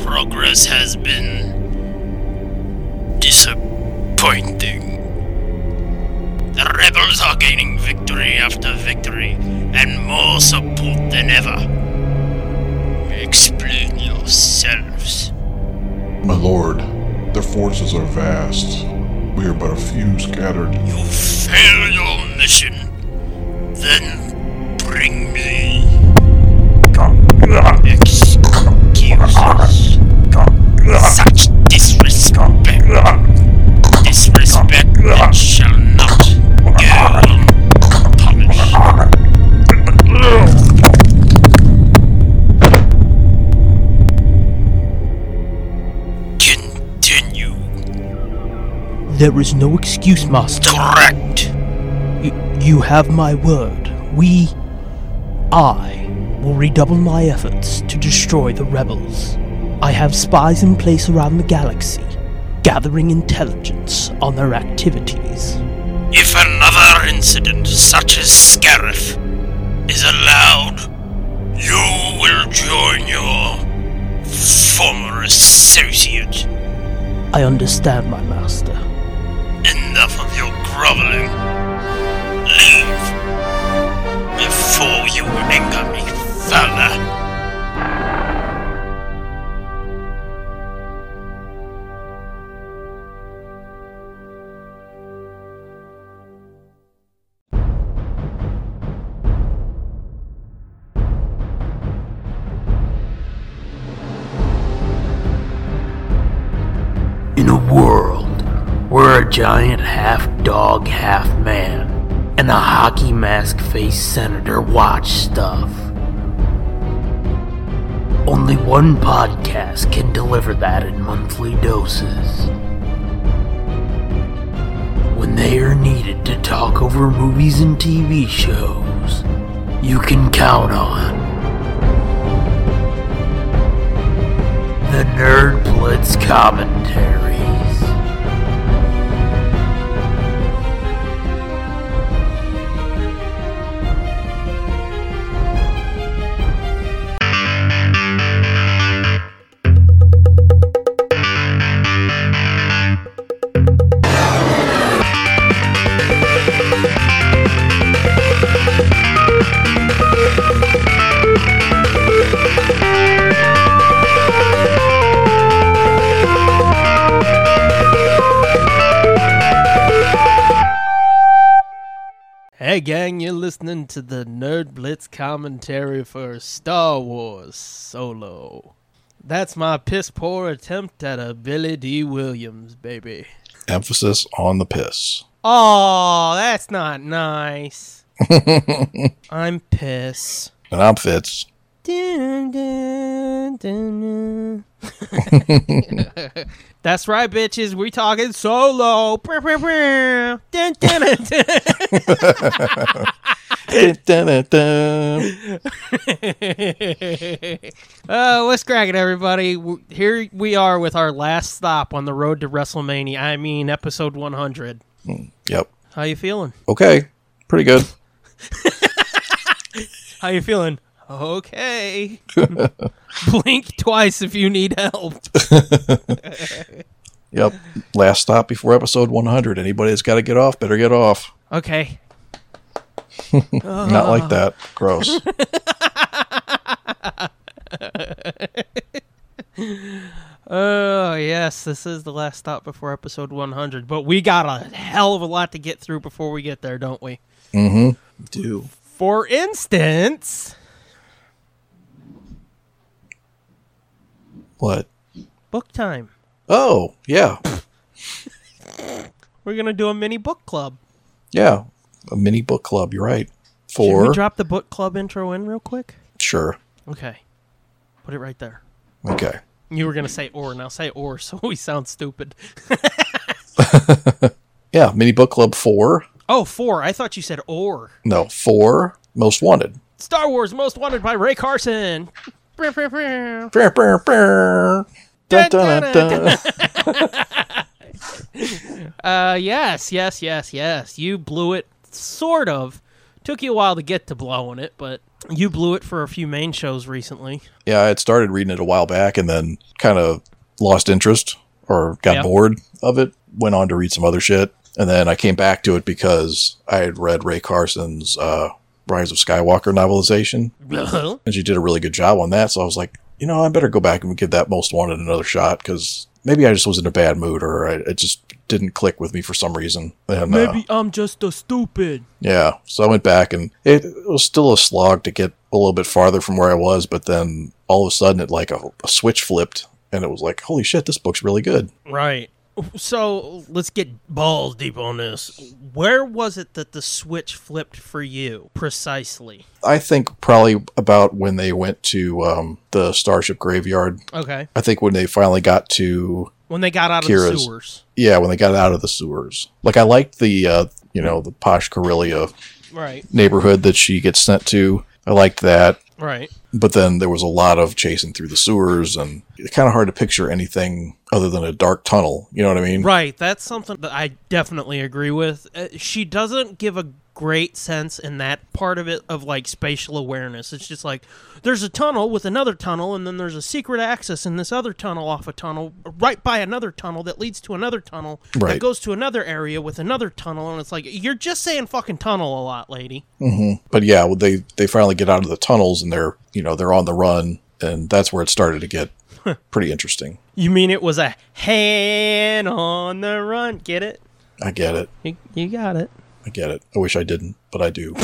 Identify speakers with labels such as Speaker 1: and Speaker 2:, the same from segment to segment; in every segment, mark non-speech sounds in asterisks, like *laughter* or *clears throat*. Speaker 1: Christmas has been disappointing. The rebels are gaining victory after victory, and more support than ever. Explain yourselves.
Speaker 2: My lord, their forces are vast. We are but a few scattered.
Speaker 1: You fail your mission, then bring me. Excuses. Such disrespect. Disrespect that shall not go unpunished. Continue.
Speaker 3: There is no excuse, Master.
Speaker 1: Correct.
Speaker 3: You, you have my word. We. I will redouble my efforts to destroy the rebels. I have spies in place around the galaxy, gathering intelligence on their activities.
Speaker 1: If another incident such as Scarif is allowed, you will join your former associate.
Speaker 3: I understand, my master.
Speaker 1: Enough of your groveling. Leave before you anger me further.
Speaker 4: In a world where a giant half dog, half man, and the hockey mask faced senator watch stuff, only one podcast can deliver that in monthly doses. When they are needed to talk over movies and TV shows, you can count on The Nerd Blitz Commentaries.
Speaker 5: Hey gang, you're listening to the Nerd Blitz commentary for Star Wars Solo. That's my piss poor attempt at a Billy D. Williams, baby.
Speaker 2: Emphasis on the piss.
Speaker 5: Oh, that's not nice. I'm *laughs* piss.
Speaker 2: And I'm Fitz.
Speaker 5: That's right, bitches. We talking solo. Brr, brr, brr. Dun, dun, *laughs* dun, dun.
Speaker 2: Dun-dun-dun-dun.
Speaker 5: uh, what's cracking, everybody? W- Here we are with our last stop on the road to WrestleMania. I mean, episode 100.
Speaker 2: yep.
Speaker 5: How you feeling?
Speaker 2: Okay. Pretty good.
Speaker 5: How you feeling? Okay. Blink twice if you need help.
Speaker 2: Yep. Last stop before episode 100. Anybody that's got to get off, better get off.
Speaker 5: Okay.
Speaker 2: Not like that. Gross.
Speaker 5: Oh, yes, this is the last stop before episode 100, but we got a hell of a lot to get through before we get there, don't we?
Speaker 2: *laughs* Do.
Speaker 5: For instance,
Speaker 2: What?
Speaker 5: book time.
Speaker 2: Oh, yeah.
Speaker 5: We're going to do a mini book club.
Speaker 2: Yeah. A mini book club. You're right.
Speaker 5: Should
Speaker 2: Four.
Speaker 5: we drop the book club intro in real quick?
Speaker 2: sure.
Speaker 5: Okay. Put it right there.
Speaker 2: Okay.
Speaker 5: You were going to say or, now say or, *laughs* so we sound stupid.
Speaker 2: Yeah. Mini book club four.
Speaker 5: Oh, four. I thought you said or.
Speaker 2: No, four. Most wanted.
Speaker 5: Star Wars Most Wanted by Ray Carson. Brr, brr, brr.
Speaker 2: Brr, brr, brr. Dun, dun, dun, dun.
Speaker 5: Uh, yes, yes, yes, yes. You blew it, sort of. Took you a while to get to blowing it, but you blew it for a few main shows recently.
Speaker 2: Yeah, I had started reading it a while back and then kind of
Speaker 6: lost interest or got
Speaker 5: Yeah.
Speaker 6: bored of it, went on to read some other shit. And then I came back to it because I had read Ray Carson's uh, Rise of Skywalker novelization, and she did a really good job on that. So I was like, you know, I better go back and give that Most Wanted another shot because maybe I just was in a bad mood or I, it just didn't click with me for some reason. And, uh,
Speaker 3: Maybe I'm just a stupid.
Speaker 6: yeah. So I went back and it was still a slog to get a little bit farther from where I was, but then all of a sudden it like a, a switch flipped and it was like, holy shit, this book's really good.
Speaker 5: Right. So let's get balls deep on this. Where was it that the switch flipped for you precisely?
Speaker 6: I think probably about when they went to um, the Starship Graveyard.
Speaker 5: Okay.
Speaker 6: I think when they finally got to
Speaker 5: When they got out of the
Speaker 6: Kira's.
Speaker 5: sewers.
Speaker 6: yeah, when they got out of the sewers. Like I liked the uh, you know the posh Corellia
Speaker 5: Right.
Speaker 6: neighborhood that she gets sent to. I liked that.
Speaker 5: Right.
Speaker 6: but then there was a lot of chasing through the sewers and it's kind of hard to picture anything other than a dark tunnel you know what i mean
Speaker 5: Right. That's something that I definitely agree with. Uh, she doesn't give a great sense in that part of it of like spatial awareness. It's just like there's a tunnel with another tunnel, and then there's a secret access in this other tunnel off a tunnel right by another tunnel that leads to another tunnel that
Speaker 6: Right.
Speaker 5: goes to another area with another tunnel, and it's like you're just saying fucking tunnel a lot, lady.
Speaker 6: but yeah well, they they finally get out of the tunnels and they're you know they're on the run and that's where it started to get pretty interesting
Speaker 5: You mean it was a hand on the run? Get it?
Speaker 6: i get it
Speaker 5: You, you got it.
Speaker 6: i get it i wish i didn't but i do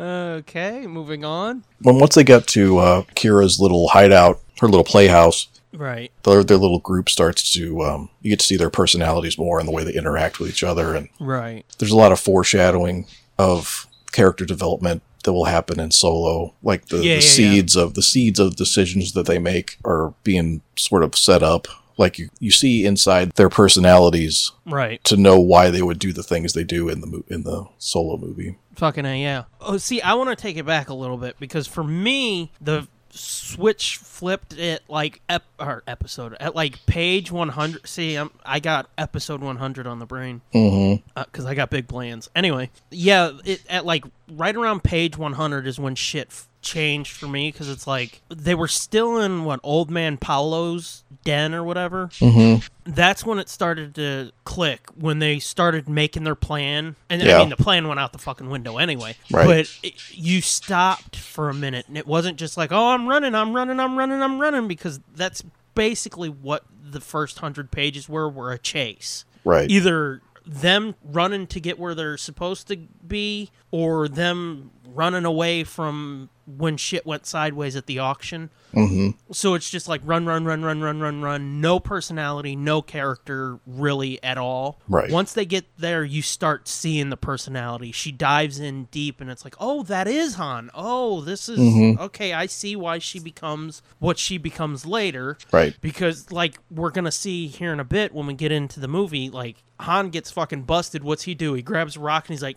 Speaker 5: Okay, moving on.
Speaker 6: when once they got to uh, kira's little hideout her little playhouse
Speaker 5: Right.
Speaker 6: their, their little group starts to um, you get to see their personalities more and the way they interact with each other and
Speaker 5: Right.
Speaker 6: there's a lot of foreshadowing of character development that will happen in solo like the,
Speaker 5: Yeah, yeah,
Speaker 6: the seeds of the seeds of decisions that they make are being sort of set up like you, you see inside their personalities
Speaker 5: Right.
Speaker 6: to know why they would do the things they do in the mo- in the solo movie
Speaker 5: Fucking A, yeah. Oh, see, I want to take it back a little bit because for me, the switch flipped at like ep- or episode at like page 100. See, I'm, I got episode 100 on the brain
Speaker 6: mm-hmm.
Speaker 5: because I got big plans. Anyway, yeah, it, at like right around page 100 is when shit f- changed for me because it's like they were still in what old man Paolo's den or whatever. Mm-hmm. That's when it started to click when they started making their plan, and I
Speaker 6: Yeah.
Speaker 5: mean the plan went out the fucking window anyway.
Speaker 6: Right.
Speaker 5: But it, you stopped for a minute, and it wasn't just like, oh, I'm running, I'm running, I'm running, I'm running, because that's basically what the first hundred pages were were a chase
Speaker 6: right
Speaker 5: either them running to get where they're supposed to be or them running away from when shit went sideways at the auction. Mm-hmm. So it's just like run, run, run, run, run, run, run. No personality, no character really at all.
Speaker 6: Right.
Speaker 5: Once they get there, you start seeing the personality. She dives in deep and it's like, oh, that is Han. Oh, this is okay. I see why she becomes what she becomes later
Speaker 6: right
Speaker 5: because like we're gonna see here in a bit when we get into the movie like han gets fucking busted what's he do he grabs a rock and he's like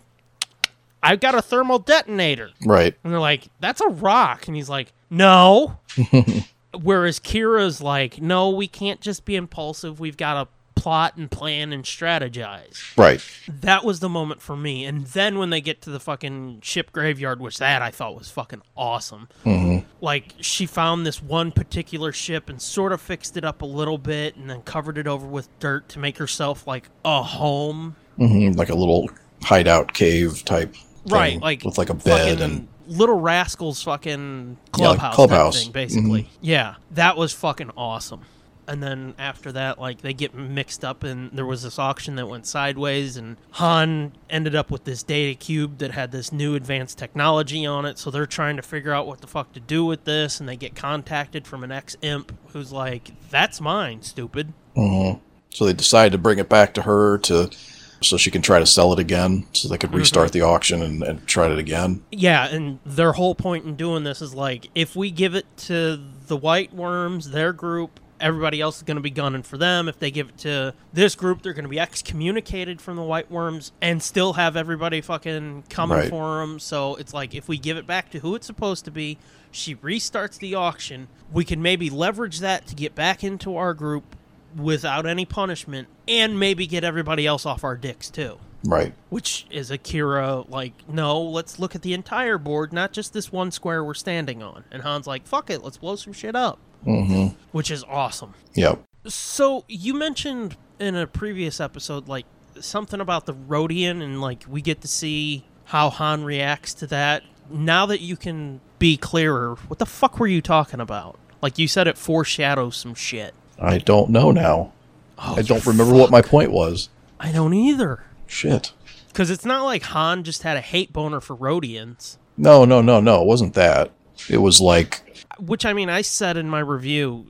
Speaker 5: i've got a thermal detonator
Speaker 6: right
Speaker 5: and they're like that's a rock and he's like no whereas kira's like no we can't just be impulsive we've got to plot and plan and strategize
Speaker 6: right
Speaker 5: that was the moment for me and then when they get to the fucking ship graveyard which that i thought was fucking awesome like she found this one particular ship and sort of fixed it up a little bit and then covered it over with dirt to make herself like a home
Speaker 6: hmm like a little hideout cave type thing
Speaker 5: right like
Speaker 6: with like a bed
Speaker 5: fucking
Speaker 6: and
Speaker 5: little rascals fucking
Speaker 6: Yeah,
Speaker 5: clubhouse,
Speaker 6: like
Speaker 5: type
Speaker 6: clubhouse.
Speaker 5: thing
Speaker 6: Mm-hmm.
Speaker 5: basically yeah that was fucking awesome and then after that like they get mixed up and there was this auction that went sideways and han ended up with this data cube that had this new advanced technology on it so they're trying to figure out what the fuck to do with this and they get contacted from an ex imp who's like that's mine stupid
Speaker 6: So they decide to bring it back to her to so she can try to sell it again so they could
Speaker 5: Mm-hmm.
Speaker 6: restart the auction and, and try it again.
Speaker 5: Yeah, and their whole point in doing this is like if we give it to the white worms, their group, everybody else is going to be gunning for them. If they give it to this group, they're going to be excommunicated from the white worms and still have everybody fucking coming
Speaker 6: Right.
Speaker 5: for them. So it's like if we give it back to who it's supposed to be, she restarts the auction. We can maybe leverage that to get back into our group without any punishment and maybe get everybody else off our dicks too.
Speaker 6: Right.
Speaker 5: which is Akira like, no, let's look at the entire board, not just this one square we're standing on. And Han's like, fuck it, let's blow some shit up,
Speaker 6: Mm-hmm.
Speaker 5: which is awesome.
Speaker 6: Yep.
Speaker 5: So you mentioned in a previous episode, like something about the Rodian, and like we get to see how Han reacts to that. Now that you can be clearer, what the fuck were you talking about? Like you said, it foreshadows some shit.
Speaker 6: I don't know now.
Speaker 5: Oh,
Speaker 6: I don't
Speaker 5: you
Speaker 6: remember
Speaker 5: fuck.
Speaker 6: what my point was.
Speaker 5: I don't either.
Speaker 6: Shit.
Speaker 5: Because it's not like Han just had a hate boner for Rodians.
Speaker 6: No, no, no, no. It wasn't that. It was like
Speaker 5: which I mean, I said in my review,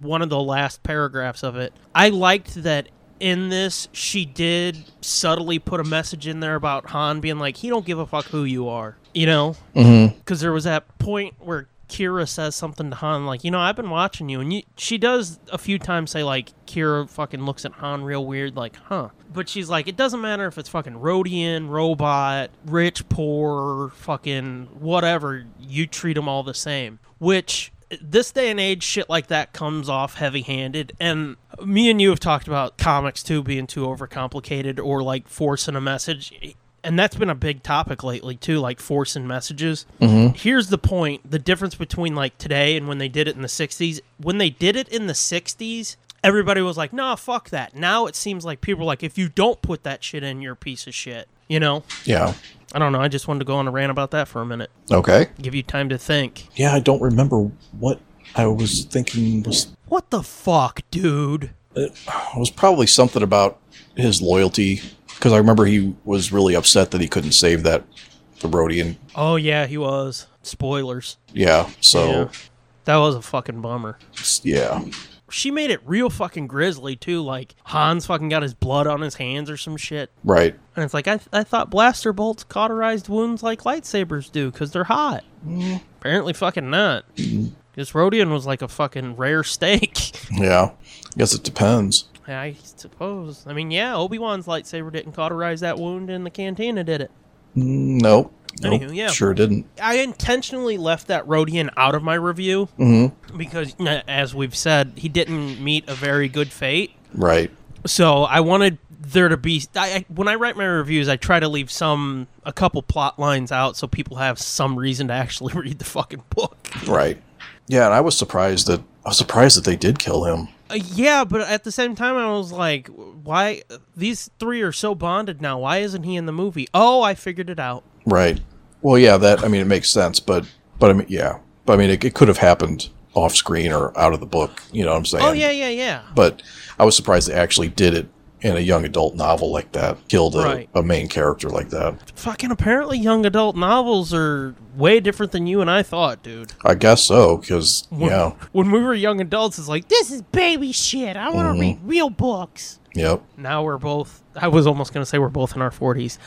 Speaker 5: one of the last paragraphs of it, I liked that in this she did subtly put a message in there about Han being like, he don't give a fuck who you are, you know? Because there was that point where Kira says something to Han like, you know, I've been watching you, and you, she does a few times say like, Kira fucking looks at Han real weird, like, huh? But she's like, it doesn't matter if it's fucking Rodian, robot, rich, poor, fucking whatever. You treat them all the same. Which this day and age, shit like that comes off heavy-handed. And me and you have talked about comics too being too overcomplicated or like forcing a message and that's been a big topic lately too like forcing messages here's the point the difference between like today and when they did it in the 60s when they did it in the 60s everybody was like nah fuck that now it seems like people are like if you don't put that shit in you're a piece of shit you know
Speaker 6: yeah.
Speaker 5: i don't know i just wanted to go on a rant about that for a minute
Speaker 6: Okay.
Speaker 5: give you time to think
Speaker 6: Yeah, I don't remember what I was thinking was
Speaker 5: what the fuck dude
Speaker 6: it was probably something about his loyalty because I remember he was really upset that he couldn't save that the Rodian.
Speaker 5: oh yeah he was spoilers
Speaker 6: Yeah. So
Speaker 5: yeah that was a fucking bummer
Speaker 6: yeah.
Speaker 5: she made it real fucking grisly too. Like Hans fucking got his blood on his hands or some shit.
Speaker 6: Right.
Speaker 5: And it's like I, I thought blaster bolts cauterized wounds like lightsabers do because they're hot. Apparently, fucking not. This Rodian was like a fucking rare steak. *laughs*
Speaker 6: Yeah. I guess it depends.
Speaker 5: I suppose. I mean, yeah, Obi Wan's lightsaber didn't cauterize that wound, and the Cantina did it.
Speaker 6: Mm, Nope. Nope.
Speaker 5: Anywho, yeah.
Speaker 6: Sure didn't.
Speaker 5: I intentionally left that Rodian out of my review because, uh, as we've said, he didn't meet a very good fate.
Speaker 6: Right.
Speaker 5: So I wanted there to be. I, I, when I write my reviews, I try to leave some a couple plot lines out so people have some reason to actually *laughs* read the fucking book.
Speaker 6: Right. Yeah, and I was surprised that I was surprised that they did kill him.
Speaker 5: Uh, yeah, but at the same time, I was like, why these three are so bonded now? Why isn't he in the movie? Oh, I figured it out.
Speaker 6: Right. Well, yeah, that I mean it makes sense, but but I mean yeah, but I mean it, it could have happened off screen or out of the book. You know what I'm saying?
Speaker 5: Oh yeah, yeah, yeah.
Speaker 6: But I was surprised they actually did it in a young adult novel like that. Killed a,
Speaker 5: Right.
Speaker 6: a main character like that.
Speaker 5: Fucking apparently, young adult novels are way different than you and I thought, dude.
Speaker 6: I guess so because yeah,
Speaker 5: When we were young adults, it's like this is baby shit. I want to read real books.
Speaker 6: yep.
Speaker 5: Now we're both. I was almost going to say we're both in our 40s.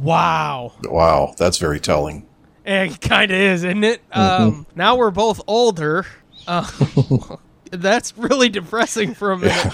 Speaker 5: Wow.
Speaker 6: Wow, that's very telling.
Speaker 5: It kind of is, isn't it?
Speaker 6: Mm-hmm.
Speaker 5: Um, now we're both older. Uh, *laughs* that's really depressing for a minute.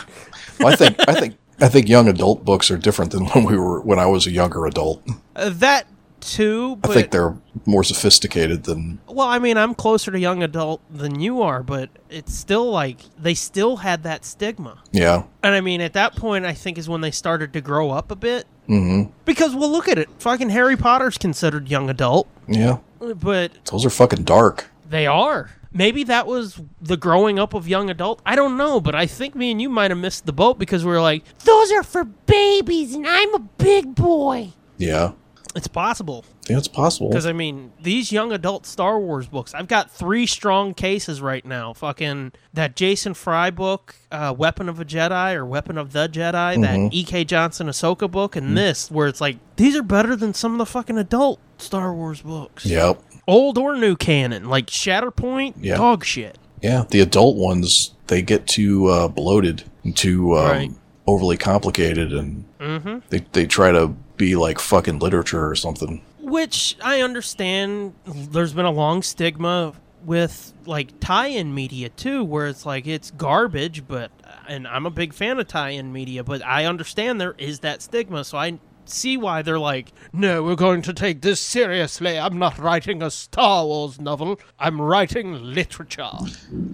Speaker 6: Well, I think I think I think young adult books are different than when we were when I was a younger adult.
Speaker 5: Uh, that too,
Speaker 6: I think
Speaker 5: but
Speaker 6: they're more sophisticated than
Speaker 5: well, I mean, I'm closer to young adult than you are, but it's still like they still had that stigma.
Speaker 6: yeah.
Speaker 5: And I mean, at that point, I think is when they started to grow up a bit. Mm-hmm. Because well, look at it. Fucking Harry Potter's considered young adult,
Speaker 6: Yeah.
Speaker 5: but
Speaker 6: Those are fucking dark.
Speaker 5: They are. Maybe that was the growing up of young adult. I don't know, but I think me and you might have missed the boat because we were like, those are for babies and I'm a big boy.
Speaker 6: Yeah.
Speaker 5: It's possible.
Speaker 6: Yeah, it's possible.
Speaker 5: Because, I mean, these young adult Star Wars books, I've got three strong cases right now. Fucking that Jason Fry book, uh, Weapon of a Jedi or Weapon of the Jedi, that E.K. Johnson Ahsoka book, and this, where it's like, these are better than some of the fucking adult Star Wars books.
Speaker 6: Yep.
Speaker 5: Old or new canon, like Shatterpoint,
Speaker 6: Yeah.
Speaker 5: dog shit.
Speaker 6: Yeah, the adult ones they get too uh, bloated and too um,
Speaker 5: Right. Mm-hmm.
Speaker 6: overly complicated, and they they try to be like fucking literature or something.
Speaker 5: which I understand. There's been a long stigma with like tie-in media too, where it's like it's garbage. But and I'm a big fan of tie-in media, but I understand there is that stigma. So I see why they're like, no, we're going to take this seriously. I'm not writing a Star Wars novel. I'm writing literature.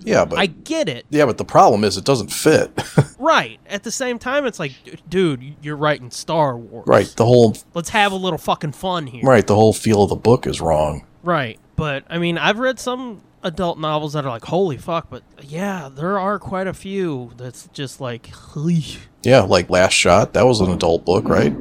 Speaker 6: Yeah, but
Speaker 5: I get it.
Speaker 6: yeah, but the problem is it doesn't fit. *laughs*
Speaker 5: Right. At the same time, it's like, d- dude, you're writing Star Wars.
Speaker 6: right. The whole
Speaker 5: Let's have a little fucking fun here.
Speaker 6: right, the whole feel of the book is wrong.
Speaker 5: Right. But I mean, I've read some adult novels that are like, holy fuck, but yeah, there are quite a few that's just like,
Speaker 6: Yeah, like Last Shot, that was an adult book, right?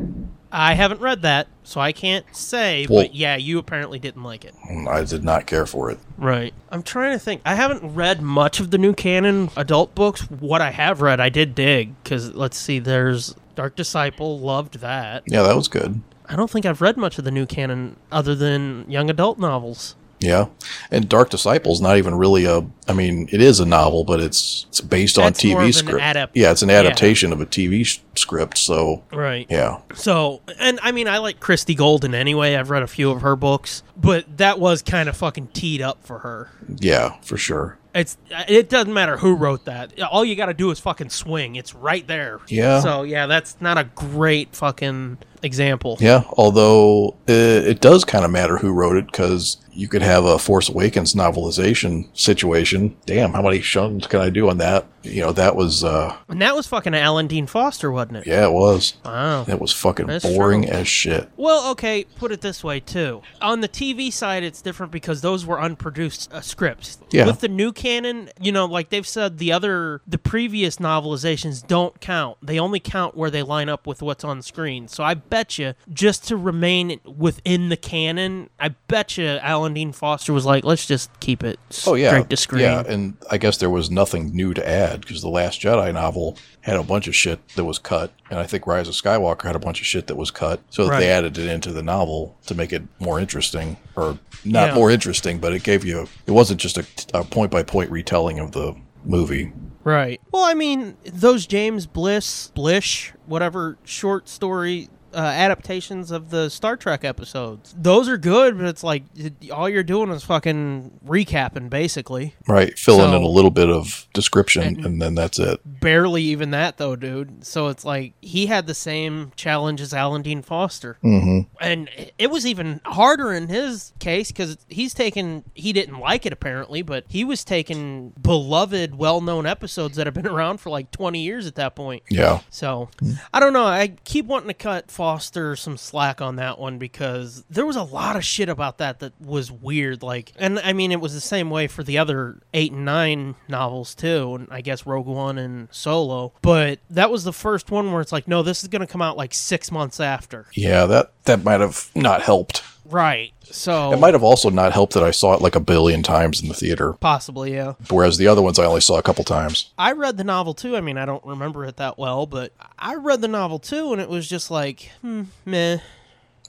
Speaker 5: I haven't read that, so I can't say,
Speaker 6: Well-
Speaker 5: but yeah, you apparently didn't like it.
Speaker 6: Mm, I did not care for it.
Speaker 5: Right. I'm trying to think. I haven't read much of the new canon adult books. What I have read, I did dig, because let's see, there's Dark Disciple, loved that.
Speaker 6: Yeah, that was good.
Speaker 5: I don't think I've read much of the new canon other than young adult novels.
Speaker 6: Yeah. And Dark Disciple's not even really a I mean, it is a novel, but it's it's based on
Speaker 5: That's
Speaker 6: TV
Speaker 5: more of an
Speaker 6: script.
Speaker 5: adapt-
Speaker 6: yeah, it's an
Speaker 5: yeah.
Speaker 6: adaptation of a TV sh- script, so
Speaker 5: Right.
Speaker 6: yeah.
Speaker 5: So, and I mean, I like Christy Golden anyway. I've read a few of her books, but that was kind of fucking teed up for her.
Speaker 6: Yeah, for sure.
Speaker 5: It's it doesn't matter who wrote that. All you got to do is fucking swing. It's right there.
Speaker 6: Yeah.
Speaker 5: So yeah, that's not a great fucking example.
Speaker 6: Yeah, although uh, it does kind of matter who wrote it because you could have a Force Awakens novelization situation. Damn, how many shuns can I do on that? You know, that was, uh,
Speaker 5: And that was fucking Alan Dean Foster, wasn't it?
Speaker 6: yeah, it was.
Speaker 5: Wow.
Speaker 6: That was fucking
Speaker 5: That's
Speaker 6: boring
Speaker 5: true.
Speaker 6: as shit.
Speaker 5: Well, okay, put it this way too. On the TV side, it's different because those were unproduced uh, scripts.
Speaker 6: Yeah.
Speaker 5: With the new canon, you know, like they've said, the other, the previous novelizations don't count. They only count where they line up with what's on screen. So I bet you, just to remain within the canon, I bet you Alan Dean Foster was like, let's just keep it
Speaker 6: Oh, yeah.
Speaker 5: straight to screen.
Speaker 6: Yeah, and I guess there was nothing new to add because The Last Jedi novel had a bunch of shit that was cut. And I think Rise of Skywalker had a bunch of shit that was cut. So that they
Speaker 5: Right.
Speaker 6: added it into the novel to make it more interesting, or not
Speaker 5: Yeah.
Speaker 6: more interesting, but it gave you, it wasn't just a point by point retelling of the movie.
Speaker 5: Right. Well, I mean, those James Bliss, Blish, whatever short story uh, adaptations of the Star Trek episodes, those are good, but it's like it- all you're doing is fucking recapping, basically.
Speaker 6: Right. Fill in
Speaker 5: So-
Speaker 6: in a little bit of description and, then that's it.
Speaker 5: Barely even that, though, dude. So it's like he had the same challenge as Alan Dean Foster.
Speaker 6: Mm-hmm.
Speaker 5: And it was even harder in his case because he's taken, he didn't like it apparently, but he was taking beloved, well known episodes that have been *laughs* around for like 20 years at that point.
Speaker 6: Yeah.
Speaker 5: So
Speaker 6: Hmm.
Speaker 5: I don't know. I keep wanting to cut Foster some slack on that one because there was a lot of shit about that that was weird. Like, and I mean, it was the same way for the other eight and nine novels too, and I guess Rogue One and Solo. But that was the first one where it's like, no, this is going to come out like six months after,
Speaker 6: Yeah. That, that might have not helped.
Speaker 5: right? So
Speaker 6: It might have also not helped that I saw it like a billion times in the theater,
Speaker 5: possibly, yeah.
Speaker 6: whereas the other ones I only saw a couple times.
Speaker 5: I read the novel too. I mean, I don't remember it that well, but I read the novel too, and it was just like, hmm, meh.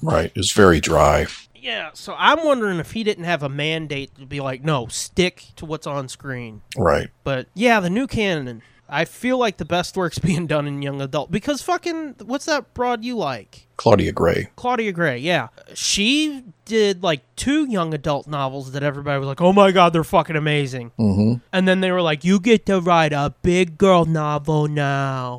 Speaker 6: Right. It's very dry.
Speaker 5: Yeah, so I'm wondering if he didn't have a mandate to be like, no, stick to what's on screen.
Speaker 6: Right.
Speaker 5: But yeah, the new canon. I feel like the best work's *laughs* being done in young adult because fucking what's that broad you like?
Speaker 6: Claudia Gray.
Speaker 5: Claudia Gray, yeah. She did like two young adult novels that everybody was like, oh my god, they're fucking amazing. Mm-hmm. And then they were like, you get to write a big girl novel now.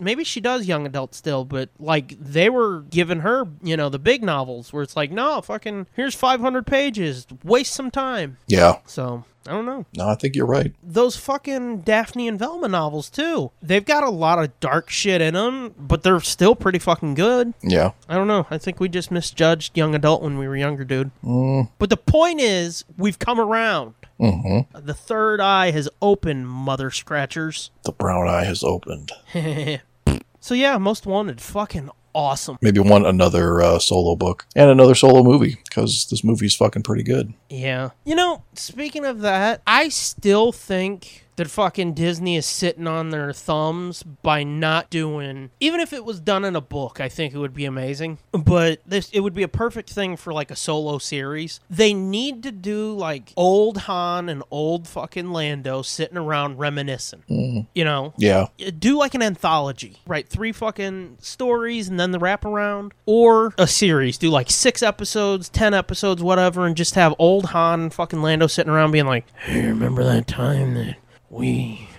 Speaker 5: Maybe she does young adult still, but like they were giving her, you know, the big novels where it's like, no, fucking, here's 500 pages, waste some time.
Speaker 6: Yeah.
Speaker 5: So, I don't know
Speaker 6: No, I think you're right.
Speaker 5: those fucking Daphne and Velma novels too. They've got a lot of dark shit in them, but they're still pretty fucking good.
Speaker 6: Yeah.
Speaker 5: I don't know. I think we just misjudged young adult when we were younger, dude. But the point is, we've come around. Mm-hmm. The third eye has opened, mother scratchers.
Speaker 6: The brown eye has opened.
Speaker 5: So yeah, most wanted, fucking awesome.
Speaker 6: Maybe one another uh, solo book and another solo movie because this movie's fucking pretty good.
Speaker 5: Yeah. You know, speaking of that, I still think that fucking Disney is sitting on their thumbs by not doing even if it was done in a book, I think it would be amazing. But this it would be a perfect thing for like a solo series. They need to do like old Han and old fucking Lando sitting around reminiscing. You know?
Speaker 6: Yeah.
Speaker 5: uh, do like an anthology, right? Three fucking stories and then the wraparound, or a series. Do like six episodes, ten episodes, whatever, and just have old Han and fucking Lando sitting around being like, "Hey, remember that time that we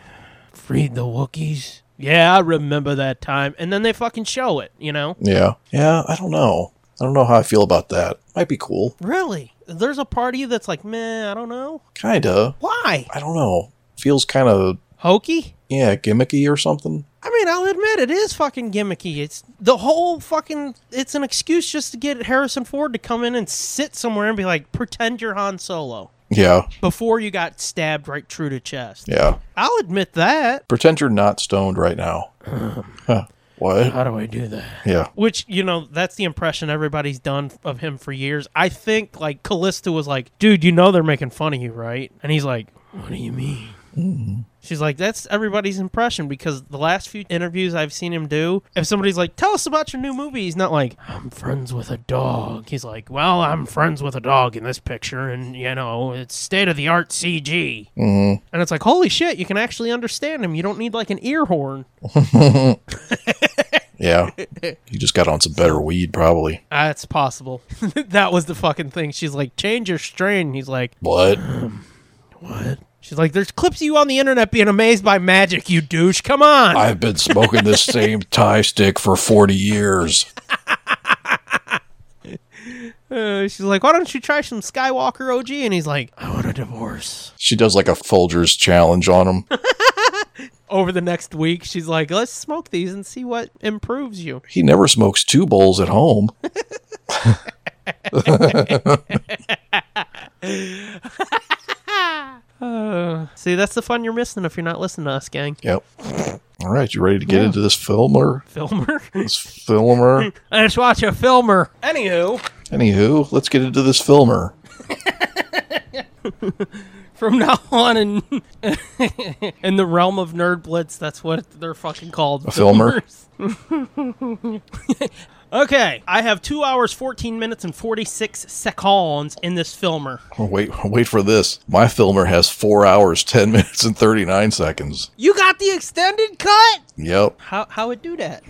Speaker 5: freed the Wookiees?" Yeah, I remember that time. And then they fucking show it, you know?
Speaker 6: Yeah. Yeah, I don't know. I don't know how I feel about that. Might be cool.
Speaker 5: Really? There's a part of you that's like, man, I don't know.
Speaker 6: Kinda.
Speaker 5: Why?
Speaker 6: I don't know. Feels kind of,
Speaker 5: Hokey?
Speaker 6: yeah, gimmicky or something.
Speaker 5: I mean, I'll admit it is fucking gimmicky. It's the whole fucking. It's an excuse just to get Harrison Ford to come in and sit somewhere and be like, pretend you're Han Solo
Speaker 6: Yeah.
Speaker 5: before you got stabbed right true to chest.
Speaker 6: Yeah.
Speaker 5: I'll admit that.
Speaker 6: Pretend you're not stoned right now. Huh. What?
Speaker 5: How do I do that?
Speaker 6: Yeah.
Speaker 5: Which, you know, that's the impression everybody's done of him for years. I think, like, Callista was like, dude, you know they're making fun of you, right? And he's like, what do you mean? She's like, that's everybody's impression because the last few interviews I've seen him do, if somebody's like, tell us about your new movie, he's not like, I'm friends with a dog. He's like, well, I'm friends with a dog in this picture, and, you know, it's state of the art CG. Mm-hmm. And it's like, holy shit, you can actually understand him. You don't need, like, an ear horn.
Speaker 6: Yeah. You just got on some better weed, probably.
Speaker 5: That's possible. *laughs* that was the fucking thing. She's like, change your strain. He's like,
Speaker 6: What?
Speaker 5: she's like, there's clips of you on the internet being amazed by magic, you douche. Come on.
Speaker 6: I've been smoking this same tie stick for 40 years.
Speaker 5: Uh, she's like, why don't you try some Skywalker OG? And he's like, I want a divorce.
Speaker 6: She does like a Folgers challenge on him.
Speaker 5: Over the next week, she's like, let's smoke these and see what improves you.
Speaker 6: He never smokes two bowls at home.
Speaker 5: See, that's the fun you're missing if you're not listening to us, gang.
Speaker 6: Yep. All right, you ready to get into this filmer?
Speaker 5: *laughs* Filmer?
Speaker 6: This filmer?
Speaker 5: let's watch a filmer. Anywho,
Speaker 6: Anywho, let's get into this filmer.
Speaker 5: from now *laughs* on in in the realm of nerd blitz that's what they're fucking called
Speaker 6: A filmer.
Speaker 5: filmers. *laughs* okay i have two hours 14 minutes and 46 seconds in this filmer
Speaker 6: Oh, Wait, *laughs* wait for this. My filmer has four hours, 10 *laughs* minutes, and 39 seconds.
Speaker 5: you got the extended cut
Speaker 6: Yep.
Speaker 5: how how it do that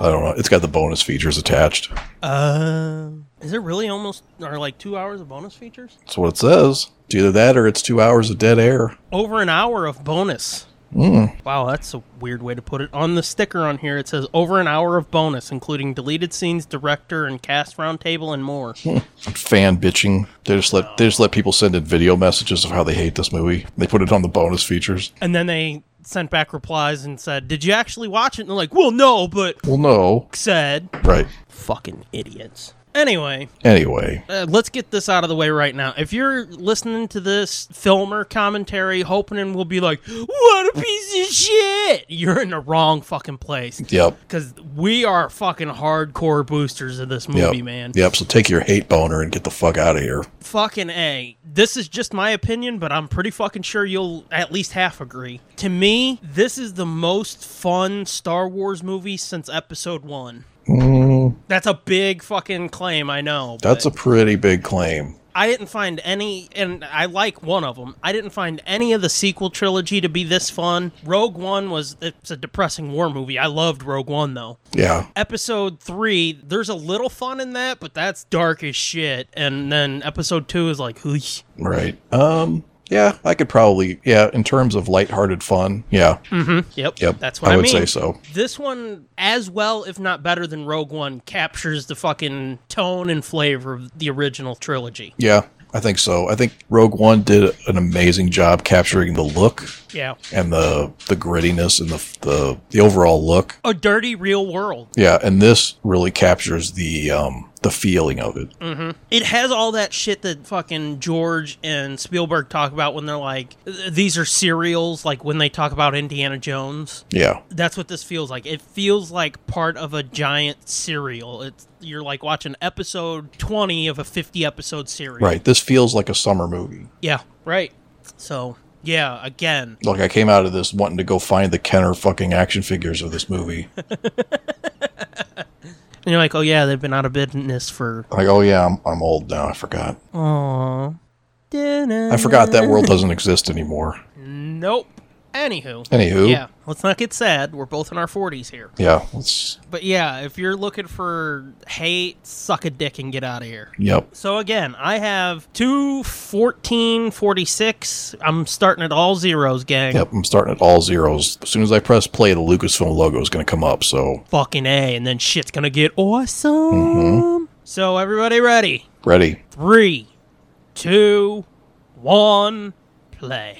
Speaker 6: I don't know. It's got the bonus features attached.
Speaker 5: um is it really almost or like two hours of bonus features
Speaker 6: That's what it says. It's either that or it's two hours of dead air.
Speaker 5: over an hour of bonus Wow, that's a weird way to put it. On the sticker on here, it says over an hour of bonus, including deleted scenes, director and cast roundtable, and more.
Speaker 6: Fan bitching. They just let they just let people send in video messages of how they hate this movie. They put it on the bonus features.
Speaker 5: And then they sent back replies and said, Did you actually watch it? And they're like, Well, no, but
Speaker 6: Well, no.
Speaker 5: said.
Speaker 6: Right.
Speaker 5: Fucking idiots. Anyway,
Speaker 6: Anyway,
Speaker 5: uh, let's get this out of the way right now. If you're listening to this filmer commentary, hoping and will be like, What a piece of shit! You're in the wrong fucking place.
Speaker 6: yep.
Speaker 5: Because we are fucking hardcore boosters of this
Speaker 6: Yep.
Speaker 5: movie, man.
Speaker 6: Yep. So take your hate boner and get the fuck out of here.
Speaker 5: fucking A. This is just my opinion, but I'm pretty fucking sure you'll at least half agree. To me, this is the most fun Star Wars movie since episode one. That's a big fucking claim, I know.
Speaker 6: Mm-hmm. That's
Speaker 5: but
Speaker 6: a pretty big claim.
Speaker 5: I didn't find any, and I like one of them. I didn't find any of the sequel trilogy to be this fun. Rogue One was it's a depressing war movie. I loved Rogue One though
Speaker 6: Yeah.
Speaker 5: episode three, there's a little fun in that, but that's dark as shit. And then episode two is like, "Oosh."
Speaker 6: Right. Um. Yeah. I could probably. Yeah. In terms of lighthearted fun. Yeah.
Speaker 5: yep,
Speaker 6: Yep.
Speaker 5: Hmm. that's what
Speaker 6: I
Speaker 5: I,
Speaker 6: would
Speaker 5: mean.
Speaker 6: say so.
Speaker 5: This one, as well, if not better than Rogue One, captures the fucking tone and flavor of the original trilogy.
Speaker 6: Yeah. I think so. I think Rogue One did an amazing job capturing the look
Speaker 5: Yeah.
Speaker 6: and the the grittiness and the the, the overall look.
Speaker 5: A dirty real world.
Speaker 6: Yeah, and this really captures the um the feeling of it.
Speaker 5: It has all that shit that fucking George and Spielberg talk about when they're like, these are serials, like when they talk about Indiana Jones.
Speaker 6: Yeah.
Speaker 5: that's what this feels like. It feels like part of a giant serial. It's you're like watching episode 20 of a 50 episode series.
Speaker 6: Right. This feels like a summer movie.
Speaker 5: Yeah, right. So, yeah, again,
Speaker 6: Like I came out of this wanting to go find the Kenner fucking action figures of this movie.
Speaker 5: and you're like, "Oh yeah, they've been out of business for
Speaker 6: Like, oh yeah, I'm I'm old now. I forgot.
Speaker 5: Aww.
Speaker 6: I forgot that world doesn't exist anymore.
Speaker 5: Nope. Anywho.
Speaker 6: Anywho.
Speaker 5: Yeah, let's not get sad. We're both in our 40s here.
Speaker 6: Yeah. Let's,
Speaker 5: But yeah, if you're looking for hate, suck a dick and get out of here.
Speaker 6: yep.
Speaker 5: So again, I have two 1446. I'm starting at all zeros, gang.
Speaker 6: Yep. I'm starting at all zeros. As soon as I press play, the Lucasfilm logo is going to come up. So
Speaker 5: Fucking A, and then shit's gonna get awesome. So everybody ready?
Speaker 6: ready.
Speaker 5: Three, two, one, play.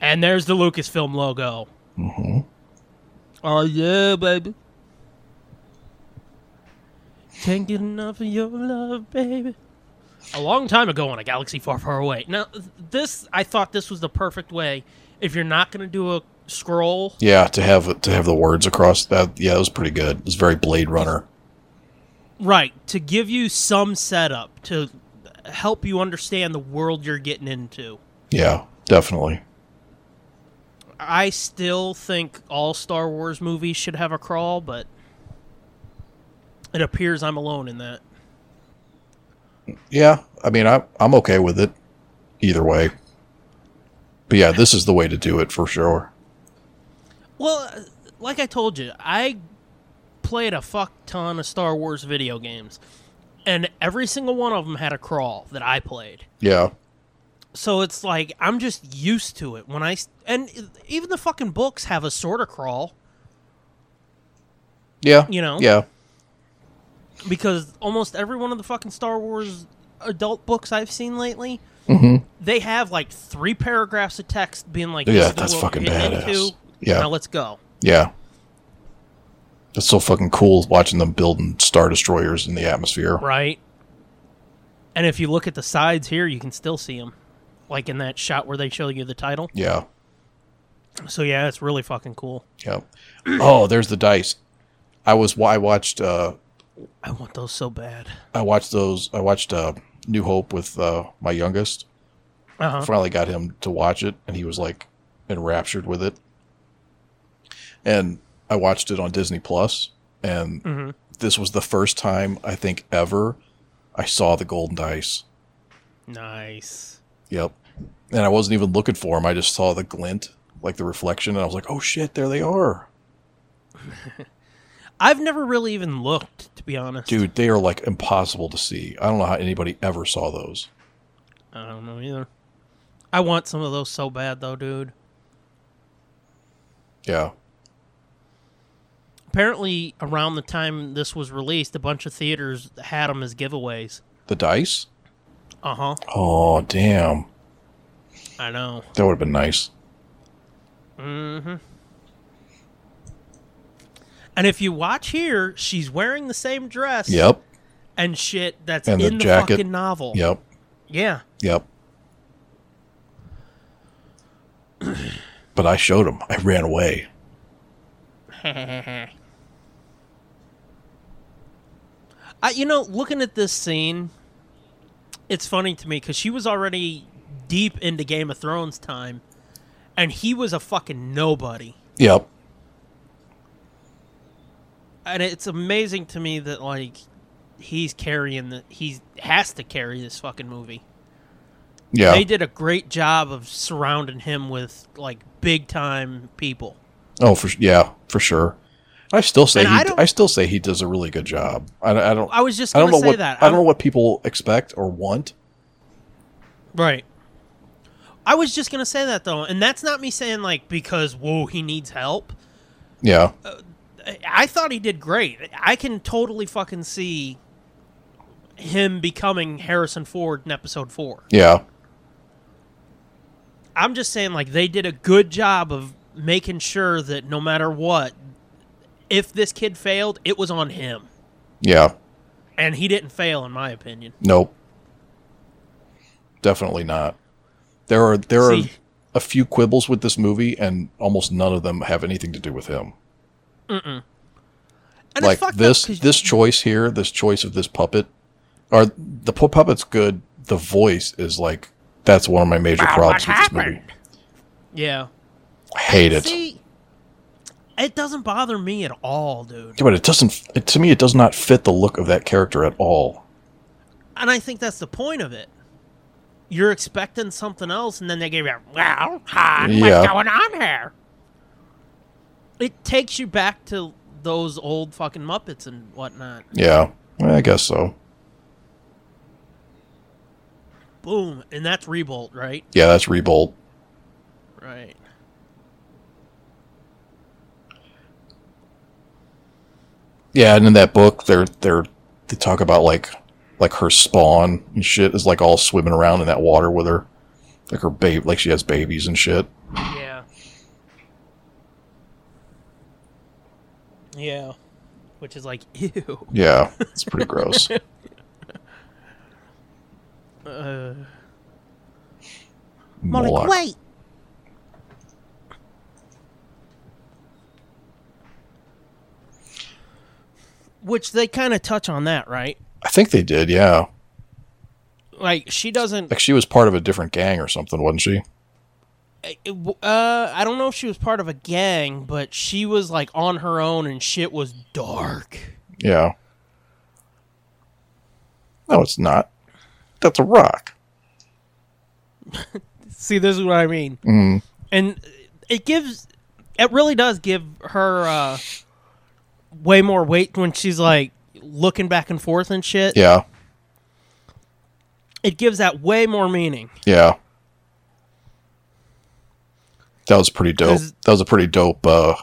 Speaker 5: And there's the Lucasfilm logo. Mm-hmm. Oh yeah, baby. Can't get enough of your love, baby. A long time ago on a galaxy far, far away. Now, th- this I thought this was the perfect way. If you're not gonna do a scroll,
Speaker 6: Yeah. To have to have the words across that. Yeah, it was pretty good. It was very Blade Runner.
Speaker 5: Right, to give you some setup to help you understand the world you're getting into.
Speaker 6: Yeah. Definitely.
Speaker 5: I still think all Star Wars movies should have a crawl, but it appears I'm alone in that.
Speaker 6: Yeah, I mean, I, I'm okay with it either way. But yeah, this is the way to do it for sure.
Speaker 5: Well, uh, like I told you, I played a fuck ton of Star Wars video games, and every single one of them had a crawl that I played.
Speaker 6: Yeah,
Speaker 5: So it's like I'm just used to it. When I s- and even the fucking books have a sort of crawl.
Speaker 6: yeah,
Speaker 5: You know?
Speaker 6: yeah,
Speaker 5: because almost every one of the fucking Star Wars adult books I've seen lately, they have like three paragraphs of text being like,
Speaker 6: Mm-hmm. Yeah,
Speaker 5: "This is the
Speaker 6: that's
Speaker 5: world
Speaker 6: fucking
Speaker 5: you're getting
Speaker 6: badass. Yeah.
Speaker 5: now let's go."
Speaker 6: yeah. That's so fucking cool watching them building star destroyers in the atmosphere.
Speaker 5: Right. And if you look at the sides here, you can still see them, like in that shot where they show you the title.
Speaker 6: Yeah,
Speaker 5: So yeah, it's really fucking cool.
Speaker 6: yeah. *clears throat* oh, there's the dice. I was I watched uh
Speaker 5: I want those so bad.
Speaker 6: I watched those I watched uh New Hope with uh my youngest.
Speaker 5: Uh huh.
Speaker 6: finally got him to watch it and he was like enraptured with it and i watched it on disney plus and this was the first time i think ever i saw the golden dice
Speaker 5: Nice.
Speaker 6: yep and i wasn't even looking for him i just saw the glint like the reflection and i was like oh shit there they are
Speaker 5: I've never really even looked, to be honest.
Speaker 6: dude they are like impossible to see i don't know how anybody ever saw those
Speaker 5: I don't know either. I want some of those so bad though, dude.
Speaker 6: yeah
Speaker 5: apparently around the time this was released a bunch of theaters had them as giveaways
Speaker 6: the dice
Speaker 5: uh-huh
Speaker 6: oh damn
Speaker 5: i know
Speaker 6: that would have been nice
Speaker 5: and if you watch here she's wearing the same dress
Speaker 6: yep
Speaker 5: and shit that's
Speaker 6: And the
Speaker 5: in the,
Speaker 6: jacket.
Speaker 5: fucking novel
Speaker 6: yep
Speaker 5: yeah
Speaker 6: Yep. but I showed him. I ran away.
Speaker 5: I, you know looking at this scene it's funny to me because she was already deep into game of thrones time and he was a fucking nobody
Speaker 6: Yep.
Speaker 5: and it's amazing to me that like he's carrying the he's has to carry this fucking movie
Speaker 6: Yeah.
Speaker 5: they did a great job of surrounding him with like big time people.
Speaker 6: oh, for yeah, for sure. I still say
Speaker 5: And
Speaker 6: he,
Speaker 5: I
Speaker 6: I,
Speaker 5: don't-
Speaker 6: still say he does a really good job. I, I don't.
Speaker 5: I was just
Speaker 6: I don't
Speaker 5: gonna
Speaker 6: know
Speaker 5: say
Speaker 6: what
Speaker 5: that.
Speaker 6: I don't know what people expect or want.
Speaker 5: Right. I was just gonna say that though, and that's not me saying like because whoa he needs help.
Speaker 6: Yeah.
Speaker 5: I- I thought he did great. I can totally fucking see him becoming Harrison Ford in episode four.
Speaker 6: Yeah.
Speaker 5: I'm just saying like they did a good job of making sure that no matter what, if this kid failed, it was on him,
Speaker 6: Yeah.
Speaker 5: and he didn't fail in my opinion.
Speaker 6: Nope. Definitely not. There are there
Speaker 5: See.
Speaker 6: are a few quibbles with this movie, and almost none of them have anything to do with him.
Speaker 5: And it's
Speaker 6: like
Speaker 5: fucked up
Speaker 6: this
Speaker 5: 'cause-
Speaker 6: this choice here, this choice of this puppet, or the pu- puppet's good. The voice is like that's one of my major problems with this movie.
Speaker 5: yeah.
Speaker 6: I hate it,
Speaker 5: See, it doesn't bother me at all, dude.
Speaker 6: Yeah, but it doesn't. It, to me, it does not fit the look of that character at all.
Speaker 5: And I think that's the point of it. you're expecting something else, and then they give you, well, Han,
Speaker 6: Yeah.
Speaker 5: what's going on here? It takes you back to those old fucking Muppets and whatnot.
Speaker 6: Yeah, I guess so.
Speaker 5: Boom, and that's Rebolt, right?
Speaker 6: Yeah, that's Rebolt.
Speaker 5: Right.
Speaker 6: Yeah, and in that book, they're they're they talk about like like her spawn and shit is like all swimming around in that water with her, like her babe, like she has babies and shit.
Speaker 5: Yeah. Yeah. Which is like, *laughs* ew.
Speaker 6: Yeah, it's
Speaker 5: *laughs*
Speaker 6: pretty gross.
Speaker 5: Uh,
Speaker 6: Moloch.
Speaker 5: which they kind of touch on that, right?
Speaker 6: I think they did. Yeah,
Speaker 5: Like she doesn't.
Speaker 6: like she was part of a different gang or something, wasn't she?
Speaker 5: Uh, I don't know if she was part of a gang, but she was like on her own, and shit was dark.
Speaker 6: Yeah. No, it's not. That's a rock.
Speaker 5: See, this is what I mean.
Speaker 6: Mm.
Speaker 5: and it gives it really does give her uh way more weight when she's like looking back and forth and shit
Speaker 6: Yeah,
Speaker 5: it gives that way more meaning
Speaker 6: yeah. That was pretty dope.
Speaker 5: 'Cause-
Speaker 6: That was a pretty dope uh,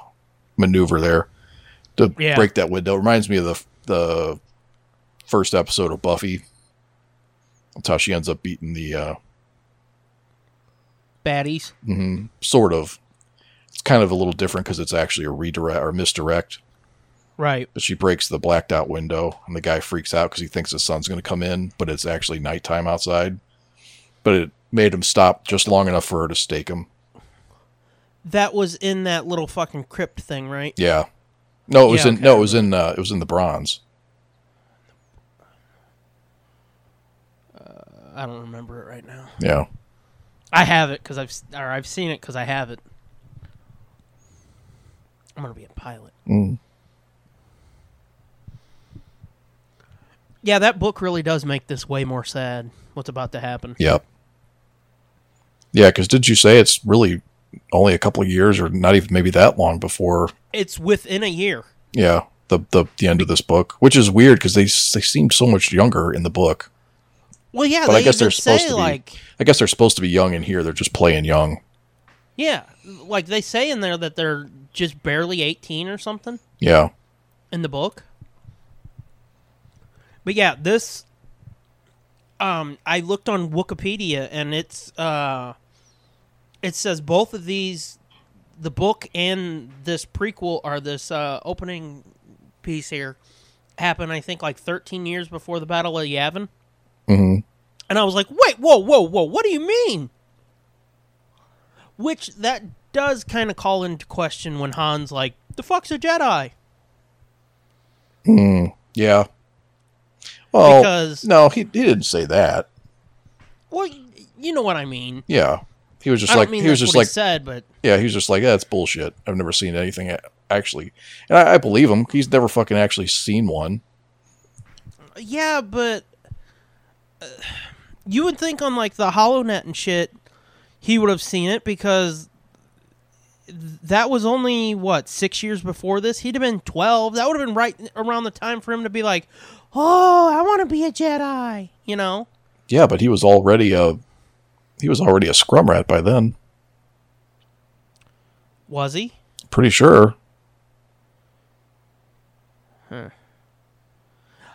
Speaker 6: maneuver there to
Speaker 5: Yeah.
Speaker 6: break that window. Reminds me of the the first episode of Buffy. That's how she ends up beating the uh,
Speaker 5: baddies
Speaker 6: mhm, sort of. It's kind of a little different because it's actually a redirect or misdirect.
Speaker 5: right
Speaker 6: But she breaks the blacked out window, and the guy freaks out because he thinks the sun's going to come in, but it's actually nighttime outside. But it made him stop just long enough for her to stake him.
Speaker 5: that was in that little fucking crypt thing right
Speaker 6: Yeah. No, it was
Speaker 5: Yeah,
Speaker 6: in
Speaker 5: okay.
Speaker 6: no, it was in uh, it was in the bronze.
Speaker 5: i don't remember it right now
Speaker 6: Yeah.
Speaker 5: i have it because i've s- or i've seen it because i have it i'm gonna be a pilot
Speaker 6: Mm.
Speaker 5: yeah that book really does make this way more sad what's about to happen
Speaker 6: Yep. Yeah, because did you say it's really only a couple of years, or not even maybe that long before?
Speaker 5: it's within a year
Speaker 6: Yeah, the the, the end of this book, which is weird because they s- they seem so much younger in the book.
Speaker 5: Well, yeah,
Speaker 6: But
Speaker 5: they
Speaker 6: I guess
Speaker 5: even
Speaker 6: they're supposed
Speaker 5: say
Speaker 6: to be-
Speaker 5: like,
Speaker 6: I guess they're supposed to be young in here; they're just playing young.
Speaker 5: yeah, like they say in there that they're just barely eighteen or something
Speaker 6: Yeah.
Speaker 5: in the book. But yeah, this, um, I looked on Wikipedia and it's uh, it says both of these, the book and this prequel or this uh, opening piece here, happened I think like thirteen years before the Battle of Yavin.
Speaker 6: hmm
Speaker 5: And I was like, wait, whoa, whoa, whoa, what do you mean? Which that does kind of call into question when Han's like, the fuck's a Jedi?
Speaker 6: Yeah. Well,
Speaker 5: Because-
Speaker 6: no, he he didn't say that.
Speaker 5: Well, y- you know what I mean.
Speaker 6: Yeah, he was
Speaker 5: I
Speaker 6: just
Speaker 5: don't
Speaker 6: like
Speaker 5: mean
Speaker 6: he was
Speaker 5: that's
Speaker 6: just
Speaker 5: what
Speaker 6: like
Speaker 5: he said, but
Speaker 6: yeah, he was just like that's bullshit. I've never seen anything a- actually, and I, I believe him. He's never fucking actually seen one.
Speaker 5: yeah, but uh, you would think on like the Hollow Net and shit, he would have seen it because th- that was only what six years before this. He'd have been twelve. That would have been right around the time for him to be like, oh, I want to be a Jedi. You know.
Speaker 6: Yeah, but he was already a he was already a scrum rat by then.
Speaker 5: Was he?
Speaker 6: Pretty sure.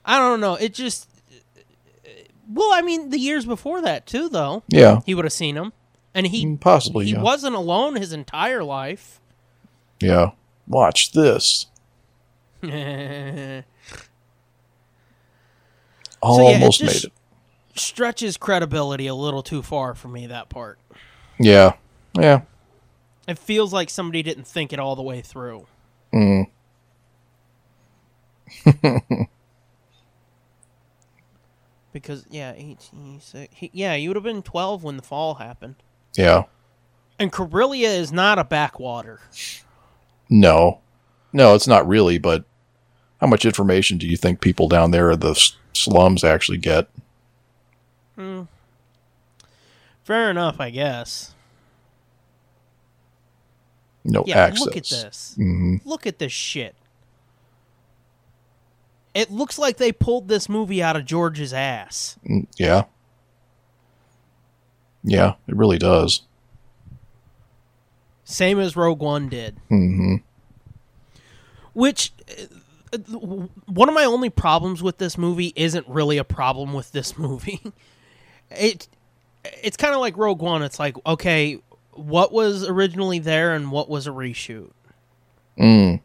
Speaker 5: I don't know. It just. uh, Well, I mean, the years before that too, though
Speaker 6: Yeah,
Speaker 5: he would have seen him, and
Speaker 6: Mm-hmm.
Speaker 5: he
Speaker 6: possibly.
Speaker 5: he
Speaker 6: yeah.
Speaker 5: wasn't alone his entire life.
Speaker 6: yeah. Watch
Speaker 5: *laughs*
Speaker 6: this.
Speaker 5: yeah, it
Speaker 6: Almost
Speaker 5: just-
Speaker 6: made it.
Speaker 5: Stretches credibility a little too far for me that part.
Speaker 6: Yeah. Yeah.
Speaker 5: It feels like somebody didn't think it all the way through. *laughs* because yeah, eighteen. So he, yeah, you would have been twelve when the fall happened.
Speaker 6: Yeah.
Speaker 5: And Corellia is not a backwater.
Speaker 6: No. No, it's not really, but how much information do you think people down there in the s- slums actually get?
Speaker 5: Fair enough, I guess.
Speaker 6: No
Speaker 5: Yeah,
Speaker 6: access.
Speaker 5: look at this.
Speaker 6: hmm
Speaker 5: Look at this shit. It looks like they pulled this movie out of George's ass.
Speaker 6: Mm, Yeah. Yeah, it really does.
Speaker 5: Same as Rogue One did.
Speaker 6: hmm
Speaker 5: Which, uh, uh, one of my only problems with this movie isn't really a problem with this movie. *laughs* It, it's kind of like Rogue One. It's like, okay, what was originally there and what was a reshoot?
Speaker 6: Mm.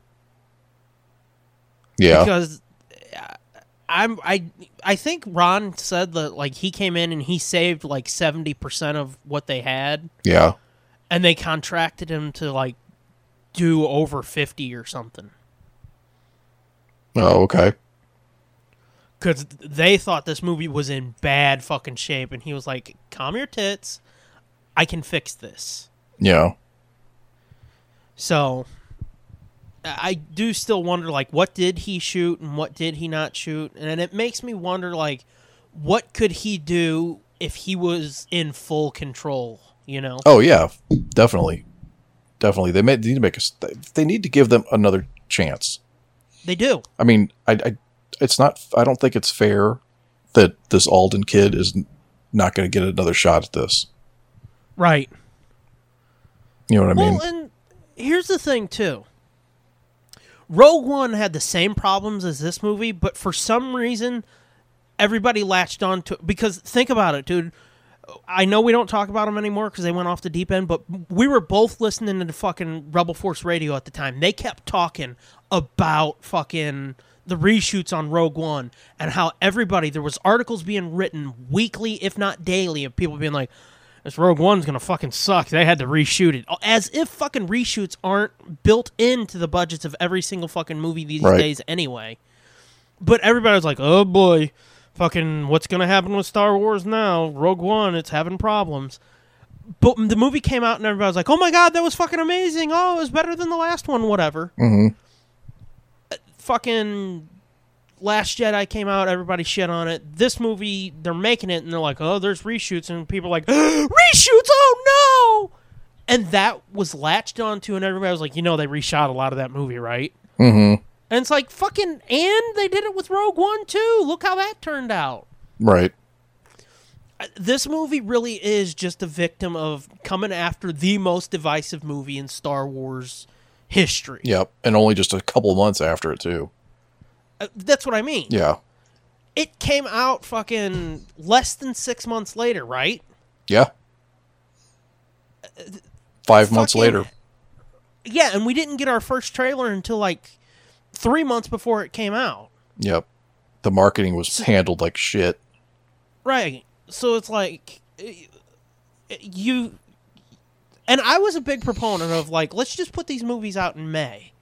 Speaker 6: Yeah.
Speaker 5: because uh, I'm I I think Ron said that like he came in and he saved like seventy percent of what they had,
Speaker 6: yeah.
Speaker 5: and they contracted him to like do over fifty or something
Speaker 6: Oh, okay.
Speaker 5: because they thought this movie was in bad fucking shape, and he was like, "Calm your tits, I can fix this."
Speaker 6: Yeah.
Speaker 5: So. I I do still wonder, like, what did he shoot and what did he not shoot? And it makes me wonder, like, what could he do if he was in full control? You know,
Speaker 6: Oh, yeah. Definitely. Definitely. They, may, they need to make us. They need to give them another chance.
Speaker 5: they do.
Speaker 6: I mean, I, I, it's not. I don't think it's fair that this Alden kid is n- not going to get another shot at this.
Speaker 5: Right.
Speaker 6: You know what I mean?
Speaker 5: well, and here's the thing, too Rogue One had the same problems as this movie, but for some reason, everybody latched on to Because think about it, dude. I know we don't talk about them anymore because they went off the deep end, but we were both listening to fucking Rebel Force Radio at the time. They kept talking about fucking the reshoots on Rogue One and how everybody there was articles being written weekly, if not daily, of people being like, "This Rogue One's gonna fucking suck. They had to reshoot it." As if fucking reshoots aren't built into the budgets of every single fucking movie these
Speaker 6: Right.
Speaker 5: days, anyway. But everybody was like, "Oh boy." Fucking, what's gonna happen with Star Wars now? Rogue One, it's having problems but the movie came out and everybody was like, "Oh my god, that was fucking amazing! Oh, it was better than the last one, whatever."
Speaker 6: Mhm.
Speaker 5: Uh, Fucking Last Jedi came out, everybody shit on it. This movie, they're making it, and they're like, "Oh, there's reshoots," and people are like, *gasps* "Reshoots! Oh no!" And that was latched onto, and everybody was like, "You know, they reshot a lot of that movie, right?"
Speaker 6: Mhm.
Speaker 5: And it's like, fucking, and they did it with Rogue One too. Look how that turned out
Speaker 6: right.
Speaker 5: this movie really is just a victim of coming after the most divisive movie in Star Wars history.
Speaker 6: Yep. And only just a couple months after it too.
Speaker 5: Uh, That's what I mean.
Speaker 6: Yeah.
Speaker 5: It came out fucking less than six months later, right?
Speaker 6: Yeah. Five months
Speaker 5: fucking-
Speaker 6: later.
Speaker 5: Yeah, and we didn't get our first trailer until like three months before it came out.
Speaker 6: Yep. The marketing was handled like shit.
Speaker 5: Right. So it's like eh, eh, you and I was a big proponent of like let's just put these movies out in May.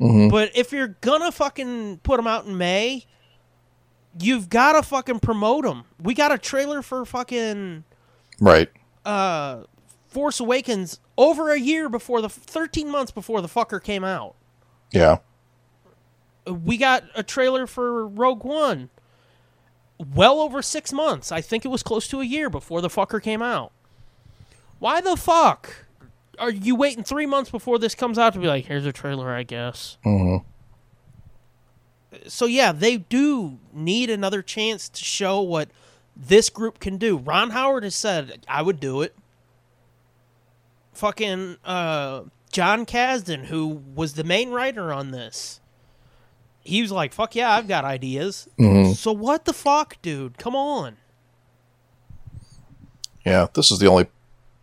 Speaker 6: Mhm.
Speaker 5: But if you're gonna fucking put them out in May, you've got to fucking promote them. We got a trailer for fucking
Speaker 6: Right.
Speaker 5: uh Force Awakens over a year before the 13 months before the fucker came out.
Speaker 6: Yeah.
Speaker 5: we got a trailer for Rogue One well over six months. I think it was close to a year before the fucker came out. Why the fuck are you waiting three months before this comes out to be like, here's a trailer, I guess?
Speaker 6: Mhm.
Speaker 5: So, yeah, they do need another chance to show what this group can do. Ron Howard has said, I would do it. Fucking uh, John Kasdan, who was the main writer on this he was like, "Fuck yeah, I've got ideas." So what the fuck, dude? Come on.
Speaker 6: Yeah. This is the only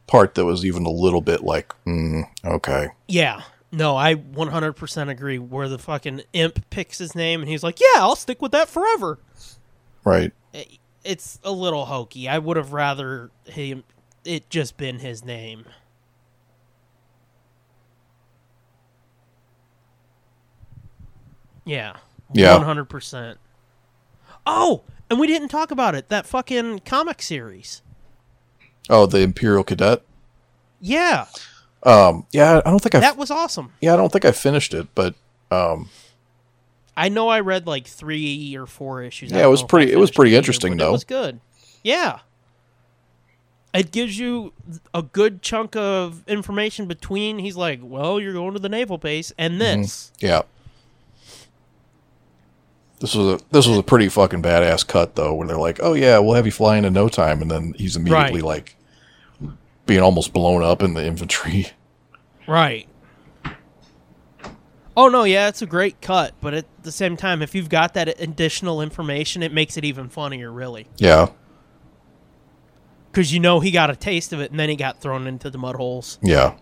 Speaker 6: part that was even a little bit like, mm, okay.
Speaker 5: Yeah. No, I 100% agree. Where the fucking imp picks his name and he's like, "Yeah, I'll stick with that forever."
Speaker 6: Right.
Speaker 5: I- It's a little hokey. I would have rather him it just been his name. Yeah.
Speaker 6: Yeah.
Speaker 5: 100%. Oh, and we didn't talk about it. That fucking comic series.
Speaker 6: Oh, the Imperial Cadet.
Speaker 5: Yeah.
Speaker 6: Um, yeah, I don't think I.
Speaker 5: That was awesome.
Speaker 6: yeah, I don't think I finished it, but um,
Speaker 5: I know I read like three or four issues. I
Speaker 6: Yeah, it
Speaker 5: don't
Speaker 6: was
Speaker 5: know if I
Speaker 6: pretty- it was
Speaker 5: finished
Speaker 6: pretty
Speaker 5: either,
Speaker 6: interesting,
Speaker 5: but
Speaker 6: though.
Speaker 5: It was good. Yeah. It gives you a good chunk of information between. He's like, well, you're going to the naval base, and
Speaker 6: Mm-hmm.
Speaker 5: this.
Speaker 6: Yeah. This was a this was a pretty fucking badass cut though, where they're like, "Oh yeah, we'll have you fly in in no time," and then he's immediately like being almost blown up in the infantry.
Speaker 5: Right. Oh no, yeah, it's a great cut, but at the same time, if you've got that additional information, it makes it even funnier, really,
Speaker 6: *laughs* Yeah,
Speaker 5: because you know he got a taste of it, and then he got thrown into the mud holes.
Speaker 6: yeah.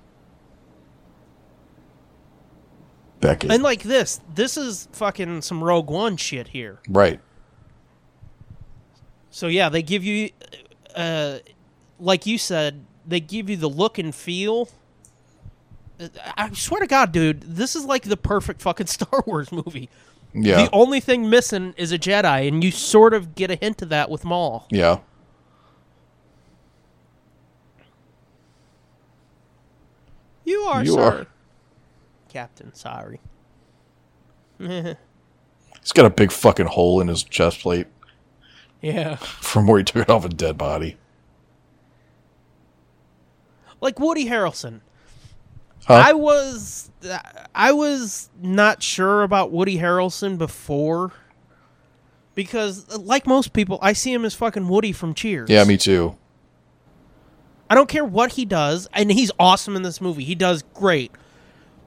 Speaker 6: Becky,
Speaker 5: And like this, this is fucking some Rogue One shit here.
Speaker 6: right?
Speaker 5: So yeah, they give you, uh, like you said, they give you the look and feel. Uh, I swear to God, dude, this is like the perfect fucking *laughs* Star Wars movie.
Speaker 6: Yeah,
Speaker 5: The only thing missing is a Jedi, and you sort of get a hint of that with Maul.
Speaker 6: yeah.
Speaker 5: You are,
Speaker 6: You
Speaker 5: sir.
Speaker 6: are.
Speaker 5: Captain, sorry.
Speaker 6: He's got a big fucking hole in his chest plate
Speaker 5: Yeah.
Speaker 6: from where he took it off a dead body.
Speaker 5: Like Woody Harrelson.
Speaker 6: Huh?
Speaker 5: I was I was not sure about Woody Harrelson before because like most people, I see him as fucking Woody from Cheers.
Speaker 6: yeah, me too.
Speaker 5: I don't care what he does, and he's awesome in this movie. He does great.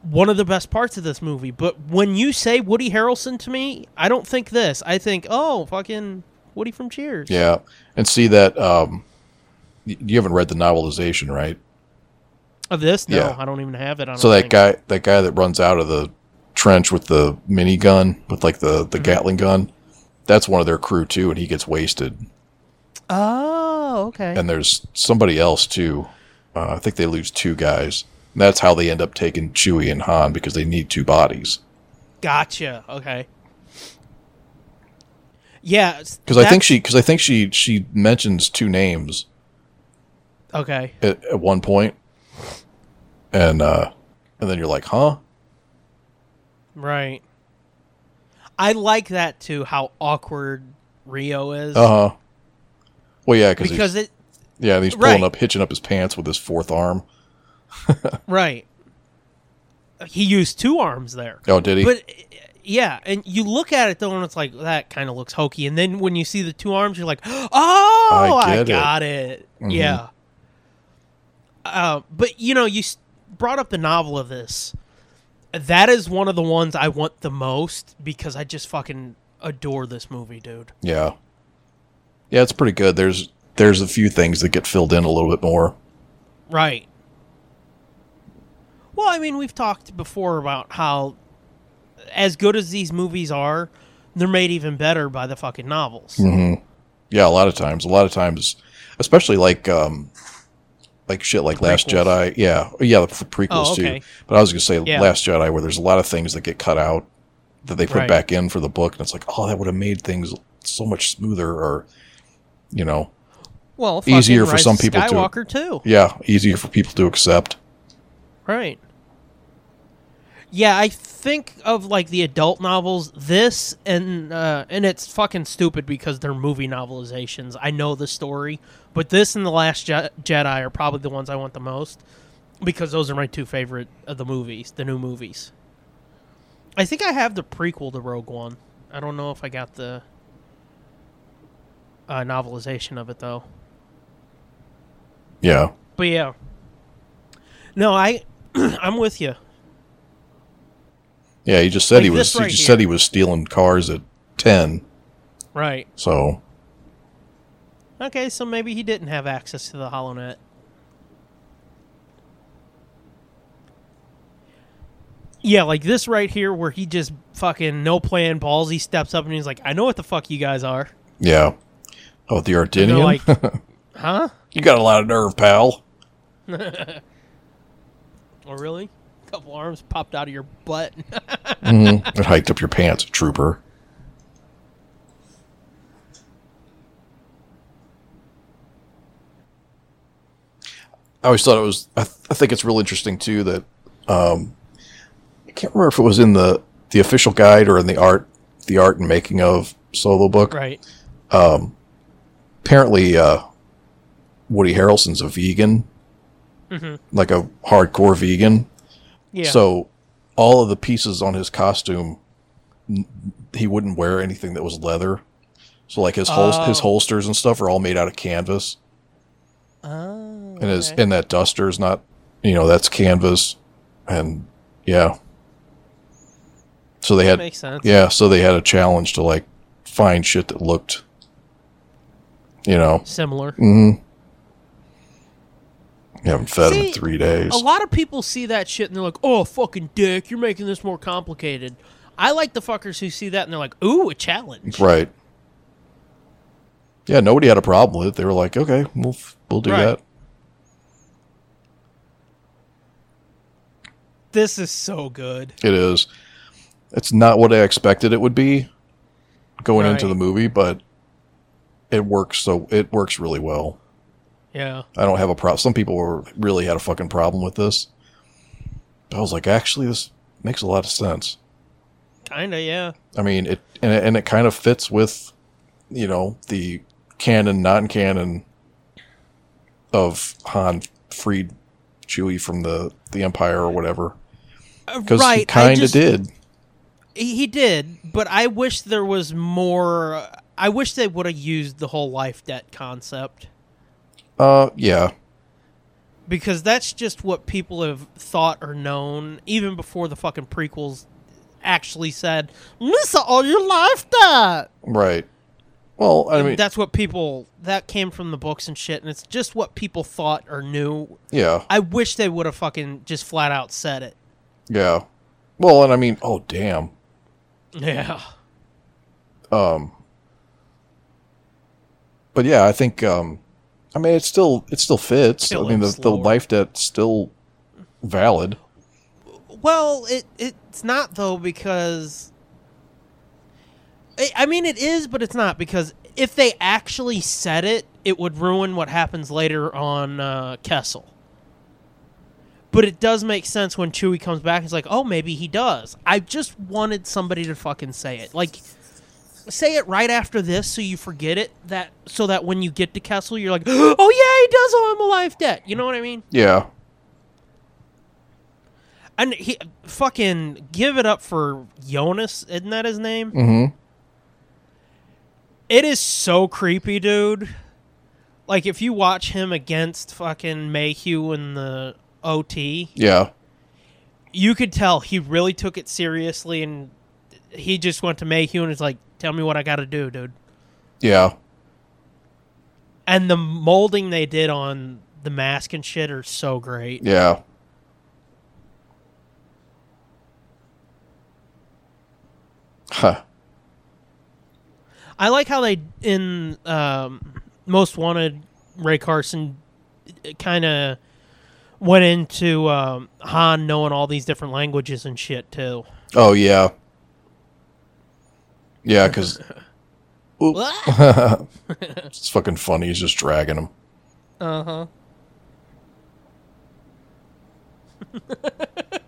Speaker 5: One of the best parts of this movie. But when you say Woody Harrelson to me, I don't think this. I think, oh, fucking Woody from Cheers.
Speaker 6: Yeah, and see that. um y- You haven't read the novelization, right?
Speaker 5: Of this? No,
Speaker 6: Yeah.
Speaker 5: I don't even have it. I don't
Speaker 6: So that
Speaker 5: think.
Speaker 6: guy, that guy that runs out of the trench with the minigun, with like the
Speaker 5: Mm-hmm.
Speaker 6: the Gatling gun, that's one of their crew too, and he gets wasted.
Speaker 5: Oh, okay.
Speaker 6: And there's somebody else too. Uh, I think they lose two guys. And that's how they end up taking Chewie and Han because they need two bodies.
Speaker 5: Gotcha. Okay. Yeah.
Speaker 6: Because I think she, because I think she, she mentions two names
Speaker 5: Okay.
Speaker 6: at, at one point, and uh, and then you're like, huh?
Speaker 5: Right. I like that too. How awkward Rio is
Speaker 6: Uh huh. Well, yeah, cause
Speaker 5: because it.
Speaker 6: he's, yeah, he's pulling
Speaker 5: right.
Speaker 6: up, hitching up his pants with his fourth arm.
Speaker 5: Right. He used two arms there.
Speaker 6: Oh, did he?
Speaker 5: But yeah, and you look at it though, and it's like that kind of looks hokey. And then when you see the two arms, you're like, *gasps* oh,
Speaker 6: I
Speaker 5: I,
Speaker 6: get it." Mm-hmm.
Speaker 5: got it. Yeah. Uh, but you know, you s- brought up the novel of this. That is one of the ones I want the most because I just fucking adore this movie, dude.
Speaker 6: Yeah. Yeah, it's pretty good. There's there's a few things that get filled in a little bit more.
Speaker 5: Right. Well, I mean, we've talked before about how, as good as these movies are, they're made even better by the fucking novels.
Speaker 6: Mm-hmm. Yeah, a lot of times. A lot of times especially like um like shit like Last
Speaker 5: prequels.
Speaker 6: Jedi. Yeah. Yeah, the, prequels
Speaker 5: Oh, okay.
Speaker 6: too. But I was going to say
Speaker 5: Yeah.
Speaker 6: Last Jedi where there's a lot of things that get cut out that they put
Speaker 5: Right.
Speaker 6: back in for the book and it's like, "Oh, that would have made things so much smoother or you know,
Speaker 5: Well,
Speaker 6: Easier
Speaker 5: fucking
Speaker 6: for
Speaker 5: Rise
Speaker 6: some
Speaker 5: of
Speaker 6: people to-
Speaker 5: Skywalker too,
Speaker 6: yeah, easier for people to accept."
Speaker 5: right? Yeah, I think of like the adult novels. This and uh, and it's fucking stupid because they're movie novelizations. I know the story, but this and the Last Je- Jedi are probably the ones I want the most because those are my two favorite of the movies, the new movies. I think I have the prequel to Rogue One. I don't know if I got the uh, novelization of it though.
Speaker 6: Yeah.
Speaker 5: But yeah. No, I *clears throat* I'm with you.
Speaker 6: Yeah, he just said
Speaker 5: Like
Speaker 6: he
Speaker 5: this
Speaker 6: was
Speaker 5: right
Speaker 6: he just
Speaker 5: here.
Speaker 6: said he was stealing cars at 10.
Speaker 5: Right.
Speaker 6: So,
Speaker 5: Okay, so maybe he didn't have access to the HoloNet. Yeah, like this right here where he just fucking no plan ballsy steps up and he's like, I know what the fuck you guys are.
Speaker 6: yeah. Oh, the
Speaker 5: And
Speaker 6: Ardinian?
Speaker 5: they're like, huh?
Speaker 6: *laughs* You got a lot of nerve, pal.
Speaker 5: Oh, really? couple arms popped out of your butt. *laughs*
Speaker 6: *laughs* It hiked up your pants, trooper. I always thought it was. I, th- I think it's real interesting too that um, I can't remember if it was in the the official guide or in the art the art and making of solo book.
Speaker 5: right.
Speaker 6: Apparently, uh, Woody Harrelson's a vegan, like a hardcore vegan.
Speaker 5: Mm-hmm. Yeah.
Speaker 6: So all of the pieces on his costume, n- he wouldn't wear anything that was leather. So like his hol- his
Speaker 5: Oh.
Speaker 6: holsters and stuff are all made out of canvas,
Speaker 5: Oh,
Speaker 6: and his
Speaker 5: okay.
Speaker 6: and that duster is not, you know, that's canvas, and yeah. So they had
Speaker 5: makes sense.
Speaker 6: yeah, so they had a challenge to like find shit that looked, you know,
Speaker 5: Similar.
Speaker 6: mm, you haven't fed him
Speaker 5: See,
Speaker 6: in three days.
Speaker 5: A lot of people see that shit and they're like, "Oh, fucking dick, you're making this more complicated." I like the fuckers who see that and they're like, "Ooh, a challenge."
Speaker 6: Right. Yeah, nobody had a problem with it. They were like, okay, we'll f- we'll do
Speaker 5: Right.
Speaker 6: that.
Speaker 5: This is so good.
Speaker 6: It is. It's not what I expected it would be going into
Speaker 5: Right.
Speaker 6: the movie, but it works so it works really well.
Speaker 5: Yeah.
Speaker 6: I don't have a problem. Some people were, really had a fucking problem with this. But I was like, actually, this makes a lot of sense.
Speaker 5: Kind of, yeah.
Speaker 6: I mean, it and it, and it kind of fits with, you know, the canon non-canon of Han freed Chewie from the the Empire or whatever
Speaker 5: Uh,
Speaker 6: because
Speaker 5: right.
Speaker 6: he
Speaker 5: I
Speaker 6: kind of
Speaker 5: just-
Speaker 6: did.
Speaker 5: He he did, but I wish there was more. I wish they would have used the whole life debt concept
Speaker 6: Uh, yeah,
Speaker 5: because that's just what people have thought or known even before the fucking prequels actually said, "Lisa, all your life debt."
Speaker 6: right. Well, I mean,
Speaker 5: that's what people that came from the books and shit, and it's just what people thought or knew.
Speaker 6: yeah,
Speaker 5: I wish they would have fucking just flat out said it.
Speaker 6: yeah. Well, and I mean, oh damn.
Speaker 5: Yeah.
Speaker 6: Um, but yeah, I think um, I mean, it still it still fits.
Speaker 5: It
Speaker 6: I mean, the,
Speaker 5: lives
Speaker 6: the
Speaker 5: lower.
Speaker 6: life debt's still valid.
Speaker 5: Well, it it's not though because I- I mean it is, but it's not because if they actually said it, it would ruin what happens later on uh, Kessel. But it does make sense when Chewie comes back. It's like, oh, maybe he does. I just wanted somebody to fucking say it, like say it right after this, so you forget it. That so that when you get to Kessel, you're like, *gasps* oh yeah, he does owe him a life debt. You know what I mean?
Speaker 6: Yeah,
Speaker 5: And he fucking give it up for Jonas, isn't that his name?
Speaker 6: Mm-hmm.
Speaker 5: It is so creepy, dude. Like if you watch him against fucking Mayhew in the OT,
Speaker 6: Yeah.
Speaker 5: you could tell he really took it seriously and he just went to Mayhew and was like, Tell me what I gotta do, dude.
Speaker 6: Yeah.
Speaker 5: And the molding they did on the mask and shit are so great.
Speaker 6: Yeah. Huh.
Speaker 5: I like how they in um, Most Wanted Ray Carson kind of went into um, Han knowing all these different languages and shit too.
Speaker 6: Oh yeah. Yeah, because it's fucking funny. He's just dragging him.
Speaker 5: Uh *laughs* huh. Uh,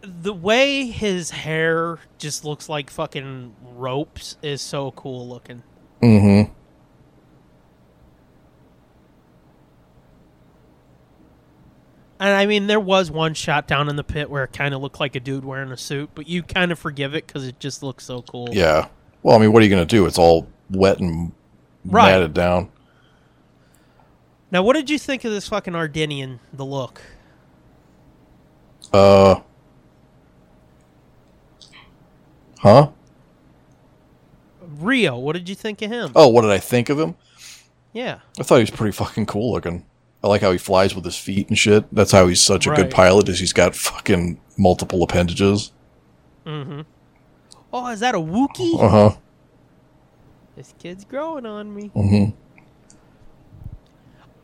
Speaker 5: The way his hair just looks like fucking ropes is so cool looking.
Speaker 6: Mm-hmm.
Speaker 5: And I mean, there was one shot down in the pit where it kind of looked like a dude wearing a suit, but you kind of forgive it because it just looks so cool.
Speaker 6: Yeah. Well, I mean, what are you gonna do? It's all wet and
Speaker 5: Right.
Speaker 6: matted down.
Speaker 5: Now, what did you think of this fucking Ardenian, the look?
Speaker 6: Uh. Huh?
Speaker 5: Rio, what did you think of him?
Speaker 6: Oh, what did I think of him?
Speaker 5: Yeah.
Speaker 6: I thought he was pretty fucking cool looking. I like how he flies with his feet and shit. That's how he's such a
Speaker 5: Right.
Speaker 6: good pilot is he's got fucking multiple appendages.
Speaker 5: Mm-hmm. Oh, is that a Wookie?
Speaker 6: Uh-huh.
Speaker 5: This kid's growing on me.
Speaker 6: Mhm.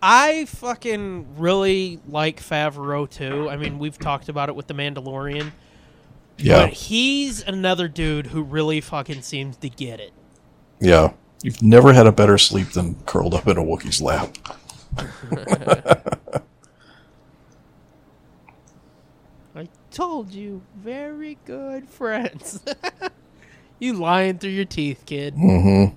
Speaker 5: I fucking really like Favreau too. I mean, we've talked about it with The Mandalorian.
Speaker 6: Yeah.
Speaker 5: But he's another dude who really fucking seems to get it.
Speaker 6: Yeah. You've never had a better sleep than curled up in a Wookiee's lap.
Speaker 5: I told you, very good *laughs* friends. you lying through your teeth, kid.
Speaker 6: Mm-hmm.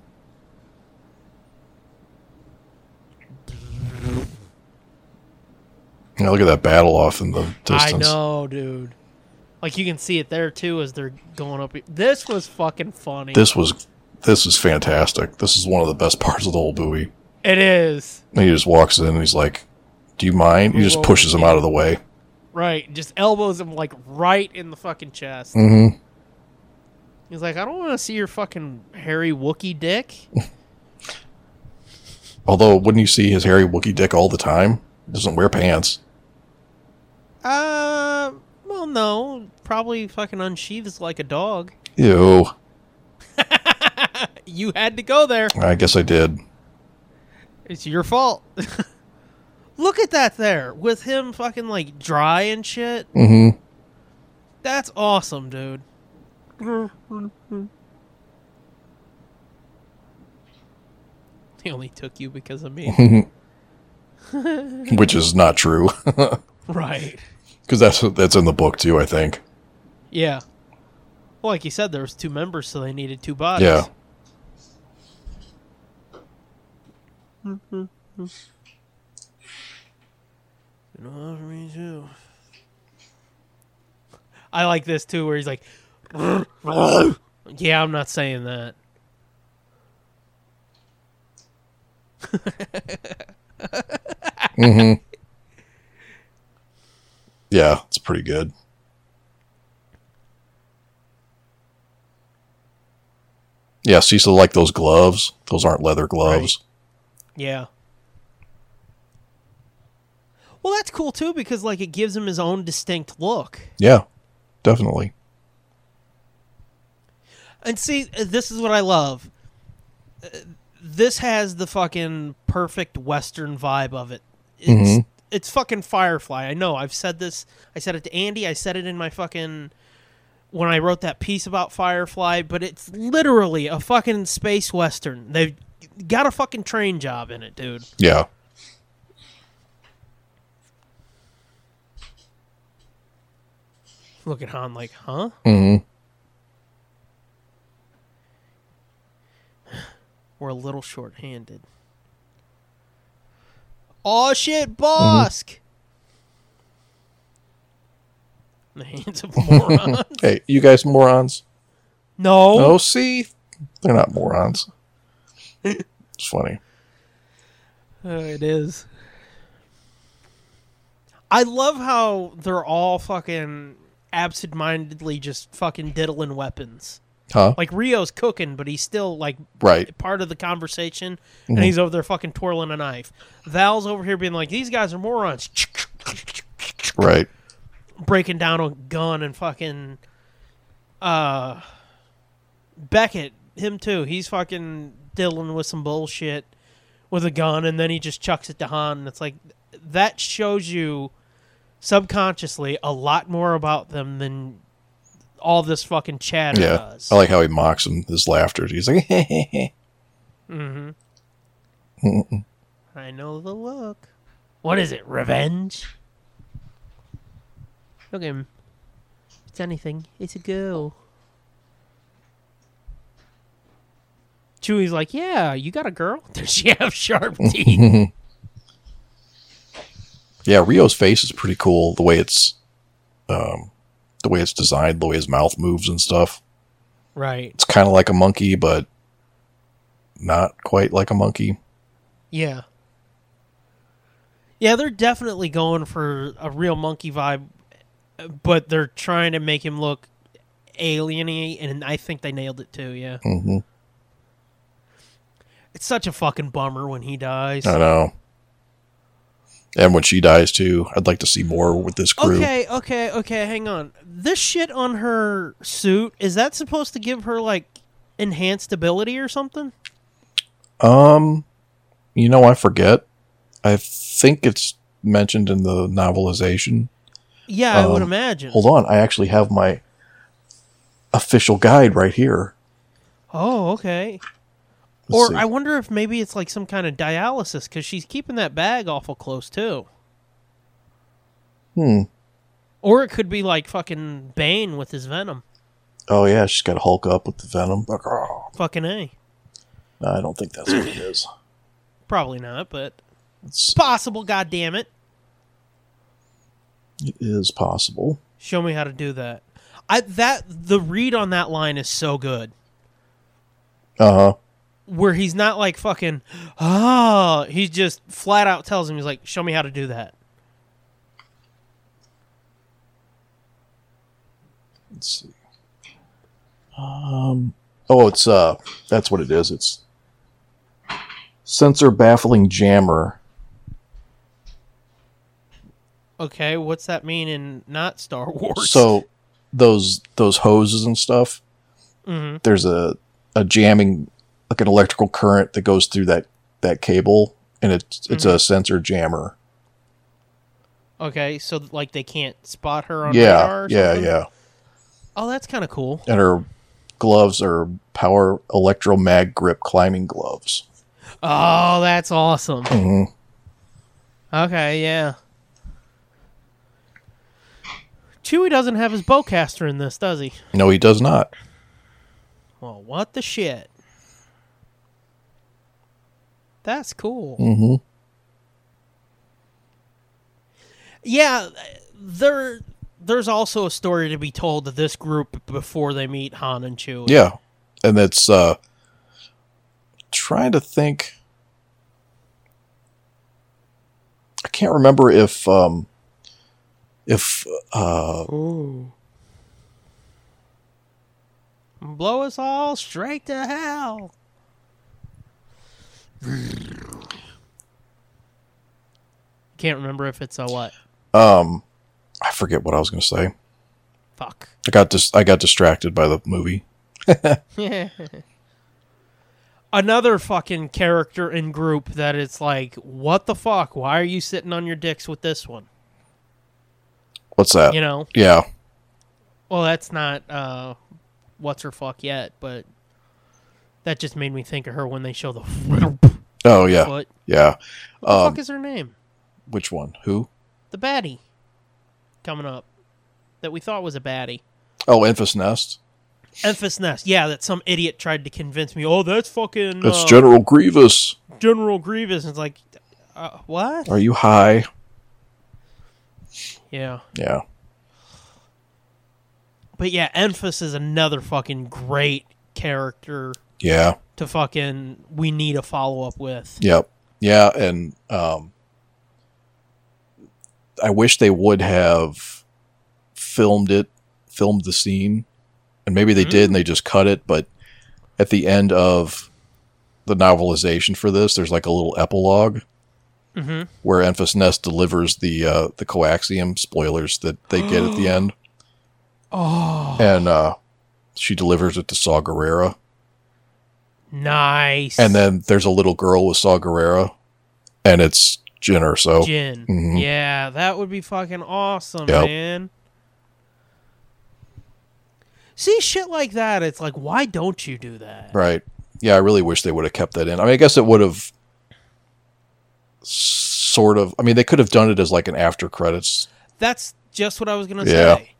Speaker 6: You know, look at that battle off in the distance.
Speaker 5: I know, dude. Like you can see it there too as they're going up. This was fucking funny.
Speaker 6: This was this is fantastic. This is one of the best *laughs* parts of the whole movie.
Speaker 5: it is
Speaker 6: And he just walks in and he's like, "Do you mind?" He just
Speaker 5: Whoa.
Speaker 6: pushes him out of the way.
Speaker 5: right. Just elbows him like right in the fucking chest.
Speaker 6: Mm-hmm.
Speaker 5: He's like, I don't want to see your fucking hairy Wookie dick.
Speaker 6: *laughs* Although, wouldn't you see his hairy Wookie dick all the time? He doesn't wear pants.
Speaker 5: uh, well, no, probably fucking unsheathes like a dog.
Speaker 6: Ew.
Speaker 5: You had to go there.
Speaker 6: I guess I did.
Speaker 5: It's your fault. *laughs* Look at that there with him fucking like dry and shit.
Speaker 6: Mm-hmm.
Speaker 5: That's awesome, dude. He only took you because of me.
Speaker 6: Which is not true, *laughs*
Speaker 5: right.
Speaker 6: because that's that's in the book too. I think.
Speaker 5: Yeah. Well, like you said, there was two members, so they needed two bodies.
Speaker 6: Yeah.
Speaker 5: You know, for me too. I like this too, where he's like, *laughs* "Yeah, I'm not saying that."
Speaker 6: Mm-hmm. yeah, it's pretty good. Yeah, so you still like those gloves? Those aren't leather gloves.
Speaker 5: Yeah. Well, that's cool too because like it gives him his own distinct look.
Speaker 6: Yeah, definitely.
Speaker 5: And see, uh, this is what I love. Uh, This has the fucking perfect Western vibe of it. It's it's fucking Firefly. I know. I've said this. I said it to Andy. I said it in my fucking when I wrote that piece about Firefly. But it's literally a fucking space western. They've got a fucking train job in it, dude.
Speaker 6: Yeah.
Speaker 5: Look at Han like, huh?
Speaker 6: Mm-hmm.
Speaker 5: *sighs* We're a little short-handed. Oh shit, Bosk! In The hands of morons.
Speaker 6: Hey, you guys morons?
Speaker 5: no,
Speaker 6: No, see? They're not morons. it's funny.
Speaker 5: Uh, it is. I love how they're all fucking absent-mindedly just fucking diddling weapons.
Speaker 6: Huh?
Speaker 5: Like Rio's cooking, but he's still like
Speaker 6: right. Mm-hmm.
Speaker 5: part of the conversation, and he's over there fucking twirling a knife. Val's over here being like, "These guys are morons."
Speaker 6: Right.
Speaker 5: breaking down a gun and fucking uh Beckett, him too. He's fucking dealing with some bullshit with a gun and then he just chucks it to Han and it's like that shows you subconsciously a lot more about them than all this fucking chatter
Speaker 6: Yeah.
Speaker 5: does.
Speaker 6: I like how he mocks him his laughter. He's like, *laughs*
Speaker 5: I know the look. What is it? Revenge? Look at him. It's anything. It's a girl. Chewie's like, yeah, you got a girl? *laughs* Does she have sharp teeth?
Speaker 6: Yeah, Rio's face is pretty cool. The way it's, um, the way it's designed, the way his mouth moves and stuff.
Speaker 5: right.
Speaker 6: It's kind of like a monkey, but not quite like a monkey.
Speaker 5: Yeah. Yeah, they're definitely going for a real monkey vibe, but they're trying to make him look alieny, and I think they nailed it too, yeah.
Speaker 6: hmm
Speaker 5: It's such a fucking bummer when he dies.
Speaker 6: I know. And when she dies too, I'd like to see more with this crew.
Speaker 5: Okay, okay, okay, hang on. This shit on her suit, is that supposed to give her like enhanced ability or something?
Speaker 6: Um, you know, I forget. I think it's mentioned in the novelization.
Speaker 5: Yeah, I would
Speaker 6: Um,
Speaker 5: imagine.
Speaker 6: Hold on, I actually have my official guide right here.
Speaker 5: Oh, okay.
Speaker 6: Let's
Speaker 5: or
Speaker 6: see.
Speaker 5: I wonder if maybe it's like some kind of dialysis cuz she's keeping that bag awful close too.
Speaker 6: hmm.
Speaker 5: Or it could be like fucking Bane with his venom.
Speaker 6: Oh yeah, she's got to Hulk up with the venom. *clears throat* No,
Speaker 5: Fucking A.
Speaker 6: I don't think that's what it is.
Speaker 5: Probably not, but *clears throat*
Speaker 6: It's-
Speaker 5: possible, goddammit.
Speaker 6: It is possible.
Speaker 5: Show me how to do that. I that the read on that line is so good.
Speaker 6: Uh huh.
Speaker 5: Where he's not like fucking ah, he just flat out tells him he's like, "Show me how to do that."
Speaker 6: Let's see. Um. Oh, it's uh. That's what it is. It's sensor baffling jammer.
Speaker 5: Okay, what's that mean in not Star *laughs* Wars?
Speaker 6: So those those hoses and stuff.
Speaker 5: Mhm.
Speaker 6: There's a a jamming like an electrical current that goes through that that cable, and it's it's
Speaker 5: Mm-hmm.
Speaker 6: a sensor jammer.
Speaker 5: okay, so like they can't spot her on radar.
Speaker 6: yeah,
Speaker 5: Or
Speaker 6: yeah,
Speaker 5: something?
Speaker 6: yeah.
Speaker 5: Oh, that's kind of cool.
Speaker 6: And her gloves are power electromag grip climbing gloves.
Speaker 5: Oh, that's awesome.
Speaker 6: Mhm. Mm-hmm.
Speaker 5: Okay, yeah. Chewie doesn't have his bowcaster in this, does he?
Speaker 6: No, he does not.
Speaker 5: Well, what the shit? That's cool.
Speaker 6: hmm
Speaker 5: Yeah, there there's also a story to be told of this group before they meet Han and Chewie.
Speaker 6: Yeah, and that's uh, trying to think. I can't remember if um, if uh,
Speaker 5: Blow us all straight to hell. Can't remember if it's a what.
Speaker 6: um, I forget what I was going to say.
Speaker 5: Fuck.
Speaker 6: I got dis- I got distracted by the movie.
Speaker 5: Another fucking character in group that it's like, what the fuck? Why are you sitting on your dicks with this one?
Speaker 6: What's that?
Speaker 5: You know?
Speaker 6: Yeah,
Speaker 5: Well, that's not uh, what's her fuck yet, but that just made me think of her when they show the foot.
Speaker 6: Oh yeah,
Speaker 5: What
Speaker 6: yeah.
Speaker 5: the
Speaker 6: Um,
Speaker 5: fuck is her name?
Speaker 6: which one? Who?
Speaker 5: The baddie coming up that we thought was a baddie.
Speaker 6: Oh, Infus Nest.
Speaker 5: Emphas Nest. Yeah, that some idiot tried to convince me. Oh, that's fucking
Speaker 6: It's
Speaker 5: uh,
Speaker 6: General Grievous.
Speaker 5: General Grievous. And it's like, uh, what?
Speaker 6: Are you high?
Speaker 5: Yeah.
Speaker 6: Yeah.
Speaker 5: But yeah, Emphas is another fucking great character
Speaker 6: Yeah.
Speaker 5: to fucking we need a follow up with.
Speaker 6: Yep. Yeah, and um, I wish they would have filmed it, filmed the scene, and maybe they did, and they just cut it. But at the end of the novelization for this, there's like a little epilogue
Speaker 5: Mhm.
Speaker 6: where Enfys Nest delivers the uh, the coaxium spoilers that they get at the end,
Speaker 5: Oh,
Speaker 6: and uh, she delivers it to Saw Gerrera,
Speaker 5: nice.
Speaker 6: and then there's a little girl with Saw Gerrera, and it's Jin or so.
Speaker 5: Jin.
Speaker 6: Mhm.
Speaker 5: Yeah, that would be fucking awesome,
Speaker 6: Yep.
Speaker 5: man. See shit like that. It's like, why don't you do that?
Speaker 6: Right. Yeah, I really wish they would have kept that in. I mean, I guess it would have sort of. I mean, they could have done it as like an after credits.
Speaker 5: That's just what I was gonna
Speaker 6: Yeah.
Speaker 5: say.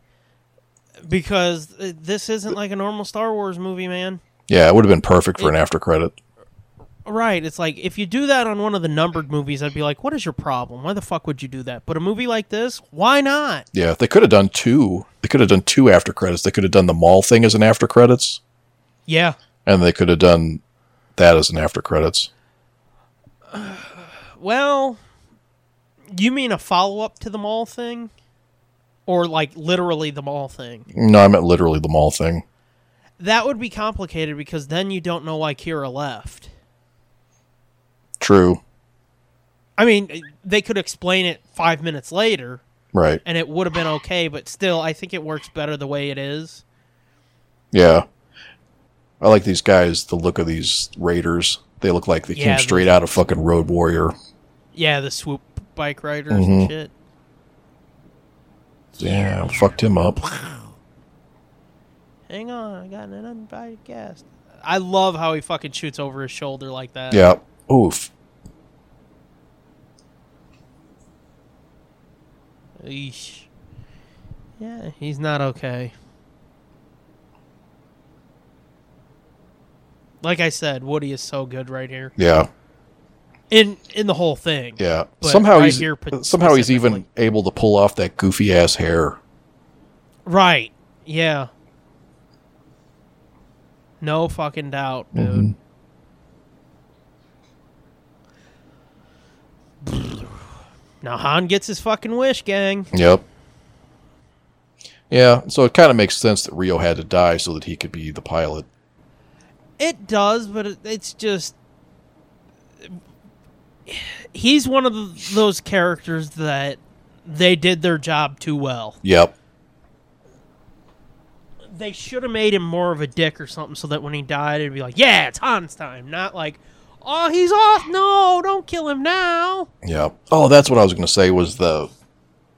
Speaker 5: Because uh, this isn't like a normal Star Wars movie, man.
Speaker 6: Yeah, it would have been perfect for an after credit.
Speaker 5: Right. It's like if you do that on one of the numbered movies, I'd be like, what is your problem? Why the fuck would you do that? But a movie like this, why not?
Speaker 6: Yeah, they could have done two. They could have done two after credits. They could have done the mall thing as an after credits,
Speaker 5: Yeah.
Speaker 6: and they could have done that as an after credits.
Speaker 5: Well, you mean a follow up to the mall thing? Or like literally the mall thing?
Speaker 6: No, I meant literally the mall thing.
Speaker 5: That would be complicated because then you don't know why Kira left.
Speaker 6: True.
Speaker 5: I mean, they could explain it five minutes later
Speaker 6: Right.
Speaker 5: and it would have been okay, but still, I think it works better the way it is.
Speaker 6: Yeah. I like these guys. The look of these raiders. They look like they
Speaker 5: Yeah,
Speaker 6: came straight out of fucking Road Warrior.
Speaker 5: Yeah, the swoop bike riders
Speaker 6: Mhm.
Speaker 5: and shit.
Speaker 6: Yeah, fucked him up.
Speaker 5: Hang on, I got an uninvited guest. I love how he fucking shoots over his shoulder like that.
Speaker 6: Yeah. Oof.
Speaker 5: Eesh. Yeah, he's not okay. Like I said, Woody is so good right here.
Speaker 6: Yeah.
Speaker 5: in in the whole thing.
Speaker 6: Yeah.
Speaker 5: But
Speaker 6: somehow
Speaker 5: right
Speaker 6: he's
Speaker 5: here pat-
Speaker 6: somehow he's even
Speaker 5: specifically.
Speaker 6: able to pull off that goofy ass hair.
Speaker 5: Right. Yeah. No fucking doubt, dude. Now Han gets his fucking wish, gang.
Speaker 6: Yep. Yeah, so it kind of makes sense that Rio had to die so that he could be the pilot.
Speaker 5: It does, but it, it's just he's one of th those characters that they did their job too well.
Speaker 6: Yep.
Speaker 5: They should have made him more of a dick or something, so that when he died, it'd be like, yeah, it's Han's time, not like, oh, he's off. No, don't kill him now.
Speaker 6: Yep. Oh, that's what I was going to say was the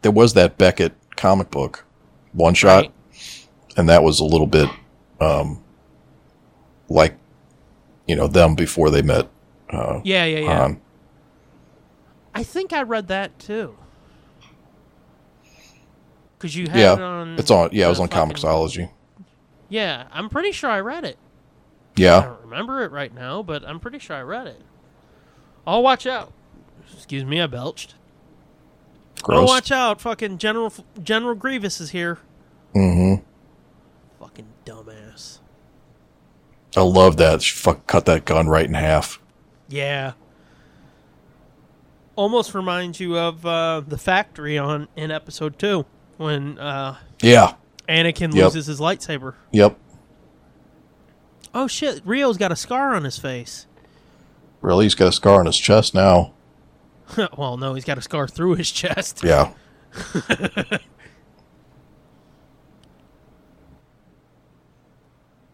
Speaker 6: there was that Beckett comic book one shot
Speaker 5: Right.
Speaker 6: and that was a little bit um like you know them before they met uh
Speaker 5: Yeah, yeah, yeah.
Speaker 6: Han.
Speaker 5: I think I read that too. Cause you had
Speaker 6: Yeah.
Speaker 5: it on.
Speaker 6: it's on yeah, it was
Speaker 5: the
Speaker 6: on
Speaker 5: fucking-
Speaker 6: Comixology.
Speaker 5: Yeah, I'm pretty sure I read it. I
Speaker 6: Yeah.
Speaker 5: don't remember it right now, but I'm pretty sure I read it. Oh, watch out! Excuse me, I belched. Oh,
Speaker 6: Gross.
Speaker 5: watch out! Fucking General General Grievous is here.
Speaker 6: Mhm.
Speaker 5: Fucking dumbass.
Speaker 6: I love that. She fuck cut that gun right in half.
Speaker 5: Yeah. Almost reminds you of uh, the factory on in episode two when uh,
Speaker 6: Yeah.
Speaker 5: Anakin
Speaker 6: Yep.
Speaker 5: loses his lightsaber.
Speaker 6: Yep.
Speaker 5: Oh shit! Rio's got a scar on his face. *laughs*
Speaker 6: Really, he's got a scar on his chest now.
Speaker 5: well, no, he's got a scar through his chest.
Speaker 6: Yeah.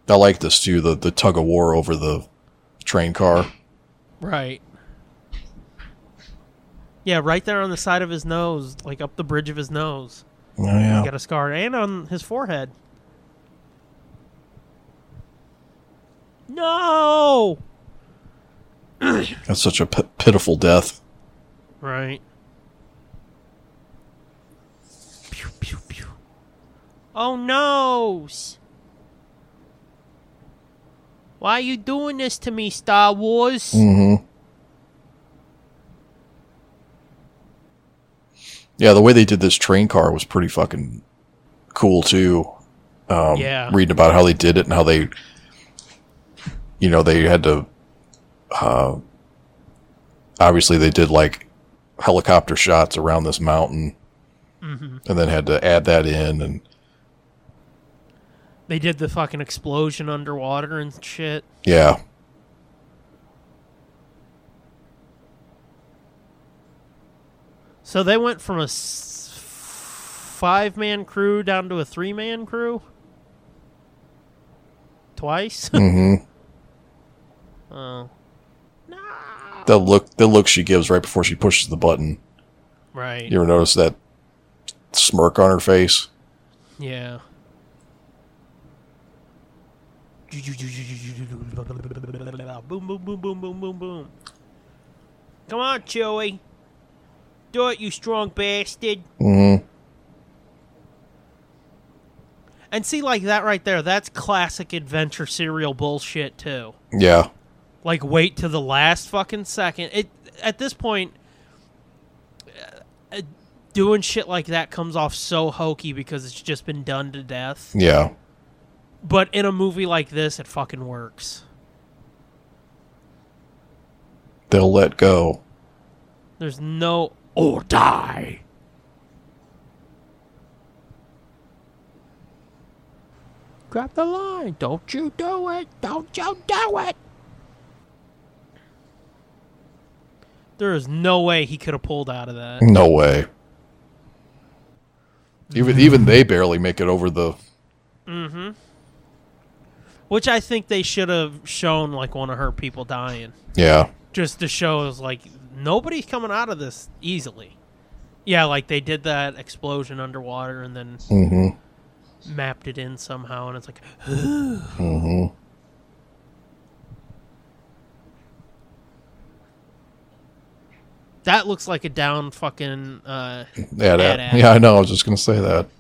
Speaker 6: I like this too, the the tug of war over the train car.
Speaker 5: *laughs* Right. Yeah, right there on the side of his nose, like up the bridge of his nose.
Speaker 6: Oh
Speaker 5: He's
Speaker 6: yeah.
Speaker 5: got a scar and on his forehead. No!
Speaker 6: That's such a p- pitiful death.
Speaker 5: Right. Pew, pew, pew. Oh no! Why are you doing this to me, Star Wars?
Speaker 6: Mm-hmm. Yeah, the way they did this train car was pretty fucking cool too. Um,
Speaker 5: Yeah.
Speaker 6: Reading about how they did it and how they, you know, they had to. Uh, obviously, they did like helicopter shots around this mountain,
Speaker 5: hmm
Speaker 6: and then had to add that in, and
Speaker 5: They did the fucking explosion underwater and shit.
Speaker 6: yeah,
Speaker 5: So they went from a five man crew down to a three man crew? Twice?
Speaker 6: hmm
Speaker 5: *laughs* oh. No!
Speaker 6: the look, the look she gives right before she pushes the button.
Speaker 5: Right.
Speaker 6: You ever notice that smirk on her face?
Speaker 5: Yeah. Boom, boom, boom, boom, boom, boom, boom. Come on, Chewie. Do it, you strong bastard.
Speaker 6: hmm
Speaker 5: And see, like that right there, that's classic adventure serial bullshit, too.
Speaker 6: Yeah.
Speaker 5: Like, wait to the last fucking second. It At this point, uh, uh, doing shit like that comes off so hokey because it's just been done to death.
Speaker 6: Yeah.
Speaker 5: But in a movie like this, it fucking works.
Speaker 6: They'll let go.
Speaker 5: There's no.
Speaker 4: Or die.
Speaker 5: Grab the line. Don't you do it. Don't you do it. There is no way he could have pulled out of that.
Speaker 6: No way. Even even they barely make it over the
Speaker 5: Which I think they should have shown, like, one of her people dying.
Speaker 6: yeah
Speaker 5: Just to show, is like, nobody's coming out of this easily. Yeah, like, they did that explosion underwater and then
Speaker 6: hmm
Speaker 5: mapped it in somehow, and it's like,
Speaker 6: hmm
Speaker 5: that looks like a down fucking. Uh,
Speaker 6: yeah that,
Speaker 5: Badass.
Speaker 6: yeah I know I was just gonna say that
Speaker 5: Wait,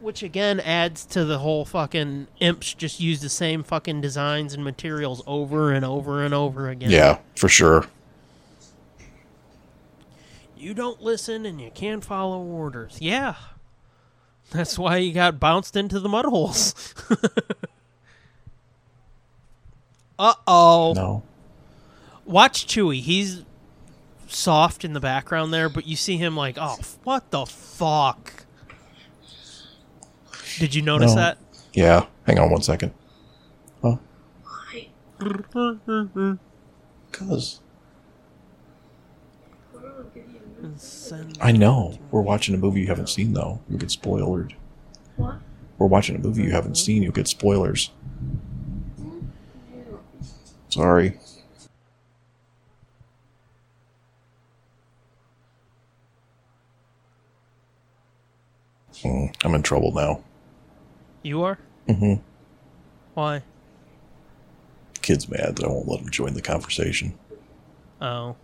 Speaker 5: Which again adds to the whole fucking imps just use the same fucking designs and materials over and over and over again.
Speaker 6: Yeah, for sure.
Speaker 5: You don't listen and you can't follow orders. Yeah. That's why you got bounced into the mud holes. *laughs* uh oh.
Speaker 6: No.
Speaker 5: Watch Chewy. He's soft in the background there, but you see him like, oh, f- what the fuck? Did you notice
Speaker 6: No.
Speaker 5: that?
Speaker 6: Yeah. Hang on one second.
Speaker 7: Why?
Speaker 6: Cause
Speaker 7: Why don't I give you a minute?
Speaker 5: Send-
Speaker 6: I know we're watching a movie you haven't seen though. You'll get spoiled.
Speaker 7: What?
Speaker 6: We're watching a movie you haven't seen. You'll get spoilers. Sorry. Mm, I'm in trouble now.
Speaker 5: You are?
Speaker 6: hmm
Speaker 5: Why?
Speaker 6: Kid's mad that I won't let him join the conversation.
Speaker 5: Oh.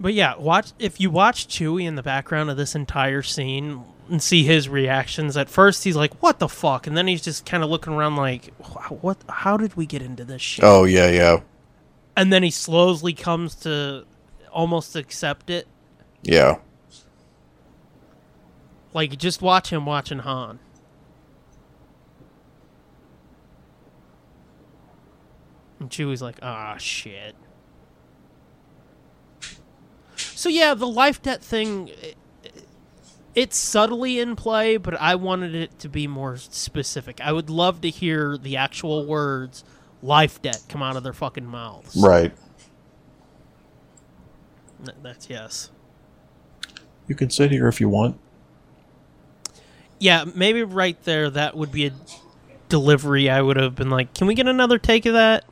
Speaker 5: But yeah, watch if you watch Chewie in the background of this entire scene and see his reactions. At first, he's like, "What the fuck," and then he's just kind of looking around like, "Wh- "What? How did we get into this shit?"
Speaker 6: Oh yeah, yeah,
Speaker 5: And then he slowly comes to almost accept it.
Speaker 6: yeah.
Speaker 5: Like, just watch him watching Han. And Chewie's like, ah, shit. So, yeah, the life debt thing, it, it's subtly in play, but I wanted it to be more specific. I would love to hear the actual words life debt come out of their fucking mouths.
Speaker 6: Right.
Speaker 5: Th- That's yes.
Speaker 6: You can sit here if you want.
Speaker 5: Yeah, maybe right there that would be a delivery I would have been like, "Can we get another take of that?"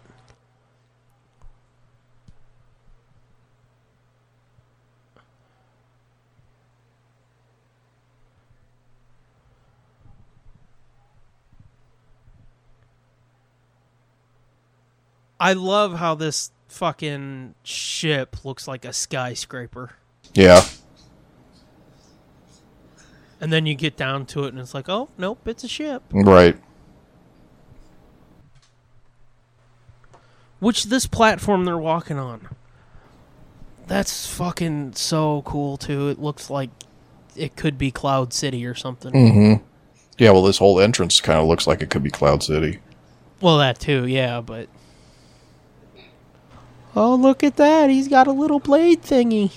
Speaker 5: I love how this fucking ship looks like a skyscraper.
Speaker 6: Yeah.
Speaker 5: And then you get down to it and it's like, "Oh, nope, it's a ship."
Speaker 6: Right.
Speaker 5: which this platform they're walking on that's fucking so cool too it looks like it could be cloud city or something
Speaker 6: Mm-hmm. Yeah. Well, this whole entrance kind of looks like it could be Cloud City.
Speaker 5: well that too yeah but oh look at that he's got a little blade thingy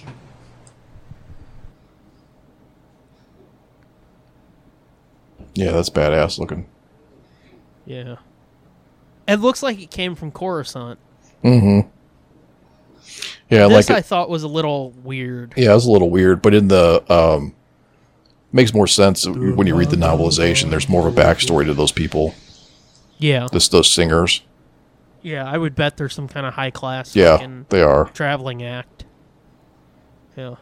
Speaker 6: Yeah, that's badass looking.
Speaker 5: yeah it looks like it came from coruscant
Speaker 6: Mm-hmm. Yeah, I
Speaker 5: this
Speaker 6: like
Speaker 5: i
Speaker 6: it.
Speaker 5: thought was a little weird
Speaker 6: Yeah, it was a little weird, but in the um, makes more sense when you read the novelization. There's more of a backstory to those people,
Speaker 5: yeah
Speaker 6: this those singers.
Speaker 5: yeah i would bet there's some kind of high class
Speaker 6: Yeah,
Speaker 5: fucking
Speaker 6: they are.
Speaker 5: traveling act yeah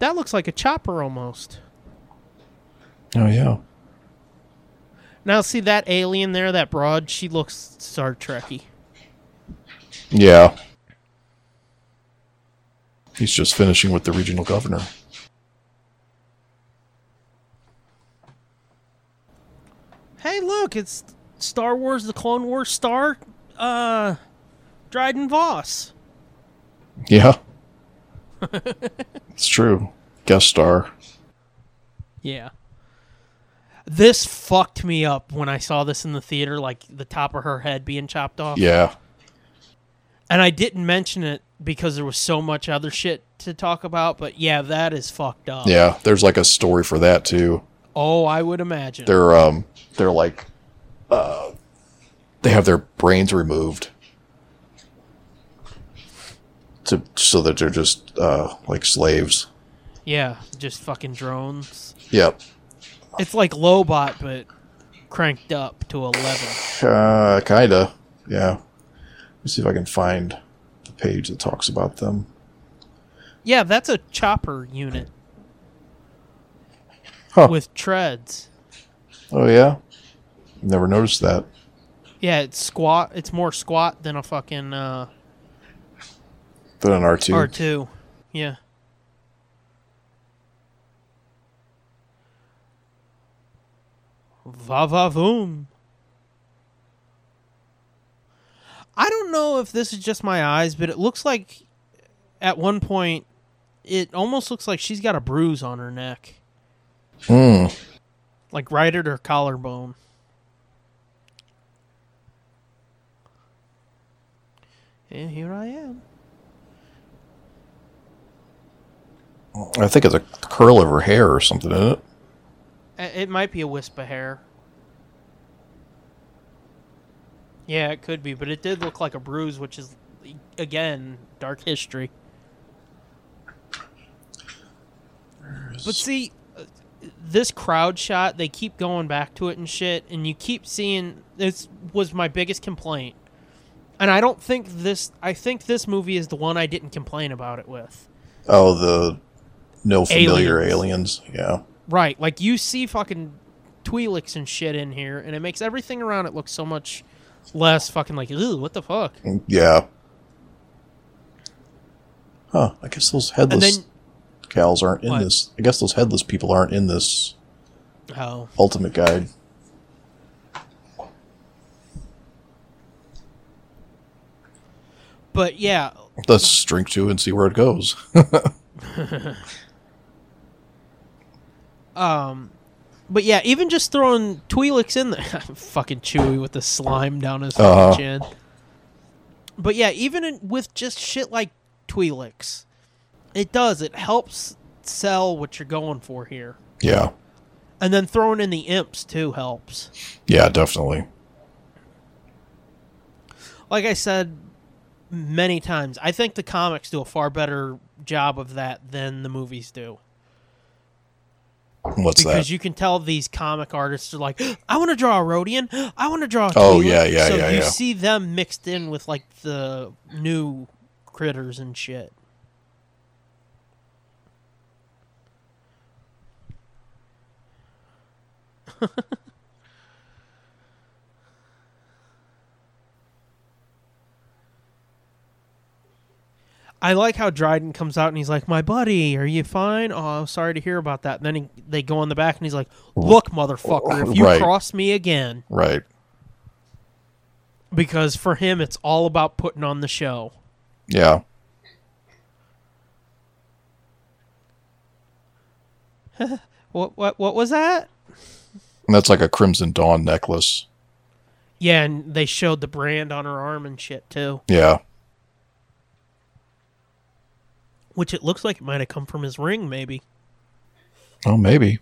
Speaker 5: that looks like a chopper almost
Speaker 6: Oh yeah.
Speaker 5: Now, see that alien there, that broad. She looks Star Trekky.
Speaker 6: Yeah. He's just finishing with the regional governor.
Speaker 5: Hey, look, it's Star Wars: The Clone Wars star, uh, Dryden Voss.
Speaker 6: Yeah. *laughs* it's true. Guest star.
Speaker 5: Yeah. This fucked me up when I saw this in the theater, like the top of her head being chopped off.
Speaker 6: Yeah.
Speaker 5: And I didn't mention it because there was so much other shit to talk about, but yeah, that is fucked up.
Speaker 6: Yeah. There's like a story for that too.
Speaker 5: Oh, I would imagine.
Speaker 6: they're um they're like uh they have their brains removed to so that they're just uh like slaves
Speaker 5: yeah, just fucking drones.
Speaker 6: yep
Speaker 5: It's like Lobot, but cranked up to 11.
Speaker 6: uh kinda yeah let's see if i can find the page that talks about them
Speaker 5: Yeah, that's a chopper unit
Speaker 6: huh
Speaker 5: with treads.
Speaker 6: oh yeah never noticed that
Speaker 5: Yeah, it's squat. It's more squat than a fucking uh,
Speaker 6: Then an r2
Speaker 5: R two. Yeah. Va va voom. I don't know if this is just my eyes, but it looks like at one point it almost looks like she's got a bruise on her neck.
Speaker 6: Hmm.
Speaker 5: Like right at her collarbone. And here I am.
Speaker 6: I think it's a curl of her hair or something, isn't it?
Speaker 5: I- It might be a wisp of hair. Yeah, it could be, but it did look like a bruise, which is, again, dark history. But see, uh, this crowd shot, they keep going back to it and shit, and you keep seeing. This was my biggest complaint. And I don't think this. I think this movie is the one I didn't complain about it with.
Speaker 6: Oh, the no familiar
Speaker 5: Aliens.
Speaker 6: aliens. Yeah.
Speaker 5: Right. Like you see fucking Twi'leks and shit in here, and it makes everything around it look so much less fucking like, ooh, what the fuck?
Speaker 6: Mm, Yeah. Huh. I guess those
Speaker 5: And
Speaker 6: headless
Speaker 5: then,
Speaker 6: cows aren't in
Speaker 5: What?
Speaker 6: this. I guess those headless people aren't in this
Speaker 5: oh,
Speaker 6: ultimate guide.
Speaker 5: but yeah,
Speaker 6: Let's drink to and see where it goes. *laughs*
Speaker 5: um, but yeah, even just throwing Twi'leks in there, *laughs* fucking Chewy with the slime down his fucking
Speaker 6: Uh-huh.
Speaker 5: chin. But yeah, even in, with just shit like Twi'leks, it does. It helps sell what you're going for here,
Speaker 6: yeah.
Speaker 5: and then throwing in the imps too helps.
Speaker 6: Yeah, definitely.
Speaker 5: like I said many times, I think the comics do a far better job of that than the movies do.
Speaker 6: What's
Speaker 5: Because
Speaker 6: that?
Speaker 5: you can tell these comic artists are like, *gasps* I want to draw a Rodian. I want to draw a
Speaker 6: Oh,
Speaker 5: Twi'lek."
Speaker 6: yeah, yeah,
Speaker 5: so
Speaker 6: yeah,
Speaker 5: You
Speaker 6: yeah.
Speaker 5: see them mixed in with like the new critters and shit. I like how Dryden comes out and he's like, "My buddy, are you fine? Oh, I'm sorry to hear about that." And then he, they go in the back and he's like, "Look, motherfucker, if you
Speaker 6: Right.
Speaker 5: cross me again,
Speaker 6: right.
Speaker 5: because for him it's all about putting on the show."
Speaker 6: Yeah.
Speaker 5: What what what was that?
Speaker 6: And that's like a Crimson Dawn necklace.
Speaker 5: Yeah, and they showed the brand on her arm and shit too,
Speaker 6: Yeah.
Speaker 5: which it looks like it might have come from his ring, maybe.
Speaker 6: Oh, maybe.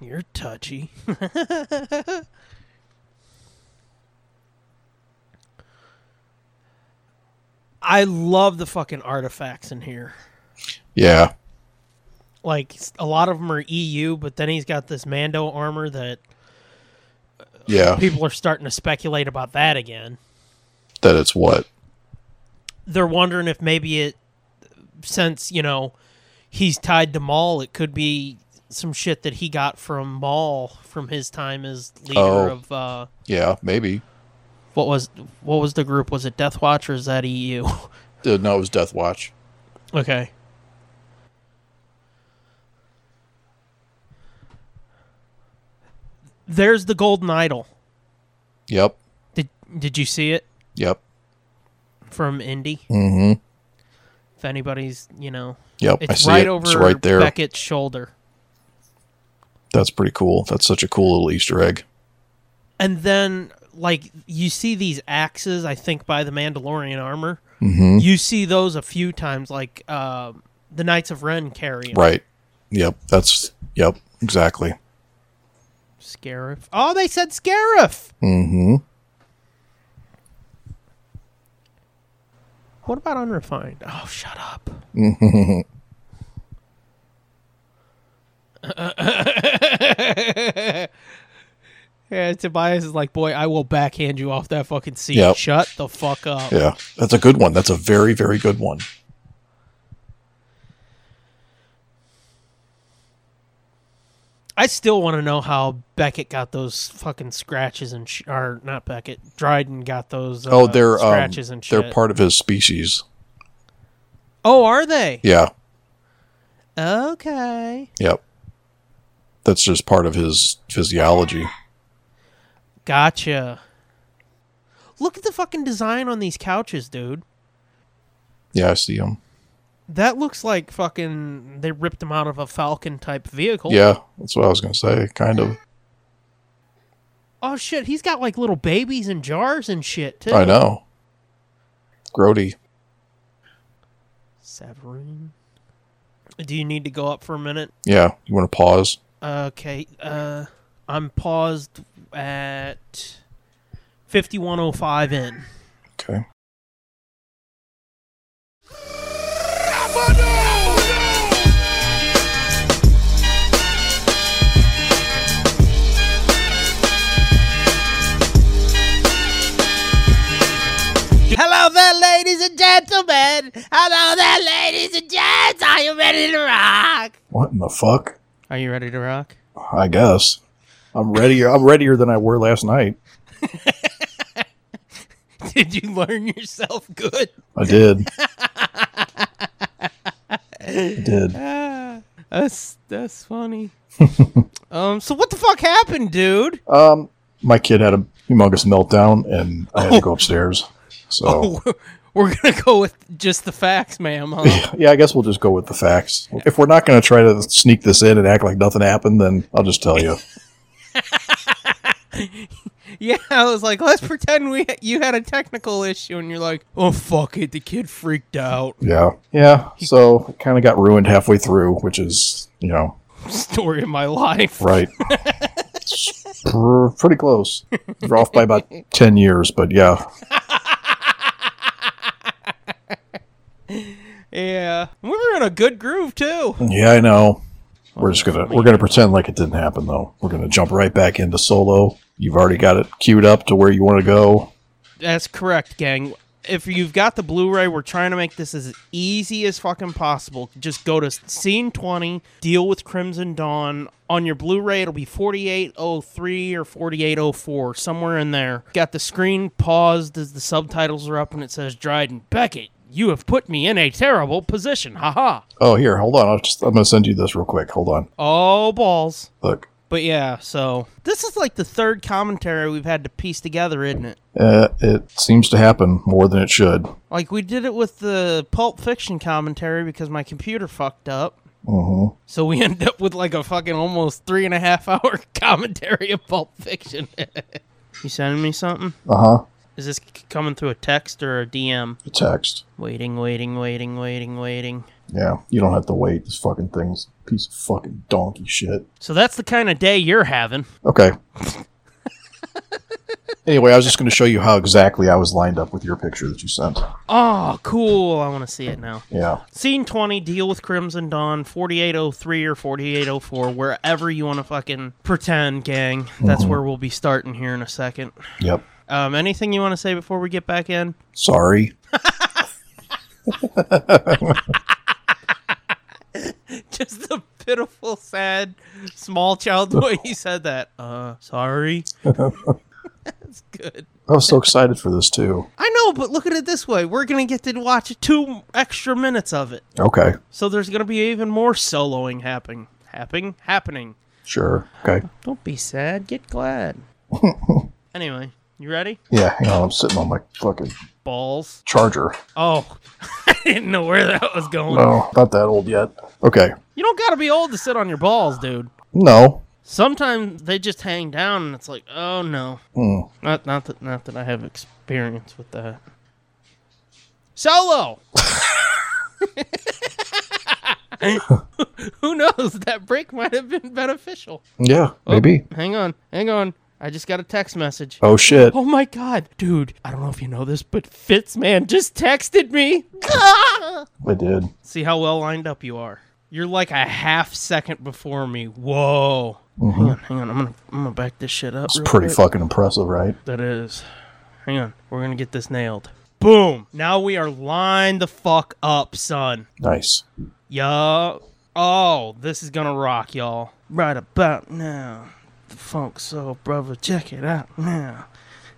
Speaker 5: You're touchy. *laughs* I love the fucking artifacts in here.
Speaker 6: Yeah.
Speaker 5: Like s- a lot of them are EU, but then he's got this Mando armor that
Speaker 6: Yeah.
Speaker 5: people are starting to speculate about that again.
Speaker 6: That it's what?
Speaker 5: They're wondering if maybe it, since you know, he's tied to Maul, it could be some shit that he got from Maul from his time as leader
Speaker 6: Oh.
Speaker 5: of uh,
Speaker 6: Yeah, maybe.
Speaker 5: what was what was the group? Was it Death Watch or E is that EU?
Speaker 6: Uh, No, it was Death Watch.
Speaker 5: *laughs* Okay. There's the golden idol.
Speaker 6: Yep.
Speaker 5: Did did you see it
Speaker 6: Yep.
Speaker 5: from Indy?
Speaker 6: Mm-hmm.
Speaker 5: If anybody's, you know,
Speaker 6: Yep. I
Speaker 5: it's
Speaker 6: see
Speaker 5: right
Speaker 6: it.
Speaker 5: over
Speaker 6: it's right there.
Speaker 5: Beckett's shoulder.
Speaker 6: That's pretty cool. That's such a cool little Easter egg.
Speaker 5: And then like you see these axes, I think by the Mandalorian armor.
Speaker 6: Mm-hmm.
Speaker 5: You see those a few times like uh, the Knights of Ren carry 'em.
Speaker 6: Right. Yep. That's yep. Exactly.
Speaker 5: Scarif. Oh, they said Scarif.
Speaker 6: Mm-hmm.
Speaker 5: What about unrefined? Oh, shut up. *laughs* yeah, Tobias is like, boy, I will backhand you off that fucking seat.
Speaker 6: Yep.
Speaker 5: Shut the fuck up.
Speaker 6: Yeah. That's a good one. That's a very, very good one.
Speaker 5: I still want to know how Beckett got those fucking scratches and sh- or not Beckett, Dryden got those. Uh,
Speaker 6: oh, they're um,
Speaker 5: scratches and shit.
Speaker 6: they're part of his species.
Speaker 5: Oh, are they?
Speaker 6: Yeah.
Speaker 5: Okay.
Speaker 6: Yep. That's just part of his physiology.
Speaker 5: Gotcha. Look at the fucking design on these couches, dude.
Speaker 6: Yeah, I see him.
Speaker 5: That looks like fucking they ripped them out of a Falcon type vehicle.
Speaker 6: Yeah, that's what I was going to say, kind of.
Speaker 5: Oh shit, he's got like little babies in jars and shit too.
Speaker 6: I know. Grody.
Speaker 5: Severin. Do you need to go up for a minute?
Speaker 6: Yeah, you want to pause?
Speaker 5: Okay. Uh I'm paused at 5105 in.
Speaker 6: Okay.
Speaker 5: Hello there, ladies and gentlemen. Hello there, ladies and gents. Are you ready to rock?
Speaker 6: What in the fuck?
Speaker 5: Are you ready to rock?
Speaker 6: I guess. I'm readier. I'm readier than I were last night.
Speaker 5: *laughs* Did you learn yourself good?
Speaker 6: I did. I did.
Speaker 5: Ah, that's that's funny. um, so what the fuck happened, dude?
Speaker 6: Um, my kid had a humongous meltdown, and I had to go upstairs. So
Speaker 5: Oh, *laughs* we're- we're gonna go with just the facts, ma'am.
Speaker 6: *laughs*
Speaker 5: Huh? *laughs*
Speaker 6: yeah, I guess we'll just go with the facts. If we're not going to try to sneak this in and act like nothing happened, then I'll just tell you.
Speaker 5: yeah, I was like, let's pretend we you had a technical issue, and you're like, oh fuck it, the kid freaked out. *laughs*
Speaker 6: Yeah, yeah. So it kind of got ruined halfway through, which is you know
Speaker 5: Story of my life.
Speaker 6: right. It's pr- pretty close. We're off by about ten years, but yeah,
Speaker 5: Yeah, we were in a good groove too.
Speaker 6: yeah. I know. We're just gonna we're gonna pretend like it didn't happen though. We're gonna jump right back into solo. You've already got it queued up to where you want to go.
Speaker 5: That's correct, gang. If you've got the Blu-ray, we're trying to make this as easy as fucking possible. Just go to scene 20, deal with Crimson Dawn. On your Blu-ray, it'll be 4803 or 4804, somewhere in there. Got the screen paused as the subtitles are up and it says Dryden Beckett, you have put me in a terrible position. Haha.
Speaker 6: Oh, here, hold on. I'll just, I'm gonna send you this real quick. Hold on.
Speaker 5: Oh balls.
Speaker 6: Look.
Speaker 5: But yeah, so this is like the third commentary we've had to piece together, isn't it?
Speaker 6: Uh, it seems to happen more than it should.
Speaker 5: Like we did it with the Pulp Fiction commentary because my computer fucked up.
Speaker 6: Mhm.
Speaker 5: So we *laughs* end up with like a fucking almost three and a half hour *laughs* commentary of Pulp Fiction. *laughs* you sending me something?
Speaker 6: Uh huh.
Speaker 5: Is this c- coming through a text or a DM?
Speaker 6: The text.
Speaker 5: Waiting, waiting, waiting, waiting, waiting.
Speaker 6: Yeah, you don't have to wait. This fucking thing's a piece of fucking donkey shit.
Speaker 5: So that's the kind of day you're having.
Speaker 6: Okay. anyway, I was just going to show you how exactly I was lined up with your picture that you sent.
Speaker 5: Oh, cool. I want to see it now.
Speaker 6: Yeah.
Speaker 5: Scene 20, deal with Crimson Dawn, 4803 or 4804, wherever you want to fucking pretend, gang. That's where we'll be starting here in a second.
Speaker 6: Yep.
Speaker 5: Um, anything you want to say before we get back in? *laughs*
Speaker 6: Sorry.
Speaker 5: Just the pitiful, sad, small child the way you said that. Uh, sorry. That's good.
Speaker 6: I was so excited for this too.
Speaker 5: I know, but look at it this way: we're gonna get to watch two extra minutes of it,
Speaker 6: Okay.
Speaker 5: so there's gonna be even more soloing happening, happening, happening.
Speaker 6: Sure. Okay.
Speaker 5: Don't be sad. Get *laughs* glad. anyway, you ready?
Speaker 6: Yeah, hang on. I'm sitting on my fucking
Speaker 5: Balls.
Speaker 6: charger.
Speaker 5: Oh, *laughs* I didn't know where that was going.
Speaker 6: No, not that old yet. Okay.
Speaker 5: You don't gotta be old to sit on your balls, dude.
Speaker 6: No.
Speaker 5: Sometimes they just hang down, and it's like, oh no.
Speaker 6: Hmm.
Speaker 5: Not not that not that I have experience with that. *laughs* Solo. Who knows? That break might have been beneficial.
Speaker 6: Yeah, maybe.
Speaker 5: Hang on, hang on. I just got a text message.
Speaker 6: Oh shit.
Speaker 5: Oh my god, dude! I don't know if you know this, but Fitzman just texted me.
Speaker 6: I did.
Speaker 5: See how well lined up you are. You're like a half second before me. Whoa. Hang on, hang on. I'm gonna I'm gonna back this shit up.
Speaker 6: It's
Speaker 5: real
Speaker 6: pretty
Speaker 5: quick.
Speaker 6: fucking impressive, right?
Speaker 5: That is. Hang on. We're going to get this nailed. Boom. Now we are lined the fuck up, son.
Speaker 6: Nice.
Speaker 5: Yo. Oh, this is going to rock, y'all. Right about now. The Funk Soul Brother, check it out now.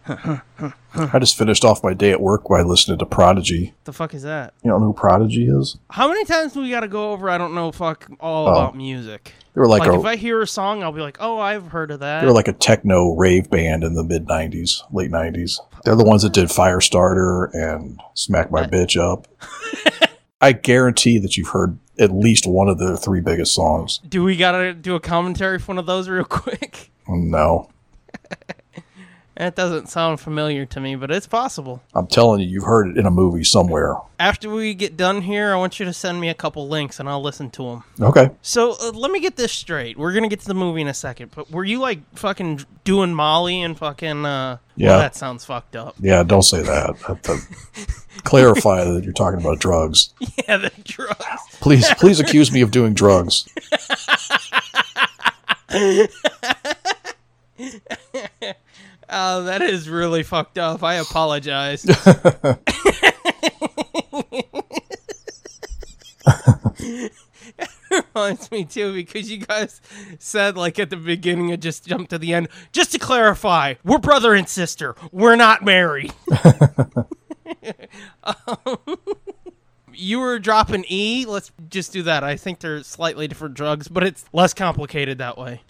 Speaker 6: I just finished off my day at work by listening to Prodigy.
Speaker 5: The fuck is that?
Speaker 6: You don't know who Prodigy is?
Speaker 5: How many times do we got to go over? I don't know. Fuck all
Speaker 6: Oh.
Speaker 5: about music.
Speaker 6: They were like,
Speaker 5: Like,
Speaker 6: a
Speaker 5: if I hear a song, I'll be like, "Oh, I've heard of that."
Speaker 6: they were like a techno rave band in the mid '90s, late '90s. They're the ones that did Firestarter and Smack My
Speaker 5: *laughs*
Speaker 6: Bitch Up. I guarantee that you've heard at least one of their three biggest songs.
Speaker 5: do we gotta do a commentary for one of those *laughs* real quick?
Speaker 6: No,
Speaker 5: That doesn't sound familiar to me, but it's possible.
Speaker 6: I'm telling you, you've heard it in a movie somewhere.
Speaker 5: After we get done here, I want you to send me a couple links, and I'll listen to them.
Speaker 6: Okay,
Speaker 5: So uh, let me get this straight. We're gonna get to the movie in a second, but were you like fucking doing Molly and fucking? uh
Speaker 6: Yeah.
Speaker 5: Well, that sounds fucked up. *laughs*
Speaker 6: yeah, don't say that. That- that- *laughs* clarify that you're talking about drugs.
Speaker 5: Yeah, the drugs.
Speaker 6: Please, please accuse me of doing drugs.
Speaker 5: Oh, that is really fucked up. I apologize. reminds me too because you guys said like at the beginning and just jumped to the end. Just to clarify, we're brother and sister. We're not married. *laughs* Um, you were dropping E. Let's just do that. I think they're slightly different drugs, but it's less complicated that way.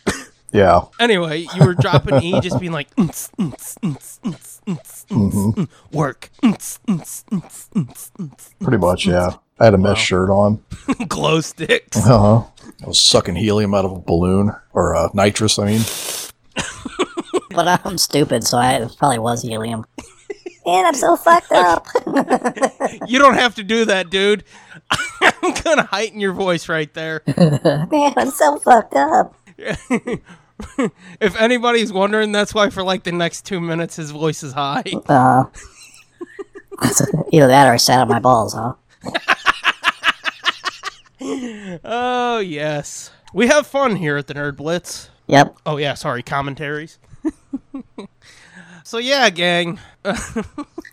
Speaker 6: Yeah,
Speaker 5: Anyway, you were dropping E, just being like, "Unts, unts, unts, unts, unts, unts, mm, work, unts, unts, unts, unts, unts."
Speaker 6: pretty much. Yeah, I had a mesh shirt on.
Speaker 5: *laughs* glow sticks.
Speaker 6: Uh huh. I was sucking helium out of a balloon or uh, nitrous. I mean.
Speaker 8: But I'm stupid, so I it probably was helium. Man, I'm so fucked up. *laughs*
Speaker 5: You don't have to do that, dude. *laughs* I'm gonna heighten your voice right there.
Speaker 8: Man, I'm so fucked up.
Speaker 5: If anybody's wondering, that's why for like the next two minutes his voice is high.
Speaker 8: Uh, either that or I sat on my balls, huh?
Speaker 5: Oh yes, we have fun here at the Nerd Blitz.
Speaker 8: Yep.
Speaker 5: Oh yeah, sorry, commentaries. so yeah, gang.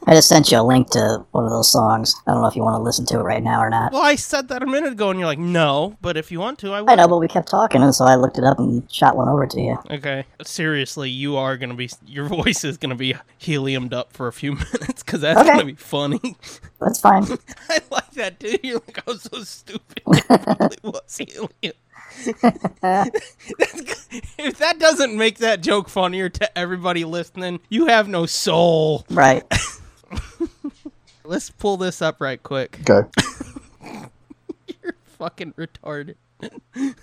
Speaker 8: I just sent you a link to one of those songs. I don't know if you want to listen to it right now or not.
Speaker 5: Well, I said that a minute ago, and you're like, no. But if you want to, I will.
Speaker 8: I know, but we kept talking, and so I looked it up and shot one over to you.
Speaker 5: Okay. Seriously, you are gonna be your *laughs* voice is gonna be heliumed up for a few *laughs* minutes because that's
Speaker 8: Okay.
Speaker 5: gonna be funny. *laughs*
Speaker 8: That's fine.
Speaker 5: I like that dude. You're like I was so stupid. *laughs* It probably was helium. *laughs* that's, g- if that doesn't make that joke funnier to everybody listening, you have no soul.
Speaker 8: right.
Speaker 5: Let's pull this up right quick.
Speaker 6: Okay,
Speaker 5: You're fucking retarded.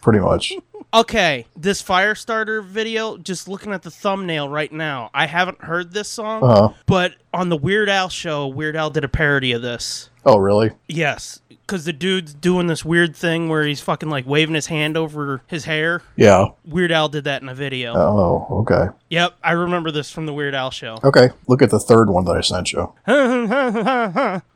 Speaker 6: pretty much.
Speaker 5: Okay, this Firestarter video, just looking at the thumbnail right now, I haven't heard this song,
Speaker 6: Uh huh.
Speaker 5: but on the Weird Al show, Weird Al did a parody of this.
Speaker 6: Oh, really?
Speaker 5: Yes, because the dude's doing this weird thing where he's fucking like waving his hand over his hair.
Speaker 6: Yeah.
Speaker 5: Weird Al did that in a video.
Speaker 6: Oh, okay.
Speaker 5: Yep, I remember this from the Weird Al show.
Speaker 6: Okay. Look at the third one that I sent you.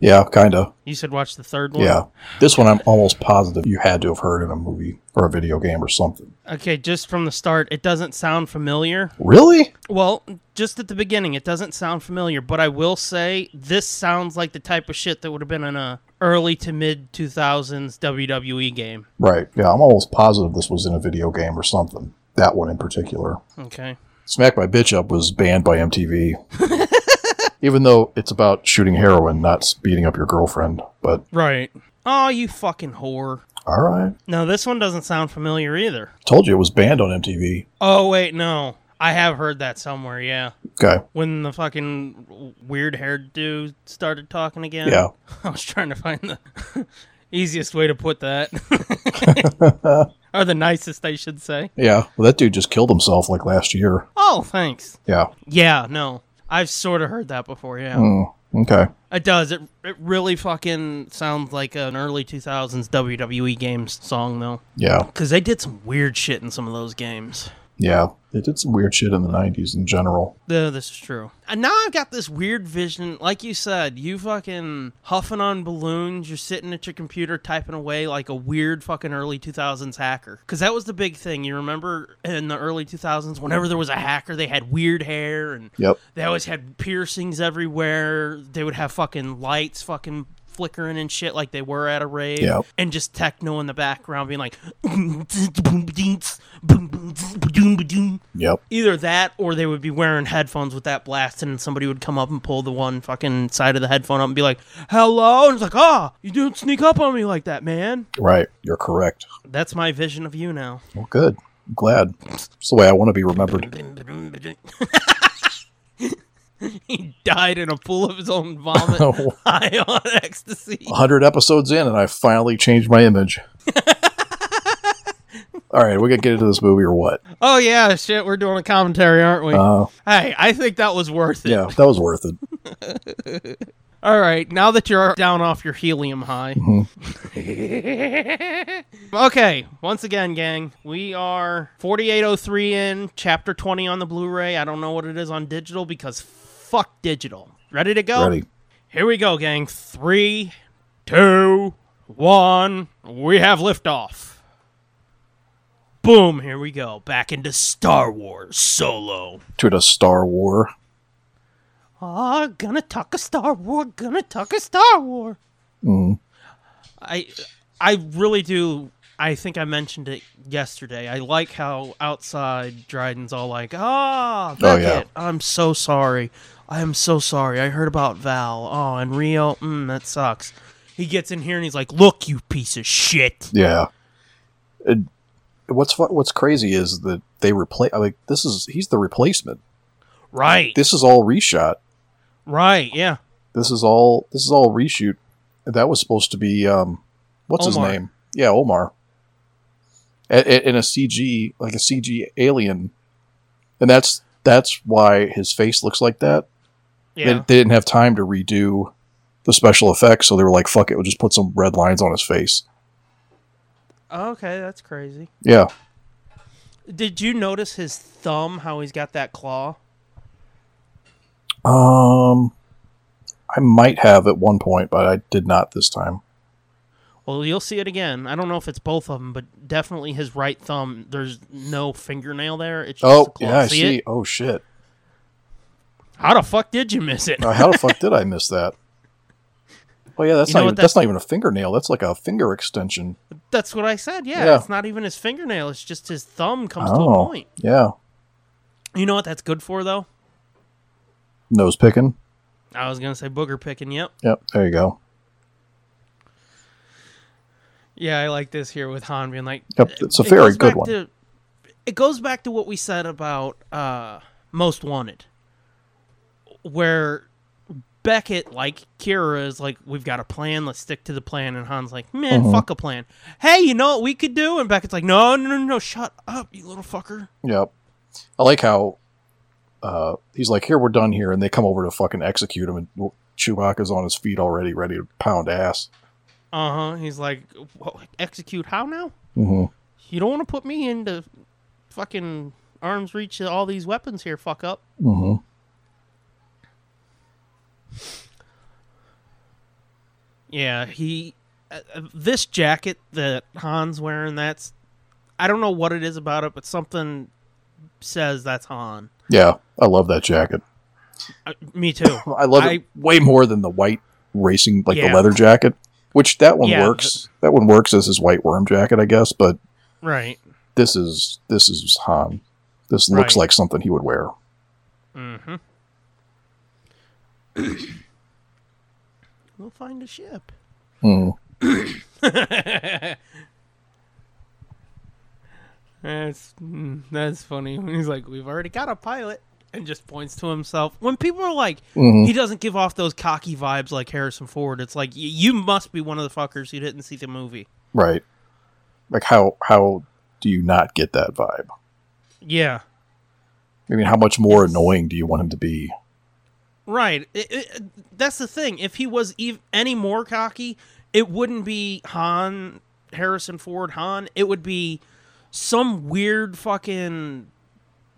Speaker 6: Yeah, kind of.
Speaker 5: you said watch the third one?
Speaker 6: Yeah. This one I'm almost positive you had to have heard in a movie or a video game or something.
Speaker 5: Okay, just from the start, it doesn't sound familiar.
Speaker 6: Really?
Speaker 5: Well, just at the beginning, it doesn't sound familiar, but I will say this sounds like the type of shit that would have been in a early to mid 2000s WWE E game.
Speaker 6: Right. Yeah, I'm almost positive this was in a video game or something. That one in particular.
Speaker 5: Okay.
Speaker 6: Smack My Bitch Up was banned by MTV. Even though it's about shooting heroin, not beating up your girlfriend. But
Speaker 5: Right. Oh, you fucking whore.
Speaker 6: all right.
Speaker 5: No, this one doesn't sound familiar either.
Speaker 6: Told you it was banned on MTV.
Speaker 5: Oh, wait, no. I have heard that somewhere, yeah.
Speaker 6: Okay.
Speaker 5: When the fucking weird haired dude started talking again.
Speaker 6: Yeah.
Speaker 5: *laughs* I was trying to find the *laughs* easiest way to put that. *laughs* or the nicest, I should say.
Speaker 6: Yeah. Well, that dude just killed himself like last year.
Speaker 5: Oh, thanks.
Speaker 6: Yeah.
Speaker 5: Yeah, no. I've sort of heard that before, yeah.
Speaker 6: Okay.
Speaker 5: It does. It, it really fucking sounds like an early 2000s WWE E games song, though.
Speaker 6: Yeah.
Speaker 5: Because they did some weird shit in some of those games.
Speaker 6: Yeah. They did some weird shit in the 90s in general.
Speaker 5: Yeah, this is true. And now I've got this weird vision. Like you said, you fucking huffing on balloons. You're sitting at your computer typing away like a weird fucking early 2000s hacker. Because that was the big thing. You remember in the early 2000s, whenever there was a hacker, they had weird hair and
Speaker 6: Yep.
Speaker 5: they always had piercings everywhere. They would have fucking lights fucking flickering and shit like they were at a rave.
Speaker 6: Yep.
Speaker 5: And just techno in the background being like. Yeah.
Speaker 6: Yep.
Speaker 3: *laughs* Either that or they would be wearing headphones with that blast and somebody would come up and pull the one fucking side of the headphone up and be like, Hello and it's like, Ah, you don't sneak up on me like that, man.
Speaker 6: Right. You're correct.
Speaker 3: That's my vision of you now. *laughs*
Speaker 6: Well, good. I'm glad. It's the way I want to be remembered. *laughs*
Speaker 3: he died in a pool of his own
Speaker 6: *laughs*
Speaker 3: vomit
Speaker 6: Oh.
Speaker 3: *laughs* high on ecstasy.
Speaker 6: 100 episodes in, and I finally changed my image. All right, we got to get into this movie or what?
Speaker 5: Oh yeah, shit, we're doing a commentary, aren't we?
Speaker 6: Uh,
Speaker 5: hey, I think that was worth it.
Speaker 6: yeah, that was worth it.
Speaker 5: All right, now that you're down off your helium high.
Speaker 6: Mm-hmm.
Speaker 5: *laughs* okay, once again, gang, we are 4803 in, chapter 20 on the Blu ray. I don't know what it is on digital because fuck digital. Ready to go?
Speaker 6: Ready.
Speaker 5: Here we go, gang. Three, two, one. We have liftoff. Boom, here we go. Back into Star Wars solo.
Speaker 6: To the Star War.
Speaker 5: Ah, gonna talk a Star War, gonna talk a Star War. I I really do I think I mentioned it yesterday. I like how outside Dryden's all like, "Ah, oh,
Speaker 6: yeah.
Speaker 5: I'm so sorry. I am so sorry. I heard about Val. Oh, and Rio, mm, that sucks." He gets in here and he's like, "Look, you piece of shit."
Speaker 6: Yeah. And what's fu- what's crazy is that they replace. I mean, this is he's the replacement.
Speaker 5: Right.
Speaker 6: This is all reshot.
Speaker 5: Right. Yeah.
Speaker 6: This is all this is all reshoot. That was supposed to be um, what's
Speaker 5: Omar.
Speaker 6: his name? Yeah, Omar. A- a- In a CG like a CG alien, and that's that's why his face looks like that. They-
Speaker 5: Yeah.
Speaker 6: They, didn't have time to redo the special effects, so they were like, "Fuck it, we'll just put some red lines on his face."
Speaker 5: okay, that's crazy.
Speaker 6: Yeah,
Speaker 5: Did you notice his thumb how he's got that claw?
Speaker 6: Um, I might have at one point, but I did not this time.
Speaker 5: Well, you'll see it again. I don't know if it's both of them, but definitely his right thumb. There's no fingernail there. It's just a
Speaker 6: Oh,
Speaker 5: claw.
Speaker 6: yeah, I
Speaker 5: see,
Speaker 6: see.
Speaker 5: It?
Speaker 6: Oh shit!
Speaker 5: How the fuck did you miss it?
Speaker 6: Uh, how the fuck did I miss that? Oh yeah, that's
Speaker 5: You
Speaker 6: not
Speaker 5: know
Speaker 6: even,
Speaker 5: what that-
Speaker 6: that's not even a fingernail. That's like a finger extension.
Speaker 5: *laughs* That's what I said. Yeah,
Speaker 6: Yeah.
Speaker 5: it's not even his fingernail. It's just his thumb comes to a
Speaker 6: Oh,
Speaker 5: point.
Speaker 6: yeah,
Speaker 5: You know what that's good for though?
Speaker 6: nose picking.
Speaker 5: I was gonna say booger picking. Yep.
Speaker 6: Yep, there you go.
Speaker 5: Yeah, I like this here with Han being like.
Speaker 6: Yep, it's a
Speaker 5: it
Speaker 6: very
Speaker 5: goes
Speaker 6: good
Speaker 5: back
Speaker 6: one.
Speaker 5: to- it goes back to what we said about uh, Most Wanted, where Beckett, like Kira, is like, "We've got a plan. Let's stick to the plan." And Han's like, "Man,
Speaker 6: Mm-hmm.
Speaker 5: fuck a plan. Hey, you know what we could do?" And Beckett's like, "No, no, no, no, shut up, you little fucker."
Speaker 6: Yep, I like how uh, he's like, "Here, we're done here," and they come over to fucking execute him, and Chewbacca's on his feet already, ready to pound ass.
Speaker 5: Uh huh. He's like, "Wha- "Execute how now?
Speaker 6: hmm
Speaker 5: You don't want to put me into fucking arms reach of all these weapons here, fuck up."
Speaker 6: hmm
Speaker 5: Yeah, he. Uh, uh, this jacket that Han's wearing, that's. I don't know what it is about it, but something says that's Han.
Speaker 6: Yeah, I love that jacket.
Speaker 5: Uh, me too.
Speaker 6: *laughs* I love it
Speaker 5: I-
Speaker 6: way more than the white racing, like the
Speaker 5: Yeah.
Speaker 6: leather jacket, which that one
Speaker 5: Yeah,
Speaker 6: works. that one works as his white worm jacket, I guess. But
Speaker 5: right.
Speaker 6: this is this is Han. This looks
Speaker 5: Right.
Speaker 6: like something he would wear.
Speaker 5: Mm-hmm. we'll find a ship. *laughs*
Speaker 6: Hmm.
Speaker 5: That's mm, that's funny. *laughs* He's like, we've already got a pilot, and just points to himself. When people are like,
Speaker 6: Mhm.
Speaker 5: he doesn't give off those cocky vibes like Harrison Ford. It's like y- you must be one of the fuckers who didn't see the movie.
Speaker 6: Right. Like how how do you not get that vibe?
Speaker 5: Yeah,
Speaker 6: I mean, how much more annoying do you want him to be?
Speaker 5: right. It- it- that's the thing. If he was ev- any more cocky, it wouldn't be Han, Harrison Ford, Han. It would be some weird fucking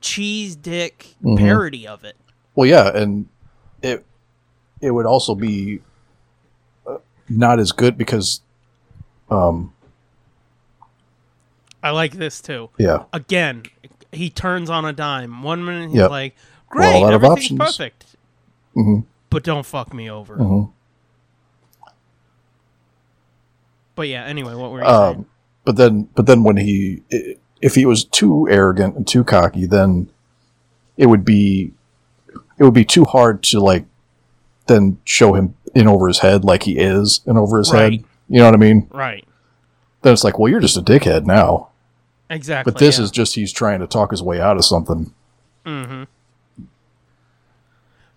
Speaker 5: cheese dick
Speaker 6: Mhm.
Speaker 5: parody of it.
Speaker 6: Well, yeah, and it it would also be uh, not as good because, um,
Speaker 5: I like this too.
Speaker 6: yeah,
Speaker 5: again, he turns on a dime. One minute he's
Speaker 6: Yep.
Speaker 5: like,
Speaker 6: We're all
Speaker 5: "Great,
Speaker 6: out of
Speaker 5: everything's
Speaker 6: options."
Speaker 5: perfect,"
Speaker 6: Mhm.
Speaker 5: but don't fuck me over.
Speaker 6: Mhm.
Speaker 5: But yeah, anyway, what were you saying?
Speaker 6: Um, but then, but then when he, i- if he was too arrogant and too cocky, then it would be it would be too hard to like then show him in over his head like he is in over his
Speaker 5: Right.
Speaker 6: head. You know what I mean?
Speaker 5: Right.
Speaker 6: Then it's like, well, you're just a dickhead now.
Speaker 5: Exactly.
Speaker 6: But this
Speaker 5: yeah.
Speaker 6: is just he's trying to talk his way out of something.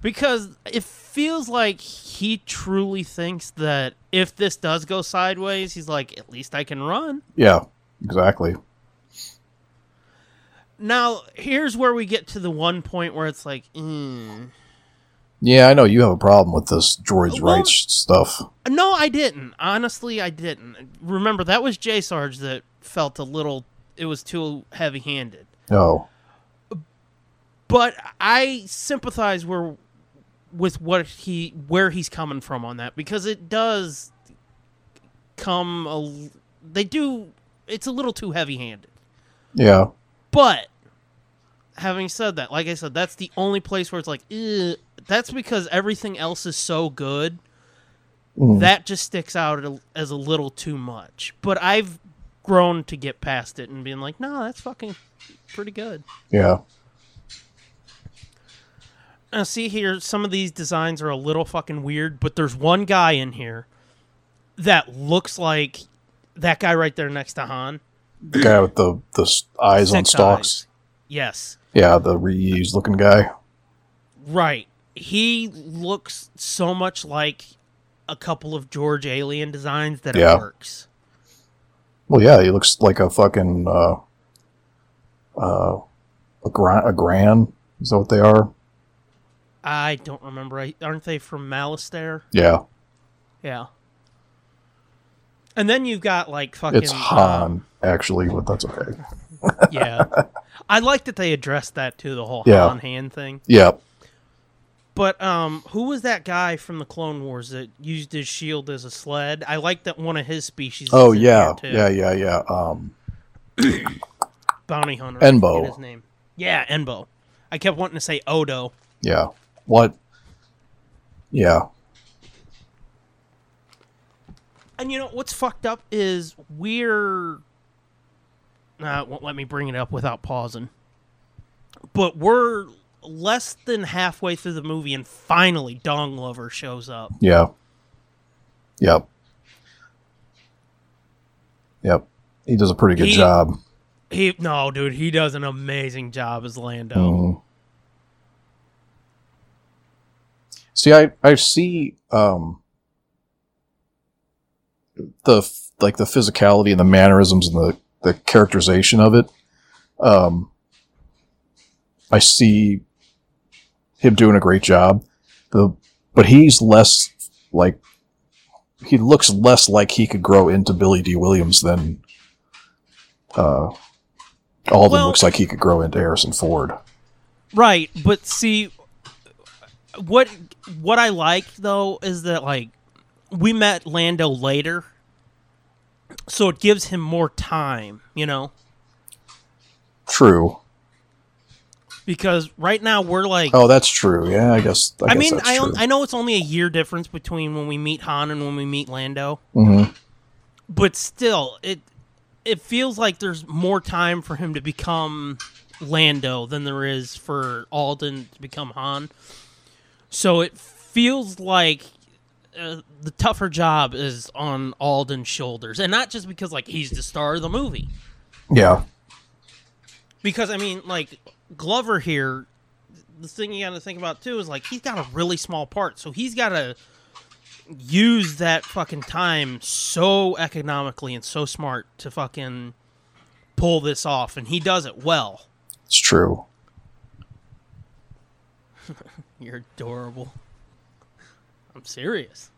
Speaker 5: because it feels like he truly thinks that if this does go sideways, he's like, at least I can run.
Speaker 6: Yeah, exactly.
Speaker 5: Now, here's where we get to the one point where it's like, mm.
Speaker 6: Yeah, I know you have a problem with this droids'
Speaker 5: Well-
Speaker 6: rights stuff.
Speaker 5: no, I didn't. Honestly, I didn't. Remember, that was J Sarge that felt a little, it was too heavy handed.
Speaker 6: Oh,
Speaker 5: But I sympathize where, with what he, where he's coming from on that because it does come, a, l- they do, it's a little too heavy handed.
Speaker 6: yeah,
Speaker 5: But having said that, like I said, that's the only place where it's like, "Ew." that's because everything else is so good.
Speaker 6: Mm.
Speaker 5: That just sticks out a- as a little too much. But I've grown to get past it and being like, no, that's fucking pretty good.
Speaker 6: yeah.
Speaker 5: Now, see here, some of these designs are a little fucking weird, but there's one guy in here that looks like that guy right there next to Han.
Speaker 6: The guy with the the s- eyes on
Speaker 5: Six
Speaker 6: stalks.
Speaker 5: eyes. Yes.
Speaker 6: Yeah, the reused looking guy.
Speaker 5: Right. He looks so much like a couple of George Alien designs that
Speaker 6: Yeah.
Speaker 5: it works.
Speaker 6: Well, yeah, he looks like a fucking uh, uh, a gran. A gran. Is that what they are?
Speaker 5: I don't remember. I- Aren't they from Malastare?
Speaker 6: Yeah,
Speaker 5: Yeah. And then you've got like fucking.
Speaker 6: it's *laughs* Han actually, but that's okay.
Speaker 5: uh, yeah. I like that they addressed that too, the whole
Speaker 6: Yeah.
Speaker 5: Han hand thing.
Speaker 6: Yeah,
Speaker 5: But um, who was that guy from the Clone Wars that used his shield as a sled? I like that one of his species. is
Speaker 6: Oh
Speaker 5: in
Speaker 6: yeah,
Speaker 5: there, too.
Speaker 6: yeah, yeah, yeah. Um,
Speaker 5: Bounty hunter.
Speaker 6: Enbo.
Speaker 5: I forget His name. Yeah, Enbo. I kept wanting to say Odo.
Speaker 6: yeah. What? Yeah,
Speaker 5: And you know what's fucked up is we're. Nah, it won't let me bring it up without pausing. But we're less than halfway through the movie, and finally Dong Lover shows up.
Speaker 6: yeah, yep, yep. He does a pretty good
Speaker 5: He-
Speaker 6: job.
Speaker 5: He no, dude, he does an amazing job as Lando.
Speaker 6: Mhm. See, I I see um, the f- like the physicality and the mannerisms and the the characterization of it. Um, I see him doing a great job. The but he's less like he looks less like he could grow into Billy D. Williams than uh, all of them
Speaker 5: Well-
Speaker 6: looks like he could grow into Harrison Ford.
Speaker 5: Right, but see, what what I like though is that like we met Lando later, so it gives him more time. You know,
Speaker 6: True.
Speaker 5: because right now we're like
Speaker 6: Oh, that's true. Yeah, I guess. I,
Speaker 5: I,
Speaker 6: guess
Speaker 5: mean,
Speaker 6: that's
Speaker 5: I,
Speaker 6: true.
Speaker 5: on- I know it's only a year difference between when we meet Han and when we meet Lando,
Speaker 6: Mhm.
Speaker 5: but still, it it feels like there's more time for him to become Lando than there is for Alden to become Han. So it feels like uh, the tougher job is on Alden's shoulders, and not just because like he's the star of the movie.
Speaker 6: Yeah,
Speaker 5: Because I mean, like Glover here, the thing you got to think about too is like he's got a really small part, so he's got to use that fucking time so economically and so smart to fucking pull this off, and he does it well.
Speaker 6: it's true.
Speaker 5: You're adorable. I'm serious.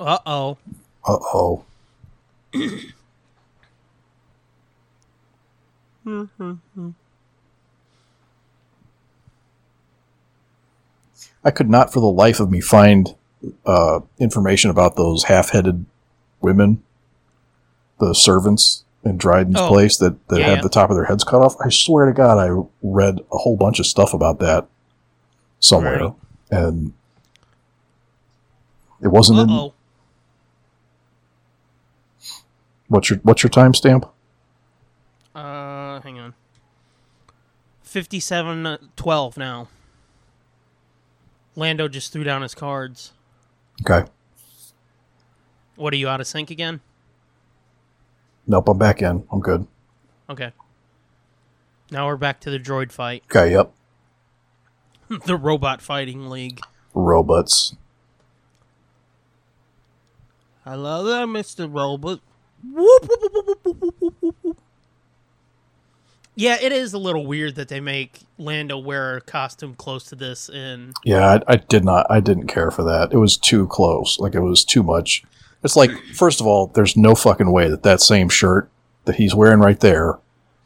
Speaker 5: uh oh.
Speaker 6: Uh oh. I could not, for the life of me, find uh, information about those half-headed women, the servants in Dryden's
Speaker 5: Oh.
Speaker 6: place that that
Speaker 5: Yeah,
Speaker 6: had
Speaker 5: yeah.
Speaker 6: the top of their heads cut off. I swear to God, I read a whole bunch of stuff about that somewhere,
Speaker 5: Right.
Speaker 6: and it wasn't
Speaker 5: Uh
Speaker 6: in
Speaker 5: oh.
Speaker 6: What's your what's your timestamp?
Speaker 5: Uh, 57 uh, 12 now. Lando just threw down his cards.
Speaker 6: Okay.
Speaker 5: What are you out of sync again?
Speaker 6: Nope, I'm back in. I'm good.
Speaker 5: Okay. Now we're back to the droid fight, *laughs*
Speaker 6: Okay, yep.
Speaker 5: the robot fighting league.
Speaker 6: Robots.
Speaker 5: Hello there, Mr. Robot. Whoop, whoop, whoop, whoop, whoop, whoop, whoop, whoop, whoop. Yeah, it is a little weird that they make Lando wear a costume close to this in
Speaker 6: Yeah, I, I did not. I didn't care for that. It was too close. Like it was too much. It's like, first of all, there's no fucking way that that same shirt that he's wearing right there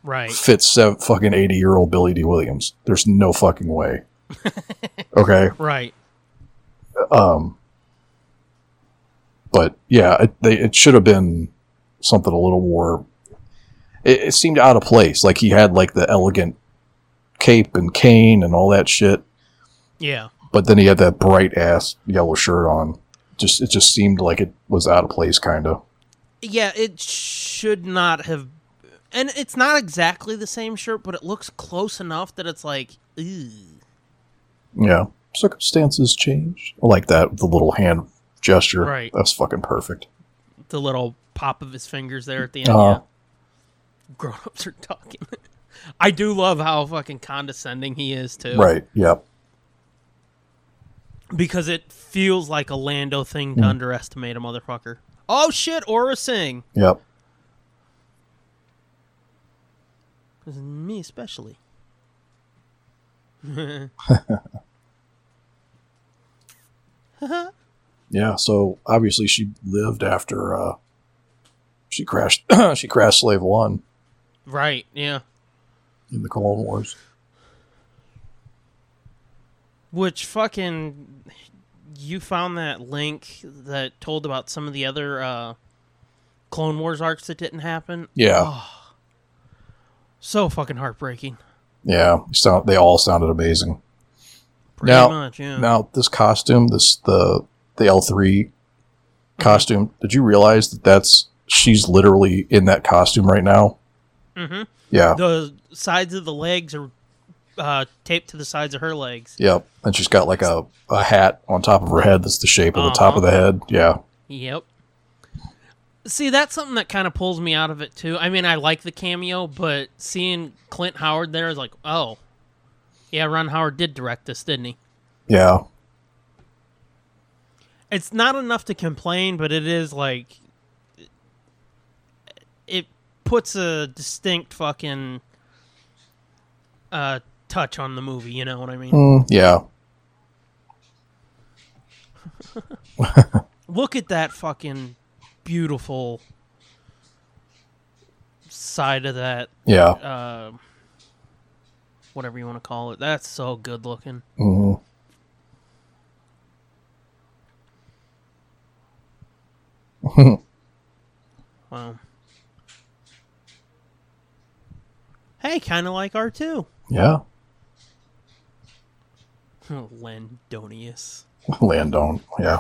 Speaker 5: right.
Speaker 6: fits seven, fucking eighty year old Billy D. Williams. There's no fucking way. okay.
Speaker 5: Right.
Speaker 6: Um. But yeah, it, they, it should have been something a little more. It, it seemed out of place. Like he had like the elegant cape and cane and all that shit.
Speaker 5: Yeah.
Speaker 6: but then he had that bright ass yellow shirt on. Just it just seemed like it was out of place, kind of.
Speaker 5: Yeah, it should not have and it's not exactly the same shirt, but it looks close enough that it's like, ew.
Speaker 6: Yeah, circumstances change. I like that with the little hand gesture.
Speaker 5: Right.
Speaker 6: that's fucking perfect.
Speaker 5: the little pop of his fingers there at the end.
Speaker 6: Uh-huh.
Speaker 5: Yeah. Grown ups are talking. *laughs* I do love how fucking condescending he is too.
Speaker 6: Right. Yep.
Speaker 5: Because it feels like a Lando thing
Speaker 6: Hmm.
Speaker 5: to underestimate a motherfucker. Oh shit, Aura Singh.
Speaker 6: Yep.
Speaker 5: Me especially.
Speaker 6: Yeah. So obviously she lived after uh, she crashed. *clears throat* she crashed Slave One
Speaker 5: Right, yeah.
Speaker 6: in the Clone Wars.
Speaker 5: Which fucking you found that link that told about some of the other uh Clone Wars arcs that didn't happen.
Speaker 6: Yeah.
Speaker 5: Oh. So fucking heartbreaking.
Speaker 6: Yeah. Sound. They all sounded amazing.
Speaker 5: Pretty
Speaker 6: Now-
Speaker 5: much, yeah.
Speaker 6: Now, this costume, this the the L three
Speaker 5: Mm-hmm.
Speaker 6: costume. Did you realize that that's she's literally in that costume right now?
Speaker 5: mm-hmm.
Speaker 6: Yeah.
Speaker 5: the sides of the legs are uh, taped to the sides of her legs.
Speaker 6: Yep. And she's got like a, a hat on top of her head that's the shape of the top
Speaker 5: Uh-huh.
Speaker 6: of the head. Yeah.
Speaker 5: Yep. See, that's something that kind of pulls me out of it too. I mean, I like the cameo, but seeing Clint Howard there is like, oh, yeah, Ron Howard did direct this, didn't he?
Speaker 6: Yeah.
Speaker 5: It's not enough to complain, but it is like it puts a distinct fucking uh, touch on the movie. You know what I mean?
Speaker 6: Mm, yeah.
Speaker 5: look at that fucking beautiful side of that
Speaker 6: Yeah.
Speaker 5: uh, whatever you want to call it that's so good looking
Speaker 6: hmm
Speaker 5: wow hey kind of like r2 *laughs*
Speaker 6: Yeah.
Speaker 5: landonius
Speaker 6: Landon. Yeah.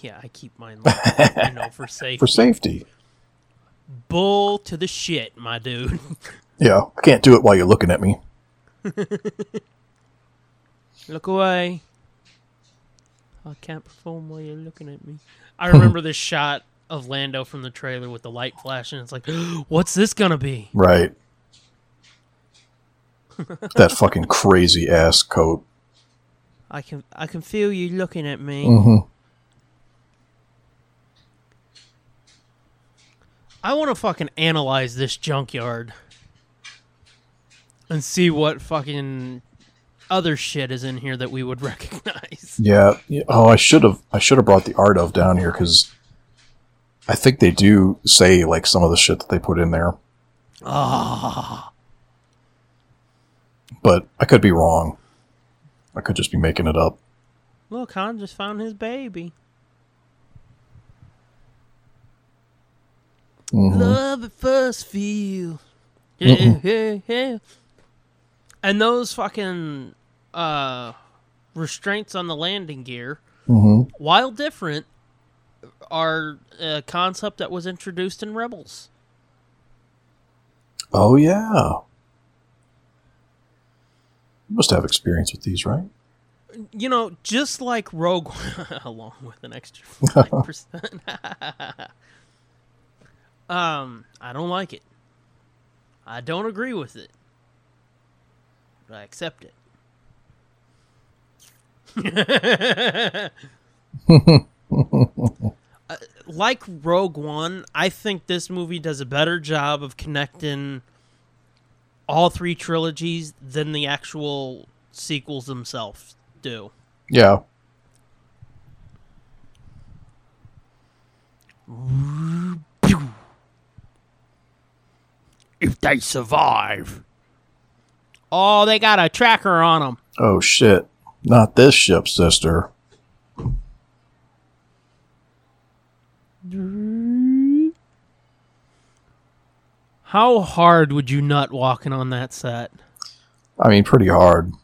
Speaker 5: yeah i keep mine locked, you know for safe
Speaker 6: For safety.
Speaker 5: bull to the shit my dude
Speaker 6: Yeah. I can't do it while you're looking at me.
Speaker 5: Look away. I can't perform while you're looking at me. I remember this shot of Lando from the trailer with the light flashing. It's like, *gasps* what's this gonna be?
Speaker 6: Right. that fucking crazy ass coat.
Speaker 5: I can I can feel you looking at me.
Speaker 6: hmm
Speaker 5: I want to fucking analyze this junkyard and see what fucking other shit is in here that we would *laughs* recognize.
Speaker 6: Yeah. yeah. Oh, I should have. I should have brought the art of down here because I think they do say like some of the shit that they put in there. Ah. But I could be wrong. I could just be making it up.
Speaker 5: Look, Han just found his baby. Love at first feel. Yeah, yeah, yeah. And those fucking uh, restraints on the landing gear,
Speaker 6: Mhm.
Speaker 5: while different, are a concept that was introduced in Rebels.
Speaker 6: Oh yeah. You must have experience with these, right?
Speaker 5: You know, just like Rogue, *laughs* along with an extra five percent. *laughs* um, I don't like it. I don't agree with it. But I accept it. *laughs* Uh, like Rogue One, I think this movie does a better job of connecting all three trilogies than the actual sequels themselves do.
Speaker 6: Yeah.
Speaker 5: If they survive. Oh, they got a tracker on them.
Speaker 6: Oh shit. Not this ship, sister.
Speaker 5: How hard would you nut walking on that set?
Speaker 6: I mean, pretty hard. *laughs*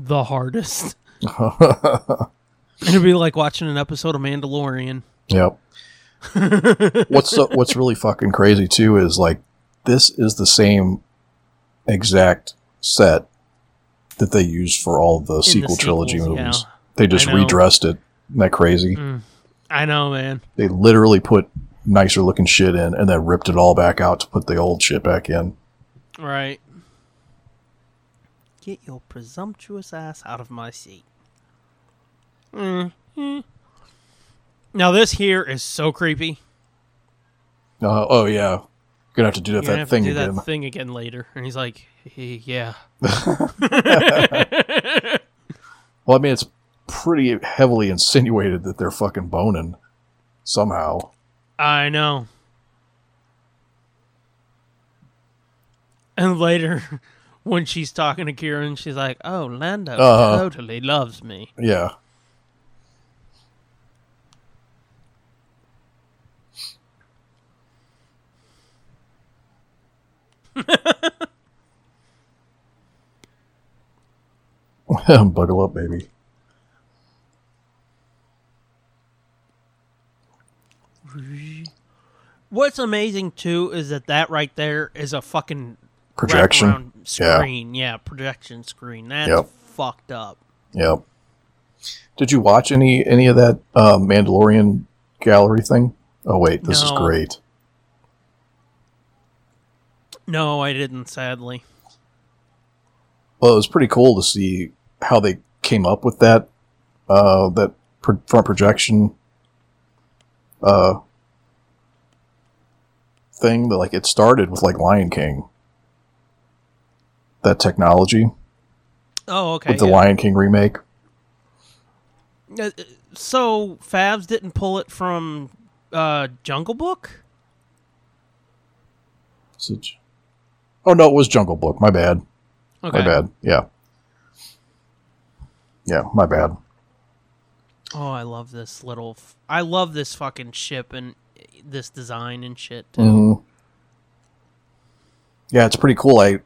Speaker 5: The hardest. *laughs* It'd be like watching an episode of Mandalorian. *laughs*
Speaker 6: Yep. what's so, what's really fucking crazy too is like this is the same exact set that they used for all the sequel trilogy
Speaker 5: sequels,
Speaker 6: movies.
Speaker 5: yeah.
Speaker 6: They just
Speaker 5: know. Mm.
Speaker 6: redressed it. Isn't that crazy?
Speaker 5: I know, man.
Speaker 6: They literally put nicer looking shit in and then ripped it all back out to put the old shit back in.
Speaker 5: Right. Get your presumptuous ass out of my seat. Mm-hmm. Now this here is so creepy.
Speaker 6: Uh, oh yeah, gonna have to do
Speaker 5: You're
Speaker 6: that,
Speaker 5: gonna
Speaker 6: that
Speaker 5: have to
Speaker 6: thing
Speaker 5: do
Speaker 6: again.
Speaker 5: that thing again later. And he's like, "Hey, yeah.
Speaker 6: Well, I mean, it's pretty heavily insinuated that they're fucking boning somehow.
Speaker 5: I know. And later, *laughs* when she's talking to Kieran, she's like, "Oh, Lando
Speaker 6: Uh-huh.
Speaker 5: totally loves me."
Speaker 6: Yeah. *laughs* Buckle up, baby.
Speaker 5: What's amazing too is that that right there is a fucking
Speaker 6: Projection.
Speaker 5: wraparound
Speaker 6: Yeah.
Speaker 5: screen. Yeah. projection screen. That's
Speaker 6: Yep.
Speaker 5: fucked up.
Speaker 6: Yep. Did you watch any any of that uh, Mandalorian gallery thing? Oh wait, this
Speaker 5: No.
Speaker 6: is great.
Speaker 5: No, I didn't. Sadly,
Speaker 6: Well, it was pretty cool to see how they came up with that uh, that pro- front projection uh, thing. That like it started with like Lion King, that technology
Speaker 5: oh okay.
Speaker 6: with the
Speaker 5: yeah.
Speaker 6: Lion King remake.
Speaker 5: Uh, uh, So Fabs didn't pull it from uh, Jungle Book.
Speaker 6: Is it- Oh no, it was Jungle Book. My bad.
Speaker 5: Okay.
Speaker 6: My bad. Yeah. Yeah, my bad.
Speaker 5: Oh, I love this little. F- I love this fucking ship and uh, this design and shit. Too.
Speaker 6: Mhm. Yeah, it's pretty cool. I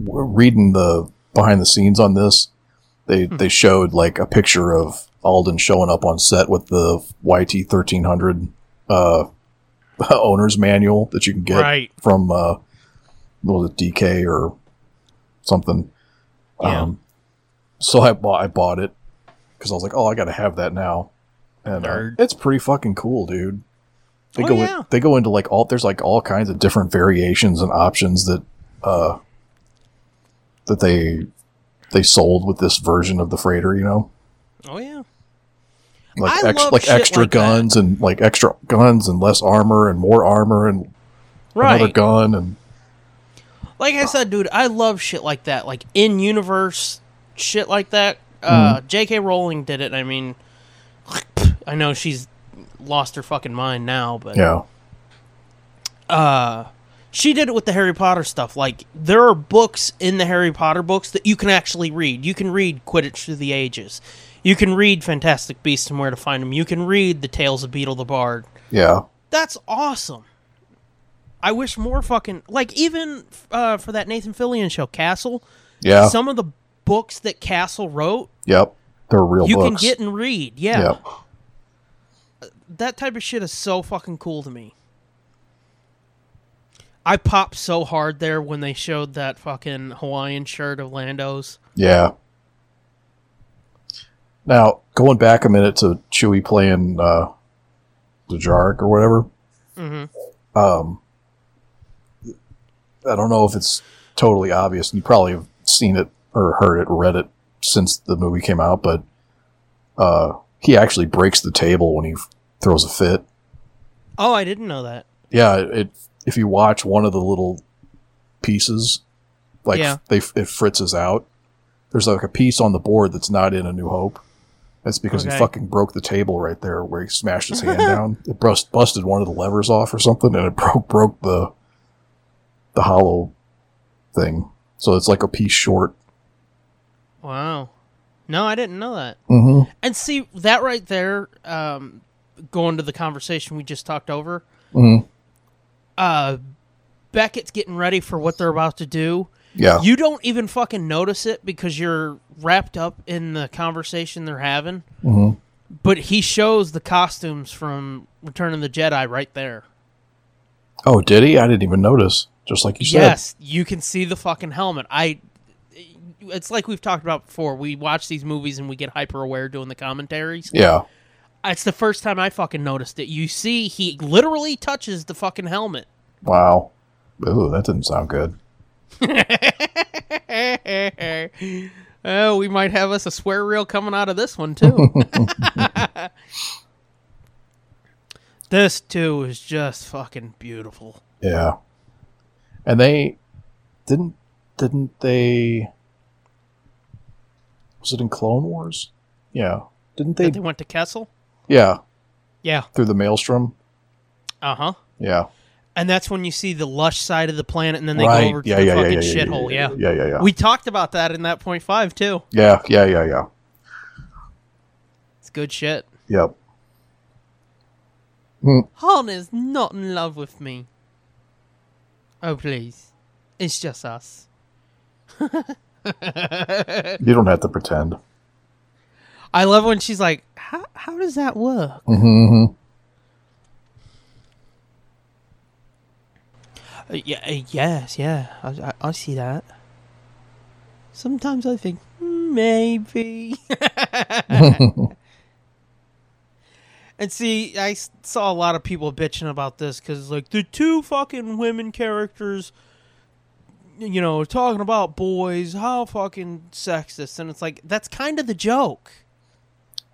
Speaker 6: we're reading the behind the scenes on this. They
Speaker 5: Hmm.
Speaker 6: they showed like a picture of Alden showing up on set with the YT thirteen hundred uh, *laughs* owner's manual that you can get
Speaker 5: Right.
Speaker 6: from uh, what was it DK or something.
Speaker 5: Yeah.
Speaker 6: Um, so I bought I bought it because I was like, oh, I got to have that now, and uh,
Speaker 5: Nerd.
Speaker 6: it's pretty fucking cool, dude. They
Speaker 5: Oh,
Speaker 6: go
Speaker 5: yeah.
Speaker 6: in, they go into like all there's like all kinds of different variations and options that uh that they they sold with this version of the freighter, you know,
Speaker 5: Oh yeah.
Speaker 6: like
Speaker 5: I love
Speaker 6: like
Speaker 5: shit
Speaker 6: extra
Speaker 5: like that.
Speaker 6: guns and like extra guns and less armor and more armor and another
Speaker 5: Right.
Speaker 6: gun and
Speaker 5: Like I said, dude, I love shit like that. Like in universe shit like that. Uh,
Speaker 6: Mm-hmm.
Speaker 5: J.K. Rowling did it. I mean, *sniffs* I know she's lost her fucking mind now, but
Speaker 6: yeah,
Speaker 5: uh, she did it with the Harry Potter stuff. Like there are books in the Harry Potter books that you can actually read. You can read Quidditch Through the Ages. You can read Fantastic Beasts and Where to Find Them. You can read The Tales of Beetle the Bard.
Speaker 6: yeah,
Speaker 5: That's awesome. I wish more fucking like even uh, for that Nathan Fillion show Castle.
Speaker 6: yeah,
Speaker 5: Some of the books that Castle wrote,
Speaker 6: yep. They're real
Speaker 5: you
Speaker 6: books.
Speaker 5: can get and read. Yeah,
Speaker 6: yeah,
Speaker 5: that type of shit is so fucking cool to me. I popped so hard there when they showed that fucking Hawaiian shirt of Lando's.
Speaker 6: Yeah. Now going back a minute to Chewie playing uh, the Jark or whatever.
Speaker 5: Mhm.
Speaker 6: Um, I don't know if it's totally obvious, and you probably have seen it or heard it, or read it since the movie came out. But uh, he actually breaks the table when he f- throws a fit.
Speaker 5: Oh, I didn't know that.
Speaker 6: Yeah, it. If you watch one of the little pieces, like
Speaker 5: Yeah.
Speaker 6: they it fritzes out. There's like a piece on the board that's not in A New Hope. That's because
Speaker 5: Okay.
Speaker 6: he fucking broke the table right there where he smashed his
Speaker 5: *laughs*
Speaker 6: hand down. It brust, busted one of the levers off or something, and it broke broke the the hollow thing. So it's like a piece short.
Speaker 5: Wow. No, I didn't know that.
Speaker 6: Mm-hmm.
Speaker 5: And see that right there, um, going to the conversation we just talked over.
Speaker 6: Mhm.
Speaker 5: Uh, Beckett's getting ready for what they're about to do.
Speaker 6: Yeah,
Speaker 5: You don't even fucking notice it because you're wrapped up in the conversation they're having.
Speaker 6: Mhm.
Speaker 5: But he shows the costumes from Return of the Jedi right there.
Speaker 6: Oh, did he? I didn't even notice. Just like you said.
Speaker 5: Yes, you can see the fucking helmet. I. It's like we've talked about before. We watch these movies and we get hyper aware doing the commentaries.
Speaker 6: Yeah.
Speaker 5: It's the first time I fucking noticed it. You see, he literally touches the fucking helmet. *laughs*
Speaker 6: Wow. Ooh, that didn't sound good.
Speaker 5: oh, we might have us a swear reel coming out of this one too. *laughs* this too is just fucking beautiful.
Speaker 6: Yeah. And they didn't didn't they was it in Clone Wars? Yeah. Didn't they,
Speaker 5: That they went to Kessel.
Speaker 6: Yeah,
Speaker 5: Yeah.
Speaker 6: through the maelstrom.
Speaker 5: Uh huh.
Speaker 6: Yeah.
Speaker 5: And that's when you see the lush side of the planet, and then they
Speaker 6: right.
Speaker 5: go over to
Speaker 6: yeah,
Speaker 5: the
Speaker 6: yeah, yeah,
Speaker 5: fucking
Speaker 6: yeah, yeah,
Speaker 5: shithole. Yeah,
Speaker 6: yeah. Yeah, yeah, yeah.
Speaker 5: We talked about that in that point five too.
Speaker 6: yeah, yeah, yeah, yeah.
Speaker 5: It's good shit.
Speaker 6: Yep.
Speaker 5: Han is not in love with me. Oh please, it's just us.
Speaker 6: You don't have to pretend.
Speaker 5: I love when she's like, "How how does that work?"
Speaker 6: Mm-hmm.
Speaker 5: Uh, yeah, uh, yes, yeah. I, I, I see that. Sometimes I think "Hmm,
Speaker 6: *laughs*
Speaker 5: maybe. and see, I s- saw a lot of people bitching about this because, like, the two fucking women characters, you know, talking about boys. How fucking sexist! And it's like that's kind of the joke.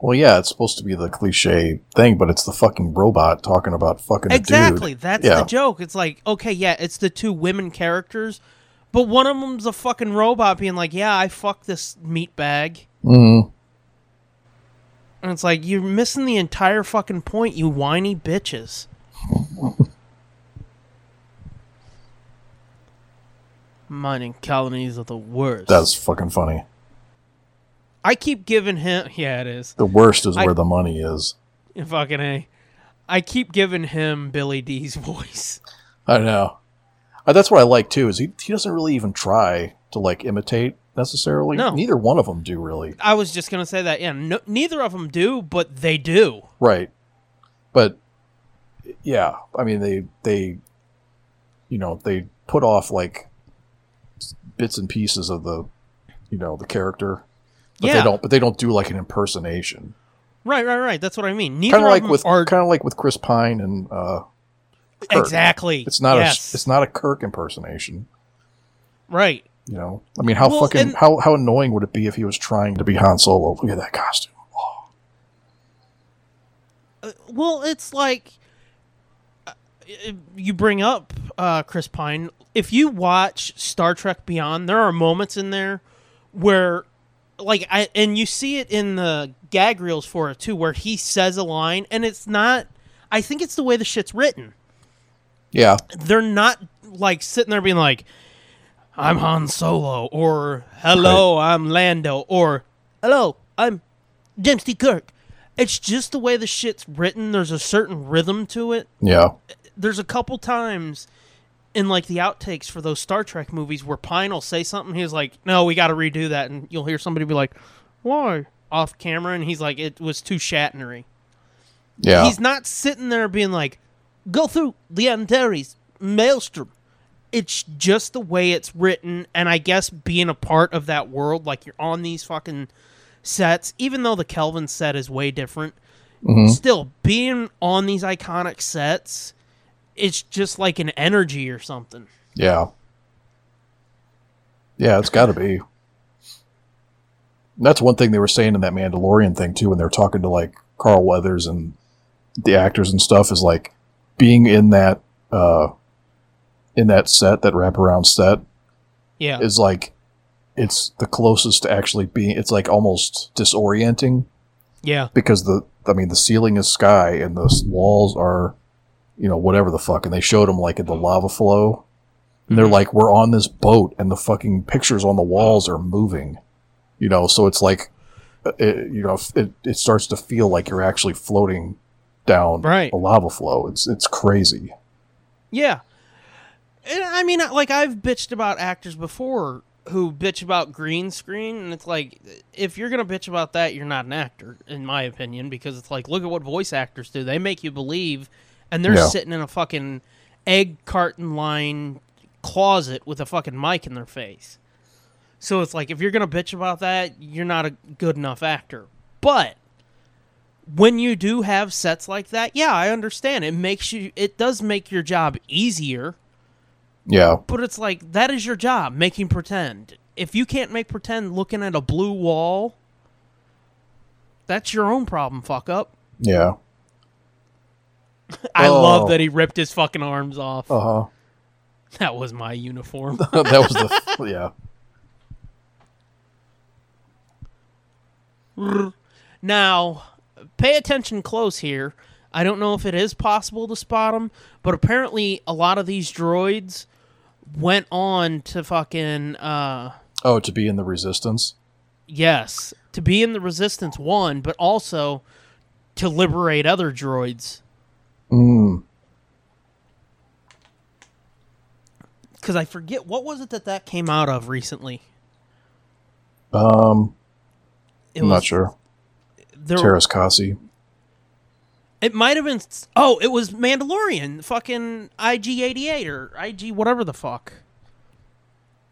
Speaker 6: Well, yeah, it's supposed to be the cliche thing, but it's the fucking robot talking about fucking a dude.
Speaker 5: Exactly. That's
Speaker 6: Yeah.
Speaker 5: the joke. It's like, okay, yeah, it's the two women characters, but one of them's a fucking robot being like, yeah, I fucked this meat bag.
Speaker 6: Mhm.
Speaker 5: And it's like, you're missing the entire fucking point, you whiny bitches. Mining colonies are the worst.
Speaker 6: That's fucking funny.
Speaker 5: I keep giving him. *laughs* Yeah, it is.
Speaker 6: The worst is
Speaker 5: I-
Speaker 6: where the money is.
Speaker 5: Fucking A. I keep giving him Billy D's *laughs* voice.
Speaker 6: I know. Uh, that's what I like too. Is he? He doesn't really even try to like imitate necessarily.
Speaker 5: No.
Speaker 6: neither one of them do really.
Speaker 5: I was just gonna say that. Yeah, no, neither of them do, but they do.
Speaker 6: Right, but yeah, I mean they they, you know, they put off like s- bits and pieces of the, you know, the character. But
Speaker 5: yeah,
Speaker 6: they don't. But they don't do like an impersonation.
Speaker 5: right, right, right. That's what I mean. Neither
Speaker 6: Kind of
Speaker 5: of
Speaker 6: like
Speaker 5: them
Speaker 6: with
Speaker 5: are
Speaker 6: kind of like with Chris Pine and uh, Kirk.
Speaker 5: exactly.
Speaker 6: It's not
Speaker 5: yes.
Speaker 6: a it's not a Kirk impersonation.
Speaker 5: right.
Speaker 6: You know, I mean, how
Speaker 5: Well,
Speaker 6: fucking
Speaker 5: and-
Speaker 6: how how annoying would it be if he was trying to be Han Solo? Look at that costume.
Speaker 5: Uh, Well, it's like uh, uh, you bring up uh, Chris Pine. If you watch Star Trek Beyond, there are moments in there where, like, I and you see it in the gag reels for it too, where he says a line, and it's not. I think it's the way the shit's written.
Speaker 6: Yeah,
Speaker 5: they're not like sitting there being like, "I'm Han Solo" or "Hello, I'm Lando" or "Hello, I'm James D. Kirk." It's just the way the shit's written. There's a certain rhythm to it.
Speaker 6: yeah,
Speaker 5: There's a couple times in like the outtakes for those Star Trek movies where Pine will say something. He's like, "No, we got to redo that," and you'll hear somebody be like, "Why?" Off camera, and he's like, "It was too Shatnery."
Speaker 6: yeah.
Speaker 5: He's not sitting there being like, go through the Antares maelstrom it's just the way it's written and i guess being a part of that world like you're on these fucking sets even though the kelvin set is way different still being on these iconic sets it's just like an energy or something
Speaker 6: Yeah. Yeah, it's got to be. That's one thing they were saying in that Mandalorian thing too, when they were talking to like Carl Weathers and the actors and stuff, is like being in that uh, in that set, that wraparound set,
Speaker 5: yeah
Speaker 6: is like it's the closest to actually being. It's like almost disorienting
Speaker 5: yeah
Speaker 6: because the I mean the ceiling is sky and the s- walls are you know whatever the fuck and they showed them like in the lava flow and
Speaker 5: Mhm.
Speaker 6: they're like we're on this boat and the fucking pictures on the walls are moving you know so it's like uh, it, you know f- it, it starts to feel like you're actually floating down
Speaker 5: Right.
Speaker 6: a lava flow it's it's crazy
Speaker 5: Yeah. And I mean, like, I've bitched about actors before who bitch about green screen, and it's like, if you're going to bitch about that, you're not an actor, in my opinion, because it's like, look at what voice actors do. They make you believe, and they're
Speaker 6: Yeah.
Speaker 5: sitting in a fucking egg carton line closet with a fucking mic in their face. So it's like, if you're going to bitch about that, you're not a good enough actor. But when you do have sets like that, yeah, I understand. It makes you it does make your job easier,
Speaker 6: yeah
Speaker 5: but it's like that is your job, making pretend. If you can't make pretend looking at a blue wall, that's your own problem, fuck up.
Speaker 6: yeah
Speaker 5: I
Speaker 6: Oh.
Speaker 5: love that he ripped his fucking arms off.
Speaker 6: uh-huh
Speaker 5: That was my uniform. *laughs*
Speaker 6: *laughs* that was the yeah
Speaker 5: Now, pay attention close here. I don't know if it is possible to spot them, but apparently a lot of these droids went on to fucking uh
Speaker 6: oh to be in the resistance
Speaker 5: Yes, to be in the resistance one, but also to liberate other droids.
Speaker 6: mm.
Speaker 5: Because I forget what was it that that came out of recently.
Speaker 6: um
Speaker 5: It
Speaker 6: i'm
Speaker 5: was,
Speaker 6: not sure
Speaker 5: There,
Speaker 6: Terrace Kasi.
Speaker 5: It might have been. Oh, it was Mandalorian, fucking IG88 or IG whatever the fuck.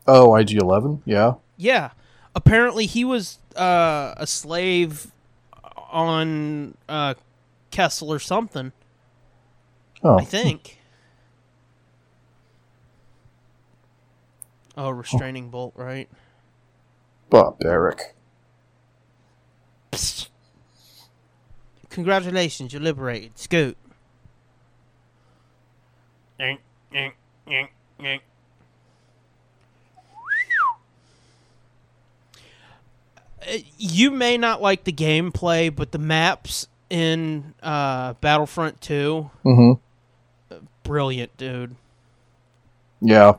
Speaker 6: oh ig11 yeah
Speaker 5: Yeah, apparently he was uh, a slave on uh, Kessel or something.
Speaker 6: oh
Speaker 5: I think. *laughs* Oh, restraining bolt, right?
Speaker 6: Barbaric.
Speaker 5: Psst. Congratulations, you're liberated. Scoot. Yank, yank, yank, yank. Uh, You may not like the gameplay, but the maps in uh, Battlefront 2,
Speaker 6: Mm-hmm.
Speaker 5: brilliant, dude.
Speaker 6: Yeah.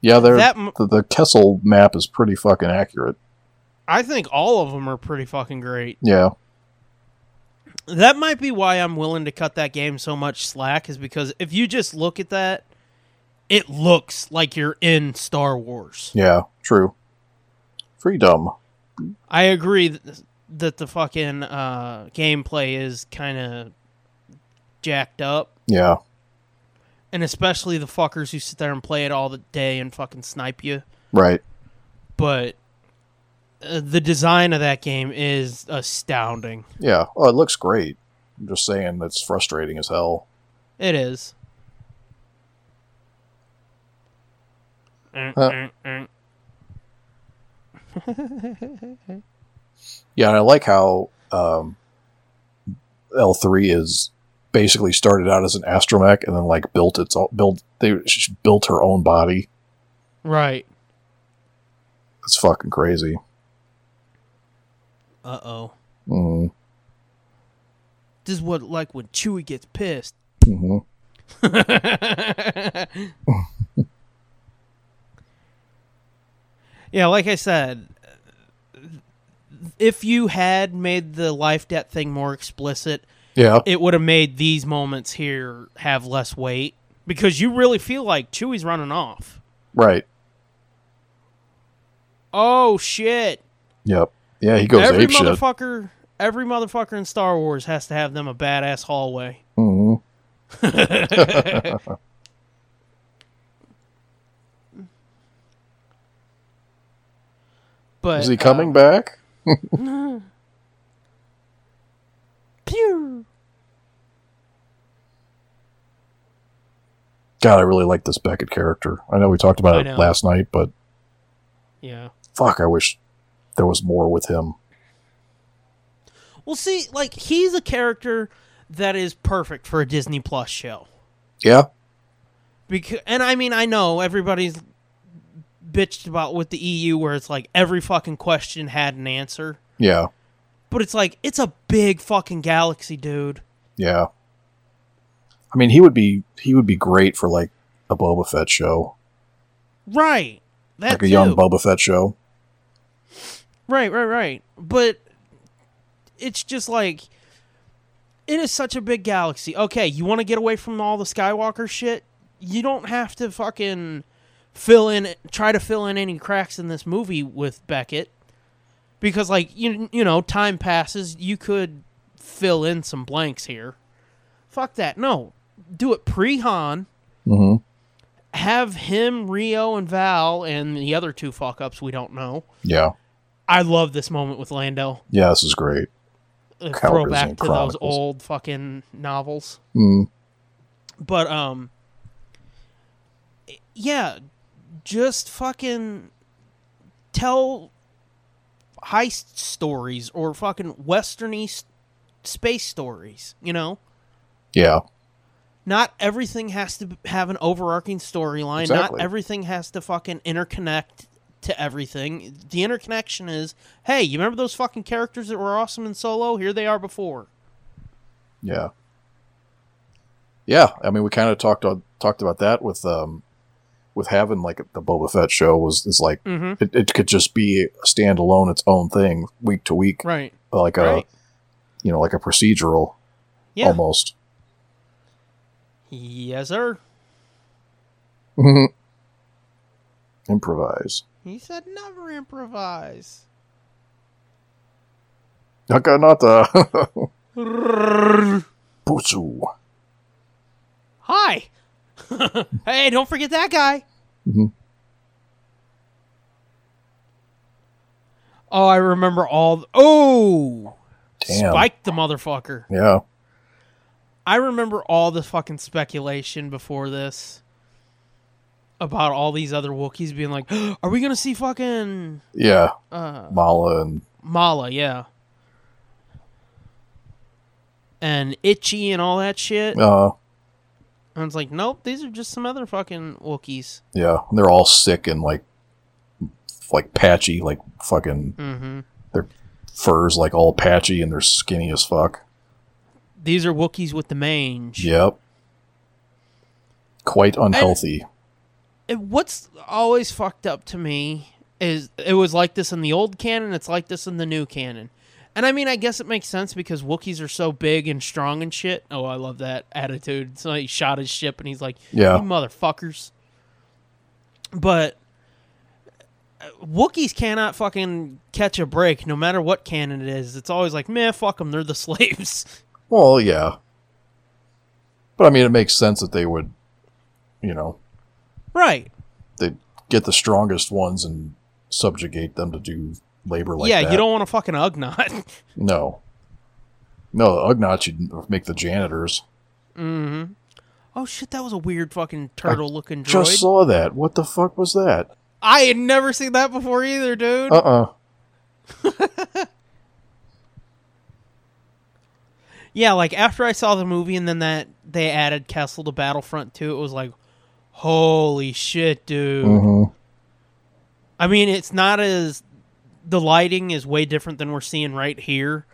Speaker 6: Yeah, they're,
Speaker 5: That m-
Speaker 6: the, the Kessel map is pretty fucking accurate.
Speaker 5: I think all of them are pretty fucking great.
Speaker 6: Yeah.
Speaker 5: that might be why I'm willing to cut that game so much slack is because if you just look at that, it looks like you're in Star Wars.
Speaker 6: Yeah. True. Freedom.
Speaker 5: I agree that, that the fucking uh, gameplay is kind of jacked up,
Speaker 6: Yeah.
Speaker 5: and especially the fuckers who sit there and play it all the day and fucking snipe you.
Speaker 6: Right.
Speaker 5: But uh, the design of that game is astounding.
Speaker 6: Yeah. Oh, it looks great. I'm just saying that's frustrating as hell.
Speaker 5: It is. Mm,
Speaker 6: Yeah, and I like how um, L3 is basically started out as an astromech and then like built its own, built they she built her own body.
Speaker 5: Right.
Speaker 6: It's fucking crazy.
Speaker 5: Uh oh.
Speaker 6: Mm.
Speaker 5: This is what like when Chewie gets pissed.
Speaker 6: hmm
Speaker 5: *laughs* yeah, like I said, if you had made the life debt thing more explicit,
Speaker 6: Yeah.
Speaker 5: it would have made these moments here have less weight because you really feel like Chewie's running off.
Speaker 6: Right.
Speaker 5: Oh shit!
Speaker 6: Yep. Yeah, he goes
Speaker 5: every
Speaker 6: ape shit.
Speaker 5: motherfucker, every motherfucker in Star Wars has to have them a badass hallway.
Speaker 6: Mhm.
Speaker 5: *laughs* But
Speaker 6: Is he
Speaker 5: uh,
Speaker 6: coming back?
Speaker 5: pew!
Speaker 6: God, I really like this Beckett character. I know we talked
Speaker 5: I
Speaker 6: about it
Speaker 5: know.
Speaker 6: last night, but
Speaker 5: Yeah.
Speaker 6: fuck, I wish there was more with him.
Speaker 5: Well, see, like he's a character that is perfect for a Disney Plus show.
Speaker 6: Yeah,
Speaker 5: Because, and I mean, I know everybody's bitched about with the EU, where it's like every fucking question had an answer.
Speaker 6: yeah,
Speaker 5: But it's like it's a big fucking galaxy, dude.
Speaker 6: yeah. I mean, he would be he would be great for like a Boba Fett show,
Speaker 5: Right. That
Speaker 6: like a young
Speaker 5: too.
Speaker 6: Boba Fett show.
Speaker 5: Right, right, right. But it's just like it is such a big galaxy. Okay, you want to get away from all the Skywalker shit? You don't have to fucking fill in try to fill in any cracks in this movie with Beckett because like you you know, time passes, you could fill in some blanks here. Fuck that. No. Do it pre-Han.
Speaker 6: Mm-hmm.
Speaker 5: Have him, Rio, and Val, and the other two fuck ups we don't know.
Speaker 6: Yeah,
Speaker 5: I love this moment with Lando.
Speaker 6: yeah, this is great.
Speaker 5: A
Speaker 6: Coward's
Speaker 5: throwback
Speaker 6: in
Speaker 5: to those
Speaker 6: Chronicles.
Speaker 5: old fucking novels.
Speaker 6: Mm.
Speaker 5: But um yeah, just fucking tell heist stories or fucking westerny s- space stories, you know?
Speaker 6: Yeah,
Speaker 5: Not everything has to b- have an overarching storyline.
Speaker 6: Exactly.
Speaker 5: Not everything has to fucking interconnect to everything. The interconnection is, hey, you remember those fucking characters that were awesome in Solo? Here they are before.
Speaker 6: yeah, yeah. I mean, we kind of talked on, talked about that with um with having like the Boba Fett show was is like
Speaker 5: Mm-hmm.
Speaker 6: it, it could just be a standalone, its own thing, week to week,
Speaker 5: Right.
Speaker 6: like a
Speaker 5: Right.
Speaker 6: you know like a procedural
Speaker 5: Yeah.
Speaker 6: almost. *laughs*
Speaker 5: Yes, sir.
Speaker 6: Mhm. Improvise.
Speaker 5: He said never improvise.
Speaker 6: *laughs* Nakanata.
Speaker 5: Hi. *laughs*
Speaker 6: Putsu.
Speaker 5: hey, don't forget that guy.
Speaker 6: Mhm.
Speaker 5: Oh, I remember all. th- oh,
Speaker 6: Damn.
Speaker 5: Spike the motherfucker.
Speaker 6: Yeah.
Speaker 5: I remember all the fucking speculation before this about all these other Wookiees being like, *gasps* "Are we gonna see fucking
Speaker 6: Yeah.
Speaker 5: uh,
Speaker 6: Mala and
Speaker 5: Mala?" Yeah, and Itchy and all that shit.
Speaker 6: uh
Speaker 5: And it's like, nope, these are just some other fucking Wookiees.
Speaker 6: yeah. And they're all sick and like like patchy, like fucking
Speaker 5: Mm-hmm.
Speaker 6: furs like all patchy and they're skinny as fuck.
Speaker 5: These are Wookiees with the mange.
Speaker 6: Yep. Quite unhealthy.
Speaker 5: it- what's always fucked up to me is it was like this in the old canon, it's like this in the new canon. And I mean, I guess it makes sense because Wookiees are so big and strong and shit. Oh, I love that attitude. *laughs* So he shot his ship and he's like,
Speaker 6: Yeah.
Speaker 5: you motherfuckers. But uh, Wookiees cannot fucking catch a break no matter what canon it is. It's always like, man, fuck them. They're the *laughs* slaves.
Speaker 6: Well, yeah. But I mean it makes sense that they would you know,
Speaker 5: right.
Speaker 6: they get the strongest ones and subjugate them to do labor like
Speaker 5: yeah,
Speaker 6: that.
Speaker 5: you don't want to fucking Ugnaught.
Speaker 6: No. No, the Ugnaughts you'd make the janitors.
Speaker 5: Mm-hmm. *laughs* Oh shit, that was a weird fucking turtle looking droid.
Speaker 6: Just saw that. What the fuck was that?
Speaker 5: I had never seen that before either, dude.
Speaker 6: Uh uh
Speaker 5: yeah, like after I saw the movie and then that they added Castle to Battlefront 2, it was like, holy shit, dude. I mean, it's not as the lighting is way different than we're seeing right here.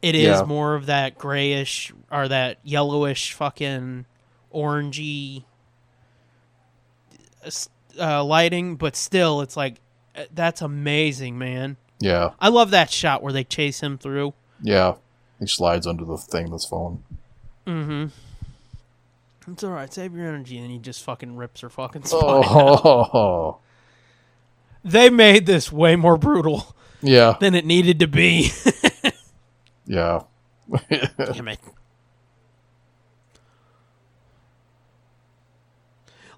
Speaker 5: It is
Speaker 6: Yeah.
Speaker 5: more of that grayish or that yellowish fucking orangey uh, lighting, but still, it's like uh, that's amazing, man.
Speaker 6: Yeah,
Speaker 5: I love that shot where they chase him through.
Speaker 6: yeah. He slides under the thing that's falling.
Speaker 5: Mm-hmm. It's all right. Save your energy, and he just fucking rips her fucking spine.
Speaker 6: Oh,
Speaker 5: They made this way more brutal
Speaker 6: yeah,
Speaker 5: than it needed to be.
Speaker 6: *laughs* yeah. *laughs*
Speaker 5: *laughs* Damn it.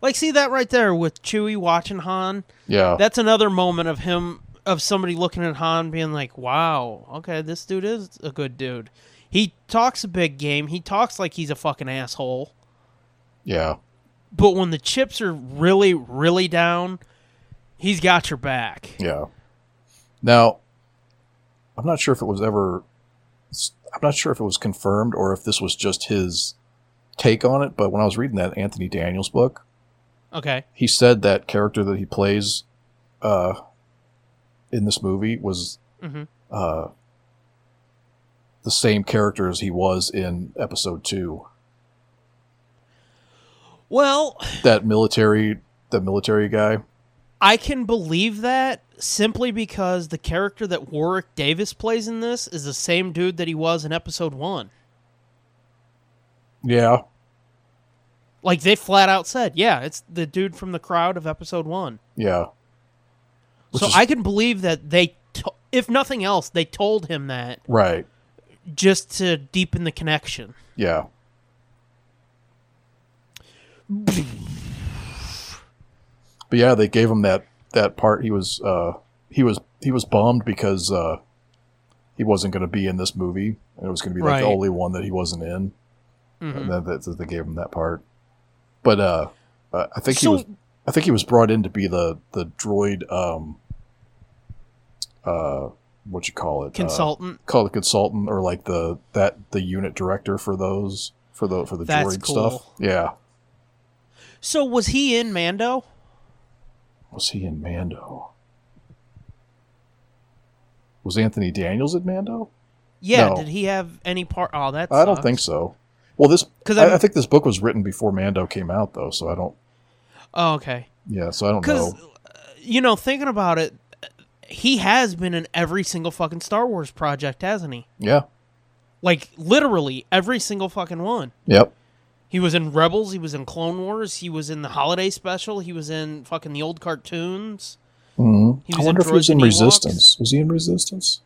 Speaker 5: Like, see that right there with Chewie watching Han.
Speaker 6: yeah,
Speaker 5: That's another moment of him of somebody looking at Han being like, "Wow, okay, this dude is a good dude. He talks a big game. He talks like he's a fucking asshole.
Speaker 6: Yeah.
Speaker 5: But when the chips are really, really down, he's got your back.
Speaker 6: Yeah. Now, I'm not sure if it was ever. I'm not sure if it was confirmed or if this was just his take on it. But when I was reading that Anthony Daniels book,
Speaker 5: Okay,
Speaker 6: he said that character that he plays, uh, in this movie was,
Speaker 5: Mhm.
Speaker 6: uh, the same character as he was in Episode Two.
Speaker 5: well,
Speaker 6: That military, that military guy.
Speaker 5: I can believe that simply because the character that Warwick Davis plays in this is the same dude that he was in Episode One.
Speaker 6: Yeah.
Speaker 5: Like they flat out said, "Yeah, it's the dude from the crowd of Episode One."
Speaker 6: Yeah. Which
Speaker 5: so
Speaker 6: is-
Speaker 5: I can believe that they, to- if nothing else, they told him that
Speaker 6: Right.
Speaker 5: just to deepen the connection.
Speaker 6: Yeah. but yeah, they gave him that that part. He was uh, he was he was bummed because uh, he wasn't going to be in this movie, and it was going to be like
Speaker 5: Right.
Speaker 6: the only one that he wasn't in.
Speaker 5: Mhm.
Speaker 6: And then that, that they gave him that part. But uh, uh, I think
Speaker 5: So-
Speaker 6: he was I think he was brought in to be the the droid um uh what you call it Uh,
Speaker 5: Consultant.
Speaker 6: call it consultant or like the that the unit director for those for the for the
Speaker 5: That's
Speaker 6: droid
Speaker 5: cool.
Speaker 6: stuff. Yeah.
Speaker 5: so was he in Mando?
Speaker 6: Was he in Mando? Was Anthony Daniels in Mando?
Speaker 5: Yeah.
Speaker 6: No.
Speaker 5: Did he have any part? Oh, that's.
Speaker 6: I don't think so. Well, this
Speaker 5: 'Cause
Speaker 6: because I,
Speaker 5: I'm-
Speaker 6: I think this book was written before Mando came out, though. So I don't.
Speaker 5: Oh, okay.
Speaker 6: Yeah, so I don't
Speaker 5: Because
Speaker 6: know.
Speaker 5: uh, you know, thinking about it, he has been in every single fucking Star Wars project, hasn't he?
Speaker 6: Yeah.
Speaker 5: Like literally every single fucking one.
Speaker 6: Yep.
Speaker 5: He was in Rebels. He was in Clone Wars. He was in the holiday special. He was in fucking the old cartoons.
Speaker 6: Mhm.
Speaker 5: He was
Speaker 6: I
Speaker 5: in
Speaker 6: wonder if he
Speaker 5: Droids
Speaker 6: was in
Speaker 5: and Ewoks.
Speaker 6: Resistance. Was he in Resistance?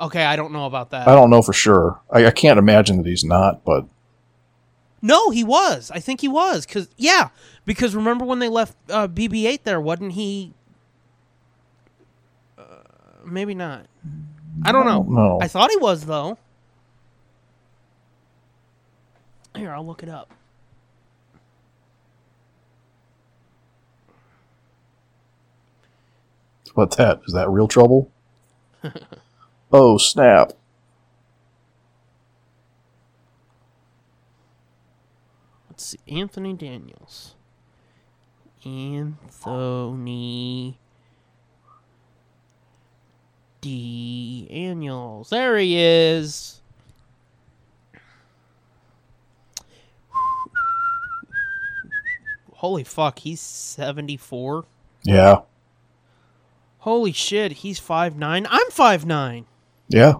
Speaker 5: Okay, I don't know about that.
Speaker 6: I don't know for sure. I, I can't imagine that he's not, but
Speaker 5: No, he was. I think he was. Cause yeah, because remember when they left uh, BB-8 there, wasn't he? Uh, maybe not. I don't know.
Speaker 6: no.
Speaker 5: I thought he was though. Here, I'll look it up.
Speaker 6: What that? Is that real trouble?
Speaker 5: *laughs*
Speaker 6: oh snap!
Speaker 5: Let's see. Anthony Daniels. Anthony Daniels. There he is. Holy fuck, he's 74.
Speaker 6: Yeah,
Speaker 5: Holy shit, he's 5'9. I'm 5'9.
Speaker 6: yeah,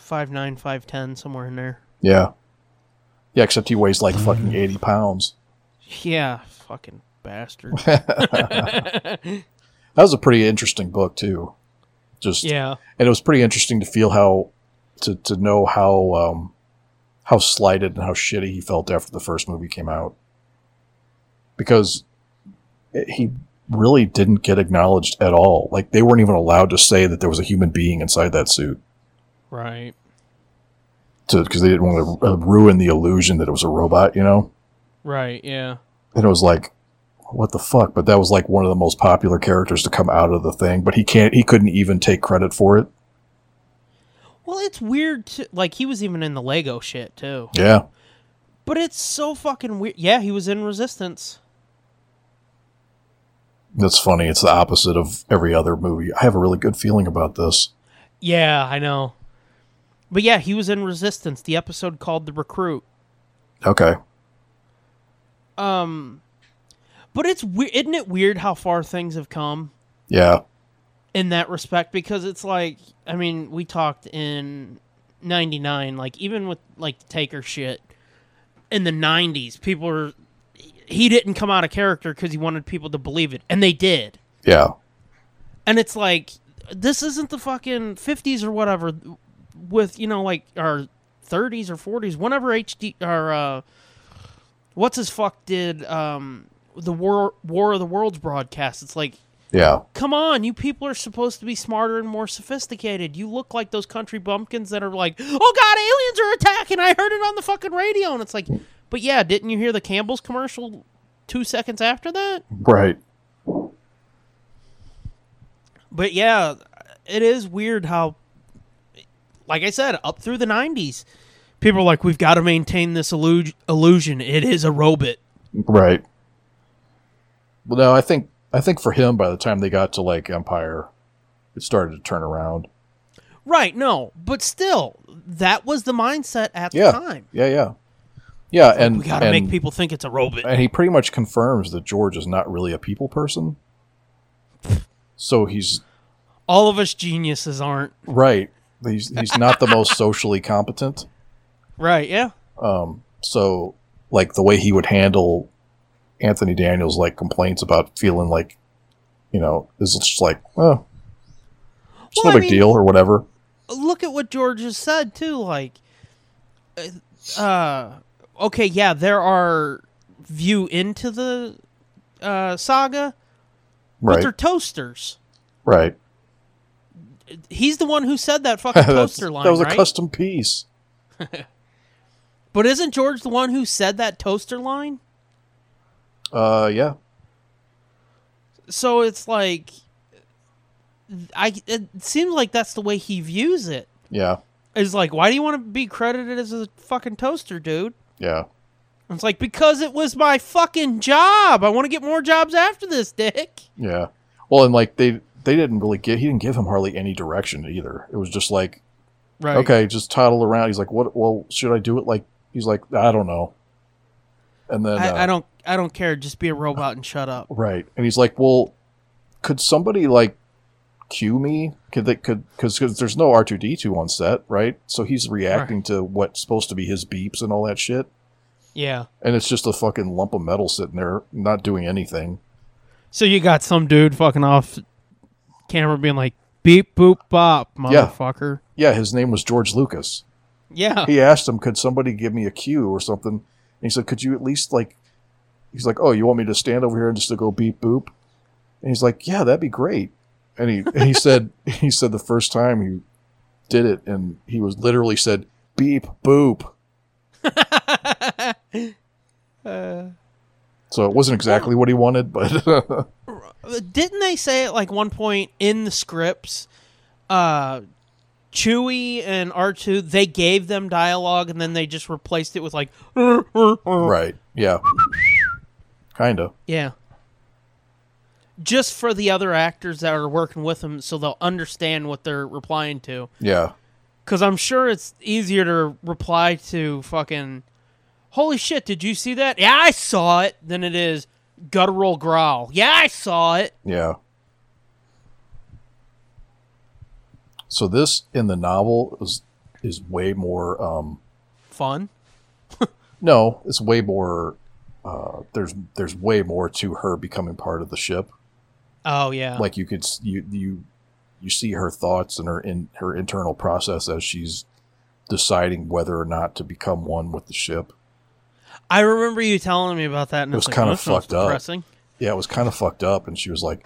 Speaker 5: 5'9, 5'10, somewhere in there.
Speaker 6: yeah, yeah. Except he weighs like fucking eighty pounds.
Speaker 5: Yeah, fucking bastard. *laughs*
Speaker 6: That was a pretty interesting book too. Just
Speaker 5: yeah.
Speaker 6: and it was pretty interesting to feel how to to know how um how slighted and how shitty he felt after the first movie came out because it, he really didn't get acknowledged at all like they weren't even allowed to say that there was a human being inside that suit
Speaker 5: Right.
Speaker 6: to because they didn't want to uh, ruin the illusion that it was a robot you know
Speaker 5: Right, yeah.
Speaker 6: and it was like what the fuck but that was like one of the most popular characters to come out of the thing but he can't he couldn't even take credit for it
Speaker 5: Well, it's weird to like he was even in the Lego shit too.
Speaker 6: yeah
Speaker 5: But it's so fucking weird. Yeah, he was in Resistance.
Speaker 6: That's funny. It's the opposite of every other movie. I have a really good feeling about this.
Speaker 5: Yeah, I know. But yeah, he was in Resistance, the episode called The Recruit.
Speaker 6: Okay.
Speaker 5: Um but it's weird isn't it weird how far things have come
Speaker 6: Yeah.
Speaker 5: in that respect because it's like I mean, we talked in 99 like even with like the Taker shit in the 90s, people were he didn't come out of character cuz he wanted people to believe it and they did.
Speaker 6: Yeah.
Speaker 5: and it's like this isn't the fucking 50s or whatever with you know like our 30s or 40s whenever hd or uh what's his fuck did um the war war of the worlds broadcast it's like
Speaker 6: Yeah.
Speaker 5: Come on, you people are supposed to be smarter and more sophisticated. You look like those country bumpkins that are like, "Oh God, aliens are attacking!" I heard it on the fucking radio, and it's like, but yeah, didn't you hear the Campbell's commercial two seconds after that?
Speaker 6: Right.
Speaker 5: But yeah, it is weird how, like I said, up through the '90s, people are like, "We've got to maintain this illu- illusion. It is a robot."
Speaker 6: Right. Well, no, I think I think for him, by the time they got to like Empire, it started to turn around.
Speaker 5: Right? No, but still, that was the mindset at
Speaker 6: Yeah.
Speaker 5: the time.
Speaker 6: Yeah. Yeah. Yeah. and
Speaker 5: We got to
Speaker 6: and-
Speaker 5: make people think it's a robot.
Speaker 6: and he pretty much confirms that George is not really a people person. So he's
Speaker 5: All of us geniuses aren't.
Speaker 6: right. He's he's not the
Speaker 5: *laughs*
Speaker 6: most socially competent.
Speaker 5: Right? Yeah.
Speaker 6: Um, so like the way he would handle Anthony Daniels like complaints about feeling like you know is just like oh it's
Speaker 5: Well, I
Speaker 6: no big
Speaker 5: mean-
Speaker 6: deal or whatever.
Speaker 5: look at what George has said too. Like, uh, uh, okay, yeah, there are view into the uh, saga, but
Speaker 6: Right.
Speaker 5: they're toasters.
Speaker 6: Right. *laughs*
Speaker 5: He's the one who said that fucking
Speaker 6: That's-
Speaker 5: toaster line,
Speaker 6: that was a
Speaker 5: right?
Speaker 6: custom piece.
Speaker 5: but isn't George the one who said that toaster line?
Speaker 6: Uh yeah.
Speaker 5: So it's like, I it seems like that's the way he views it.
Speaker 6: Yeah.
Speaker 5: Is like, why do you want to be credited as a fucking toaster, dude?
Speaker 6: Yeah.
Speaker 5: And It's like because it was my fucking job. I want to get more jobs after this, Dick.
Speaker 6: Yeah. Well, and like they they didn't really give he didn't give him hardly any direction either. It was just like
Speaker 5: Right.
Speaker 6: okay, just toddle around. He's like, what? Well, should I do it? Like, he's like, I don't know. And then, uh,
Speaker 5: I, I don't. I don't care. Just be a robot and shut up.
Speaker 6: right. And he's like, well, could somebody like cue me? Could they, could, cause, 'cause there's no R2D2 on set, right? So he's reacting to what's supposed to be his beeps and all that shit.
Speaker 5: Yeah.
Speaker 6: And it's just a fucking lump of metal sitting there, not doing anything.
Speaker 5: So you got some dude fucking off camera being like, "Beep boop bop,
Speaker 6: Yeah.
Speaker 5: motherfucker."
Speaker 6: Yeah, his name was George Lucas.
Speaker 5: Yeah.
Speaker 6: he asked him, "Could somebody give me a cue or something?" And he said, "Could you at least like?" He's like, "Oh, you want me to stand over here and just to go beep boop?" And he's like, "Yeah, that'd be great." And he and he said he said the first time he did it, and he was literally said beep boop.
Speaker 5: Uh,
Speaker 6: So it wasn't exactly what he wanted, but *laughs*
Speaker 5: Uh, didn't they say at like one point in the scripts, uh, Chewie and R two they gave them dialogue and then they just replaced it with like, *laughs*
Speaker 6: right, yeah, kind of
Speaker 5: yeah. Just for the other actors that are working with them, so they'll understand what they're replying to.
Speaker 6: yeah,
Speaker 5: Because I'm sure it's easier to reply to fucking, holy shit, did you see that? Yeah, I saw it, than it is guttural growl. Yeah, I saw it.
Speaker 6: yeah. So this in the novel is is way more um,
Speaker 5: Fun.
Speaker 6: No, it's way more. Uh, there's there's way more to her becoming part of the ship.
Speaker 5: Oh, yeah.
Speaker 6: Like you could s- you you you see her thoughts and her in her internal process as she's deciding whether or not to become one with the ship.
Speaker 5: I remember you telling me about that, and
Speaker 6: It
Speaker 5: it's
Speaker 6: was
Speaker 5: like,
Speaker 6: kinda
Speaker 5: "Oh, that sounds
Speaker 6: fucked up."
Speaker 5: depressing.
Speaker 6: Yeah, it was kind of fucked up, and she was like,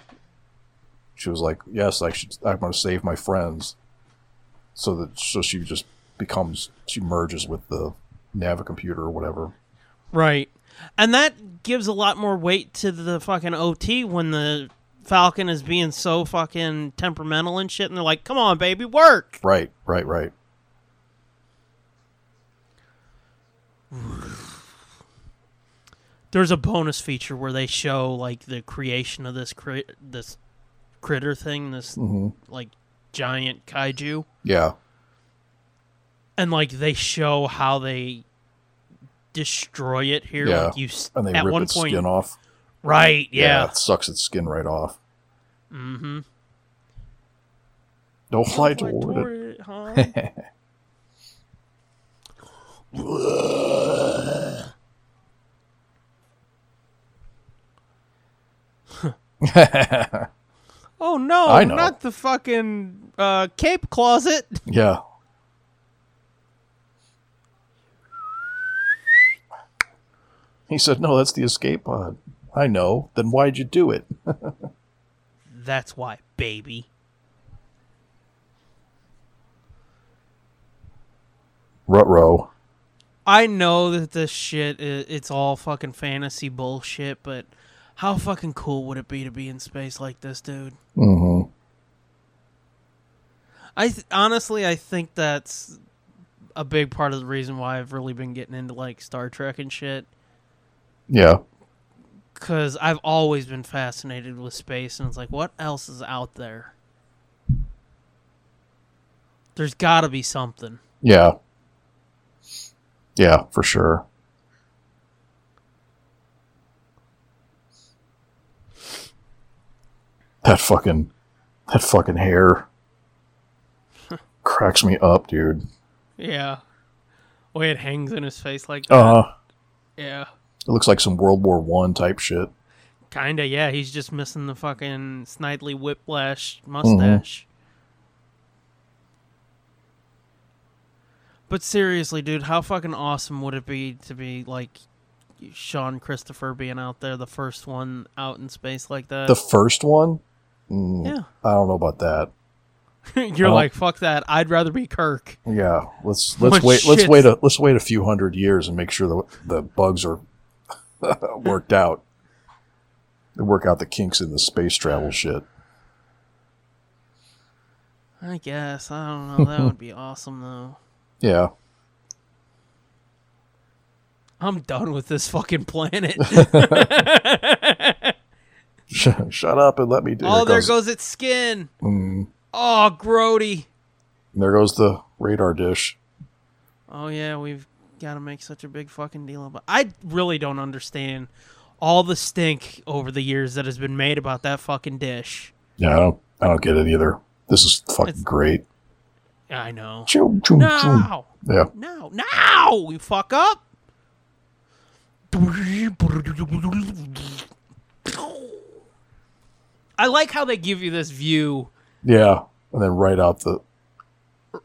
Speaker 6: she was like, yes, I should. I'm going to save my friends, so that so she just becomes she merges with the navicomputer or whatever.
Speaker 5: Right. And that gives a lot more weight to the fucking OT when the Falcon is being so fucking temperamental and shit, and they're like, come on, baby, work.
Speaker 6: Right, right, right.
Speaker 5: There's a bonus feature where they show like the creation of this crit- this critter thing, this
Speaker 6: Mhm.
Speaker 5: like giant kaiju,
Speaker 6: Yeah,
Speaker 5: and like they show how they destroy it here.
Speaker 6: Yeah.
Speaker 5: Like you s-
Speaker 6: and they
Speaker 5: at
Speaker 6: rip
Speaker 5: one
Speaker 6: its
Speaker 5: point,
Speaker 6: skin off.
Speaker 5: right?
Speaker 6: it sucks its skin right off.
Speaker 5: yeah. Mm-hmm.
Speaker 6: Don't fly
Speaker 5: Oh,
Speaker 6: toward it.
Speaker 5: huh? *laughs* Oh no!
Speaker 6: *laughs* I know.
Speaker 5: Not the fucking uh, cape closet.
Speaker 6: yeah. He said, "No, that's the escape pod." I know. Then why'd you do it?
Speaker 5: That's why, baby.
Speaker 6: Rutro.
Speaker 5: I know that this shit i it's all fucking fantasy bullshit, but how fucking cool would it be to be in space like this, dude?
Speaker 6: Mm-hmm.
Speaker 5: I th- honestly, I think that's a big part of the reason why I've really been getting into like Star Trek and shit.
Speaker 6: Yeah.
Speaker 5: Cause I've always been fascinated with space, and it's like, what else is out there? There's got to be something.
Speaker 6: Yeah. Yeah, for sure. That fucking that fucking hair cracks me up, dude.
Speaker 5: Yeah. Way it hangs in his face like that.
Speaker 6: Uh
Speaker 5: Yeah.
Speaker 6: it looks like some World War One type shit.
Speaker 5: Kinda, yeah. He's just missing the fucking Snidely Whiplash mustache. But seriously, dude, how fucking awesome would it be to be like Sean Christopher being out there, the first one out in space like that?
Speaker 6: The first one? Mm,
Speaker 5: yeah.
Speaker 6: I don't know about that.
Speaker 5: *laughs* You're
Speaker 6: Oh.
Speaker 5: like, fuck that. I'd rather be Kirk.
Speaker 6: Yeah, let's let's
Speaker 5: Well,
Speaker 6: wait let's
Speaker 5: shit.
Speaker 6: wait a let's wait a few hundred years and make sure the the bugs are *laughs* worked out. They work out the kinks in the space travel shit.
Speaker 5: I guess. I don't know. That would be awesome, though.
Speaker 6: Yeah, *laughs*
Speaker 5: I'm done with this fucking planet.
Speaker 6: Sh- shut up and let me do.
Speaker 5: oh, there
Speaker 6: there
Speaker 5: goes its skin.
Speaker 6: Mm,
Speaker 5: Oh, Grody.
Speaker 6: there goes the radar dish.
Speaker 5: Oh yeah, we've got to make such a big fucking deal about. I really don't understand all the stink over the years that has been made about that fucking dish.
Speaker 6: Yeah, I don't I don't get it either. This is fucking
Speaker 5: It's-
Speaker 6: great.
Speaker 5: I know.
Speaker 6: Choo, choo, choo.
Speaker 5: No,
Speaker 6: Yeah,
Speaker 5: no, no! You fuck up. I like how they give you this view.
Speaker 6: yeah, and then right out the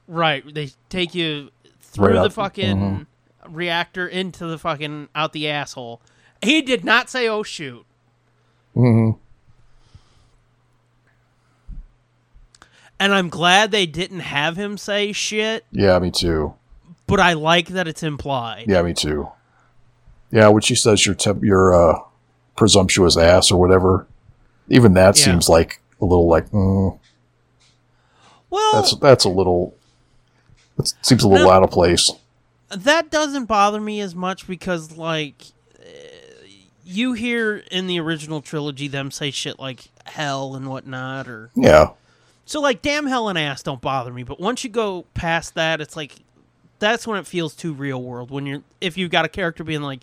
Speaker 5: Right, they take you through
Speaker 6: Right Mm-hmm.
Speaker 5: the
Speaker 6: out-
Speaker 5: fucking reactor into the fucking out the asshole. He did not say, "Oh shoot."
Speaker 6: Mhm.
Speaker 5: And I'm glad they didn't have him say shit,
Speaker 6: yeah, me too.
Speaker 5: but I like that it's implied.
Speaker 6: Yeah, me too. Yeah, when she says your temp- your uh, presumptuous ass or whatever, even that
Speaker 5: Yeah.
Speaker 6: seems like a little like mm,
Speaker 5: Well,
Speaker 6: that's that's a little. It seems a little
Speaker 5: No.
Speaker 6: out of place.
Speaker 5: that doesn't bother me as much because like uh, you hear in the original trilogy them say shit like hell and whatnot or
Speaker 6: Yeah,
Speaker 5: So like damn hell and ass don't bother me, but once you go past that, it's like that's when it feels too real world. When you're if you've got a character being like,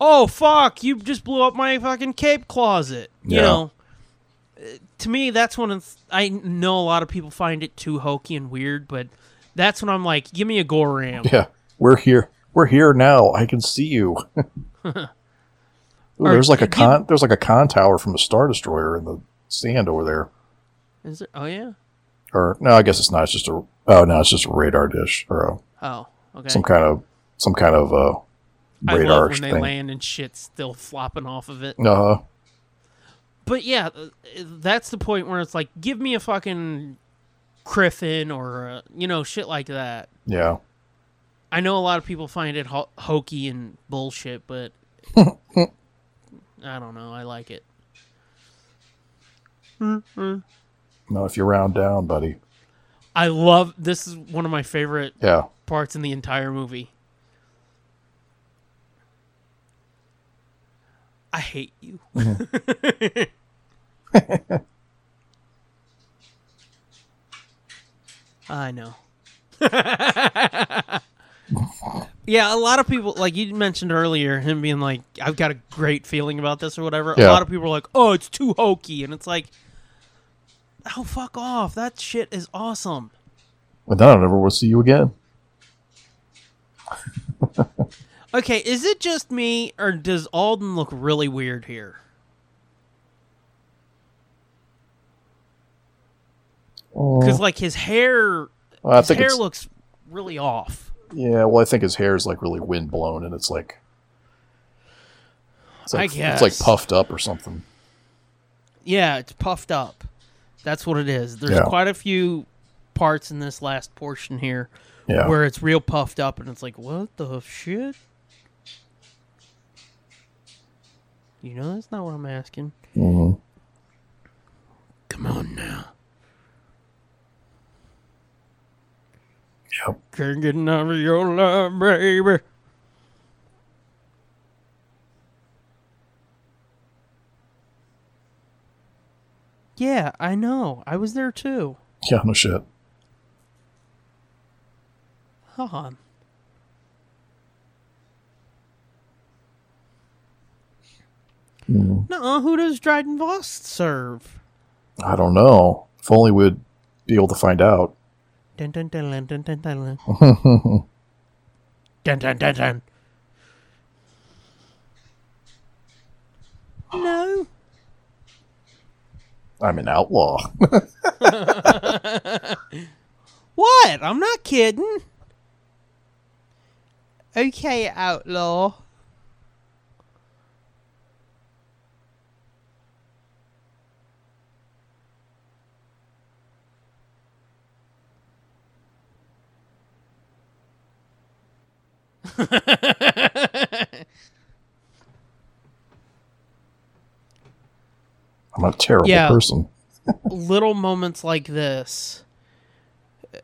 Speaker 5: "Oh fuck, you just blew up my fucking cape closet," you
Speaker 6: Yeah.
Speaker 5: know. Uh, To me, that's when it's, I know a lot of people find it too hokey and weird, but that's when I'm like, "Give me a Goram."
Speaker 6: yeah. We're here. We're here now. I can see you. *laughs* Ooh,
Speaker 5: Or
Speaker 6: there's like a
Speaker 5: give-
Speaker 6: con. There's like a con tower from a star destroyer in the sand over there.
Speaker 5: Is it? Oh yeah.
Speaker 6: Or no, I guess it's not. It's just a. Oh no, it's just a radar dish or a,
Speaker 5: Oh okay.
Speaker 6: some kind of some kind of uh,
Speaker 5: I
Speaker 6: radar
Speaker 5: love when they
Speaker 6: thing.
Speaker 5: land and shit still flopping off of it.
Speaker 6: Uh,
Speaker 5: But yeah, uh, that's the point where it's like, give me a fucking Griffin or uh, you know shit like that.
Speaker 6: yeah.
Speaker 5: I know a lot of people find it ho- hokey and bullshit, but I don't know. I like it.
Speaker 6: No, if you round down, buddy.
Speaker 5: I love this is one of my favorite
Speaker 6: Yeah.
Speaker 5: parts in the entire movie. I hate you. *laughs* I know. *laughs* yeah, a lot of people, like you mentioned earlier, him being like, I've got a great feeling about this or whatever. A
Speaker 6: Yeah.
Speaker 5: lot of people are like, oh, it's too hokey. And it's like, oh, fuck off. That shit is awesome.
Speaker 6: And then I never will see you again.
Speaker 5: Okay, is it just me, or does Alden look really weird here? Because like his hair,
Speaker 6: Oh. Well, I
Speaker 5: his
Speaker 6: think
Speaker 5: hair
Speaker 6: it's,
Speaker 5: looks really off.
Speaker 6: yeah. Well, I think his hair is like really wind blown, and it's like, it's
Speaker 5: I
Speaker 6: like
Speaker 5: guess.
Speaker 6: it's like puffed up or something.
Speaker 5: Yeah, it's puffed up. That's what it is. There's
Speaker 6: Yeah.
Speaker 5: quite a few parts in this last portion here
Speaker 6: Yeah.
Speaker 5: where it's real puffed up, and it's like, what the shit? You know, that's not what I'm asking.
Speaker 6: Mhm.
Speaker 5: Come on now.
Speaker 6: Yep.
Speaker 5: Can't get enough of your love, baby. Yeah, I know. I was there too.
Speaker 6: Yeah, no shit.
Speaker 5: Hold on.
Speaker 6: Mhm.
Speaker 5: No, who does Dryden Voss serve?
Speaker 6: I don't know. If only we'd be able to find out.
Speaker 5: Dun dun dun dun dun dun dun. Dun dun dun dun. No.
Speaker 6: I'm an outlaw. *laughs*
Speaker 5: What? I'm not kidding. Okay, outlaw.
Speaker 6: I'm a terrible
Speaker 5: Yeah.
Speaker 6: person.
Speaker 5: little moments like this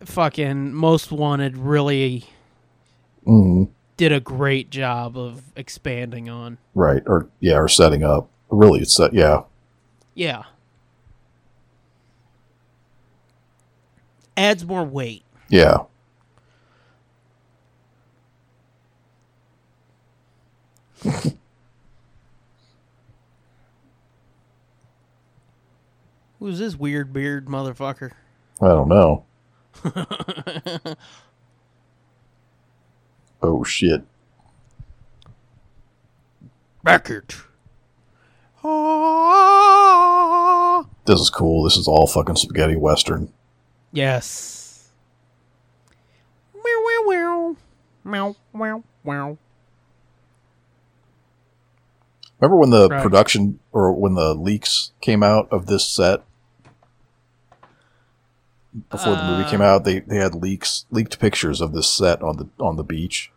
Speaker 5: fucking most wanted really
Speaker 6: Mhm.
Speaker 5: did a great job of expanding on
Speaker 6: Right. Or, yeah, or setting up. Really, it's set. Yeah.
Speaker 5: yeah adds more weight
Speaker 6: Yeah.
Speaker 5: who's this weird beard motherfucker
Speaker 6: I don't know. oh, shit.
Speaker 5: *laughs* Beckett. Ah.
Speaker 6: This is cool. This is all fucking spaghetti western.
Speaker 5: yes meow meow meow meow meow meow
Speaker 6: Remember when the
Speaker 5: Right.
Speaker 6: production or when the leaks came out of this set before the movie
Speaker 5: Uh,
Speaker 6: came out? They they had leaks, leaked pictures of this set on the on the beach.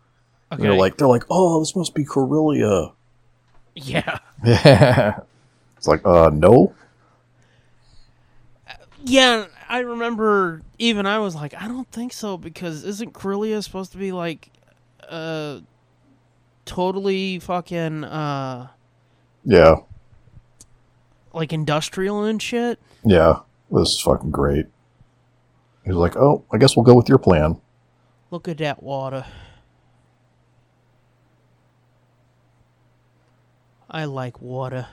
Speaker 6: And
Speaker 5: okay
Speaker 6: They're like they're like, oh, this must be Corellia.
Speaker 5: yeah
Speaker 6: it's like, uh, no,
Speaker 5: Yeah, I remember even I was like, I don't think so because isn't Corellia supposed to be like uh totally fucking uh
Speaker 6: yeah,
Speaker 5: like industrial and shit?
Speaker 6: yeah, this is fucking great. He's like, oh, I guess we'll go with your plan.
Speaker 5: Look at that water. I like water.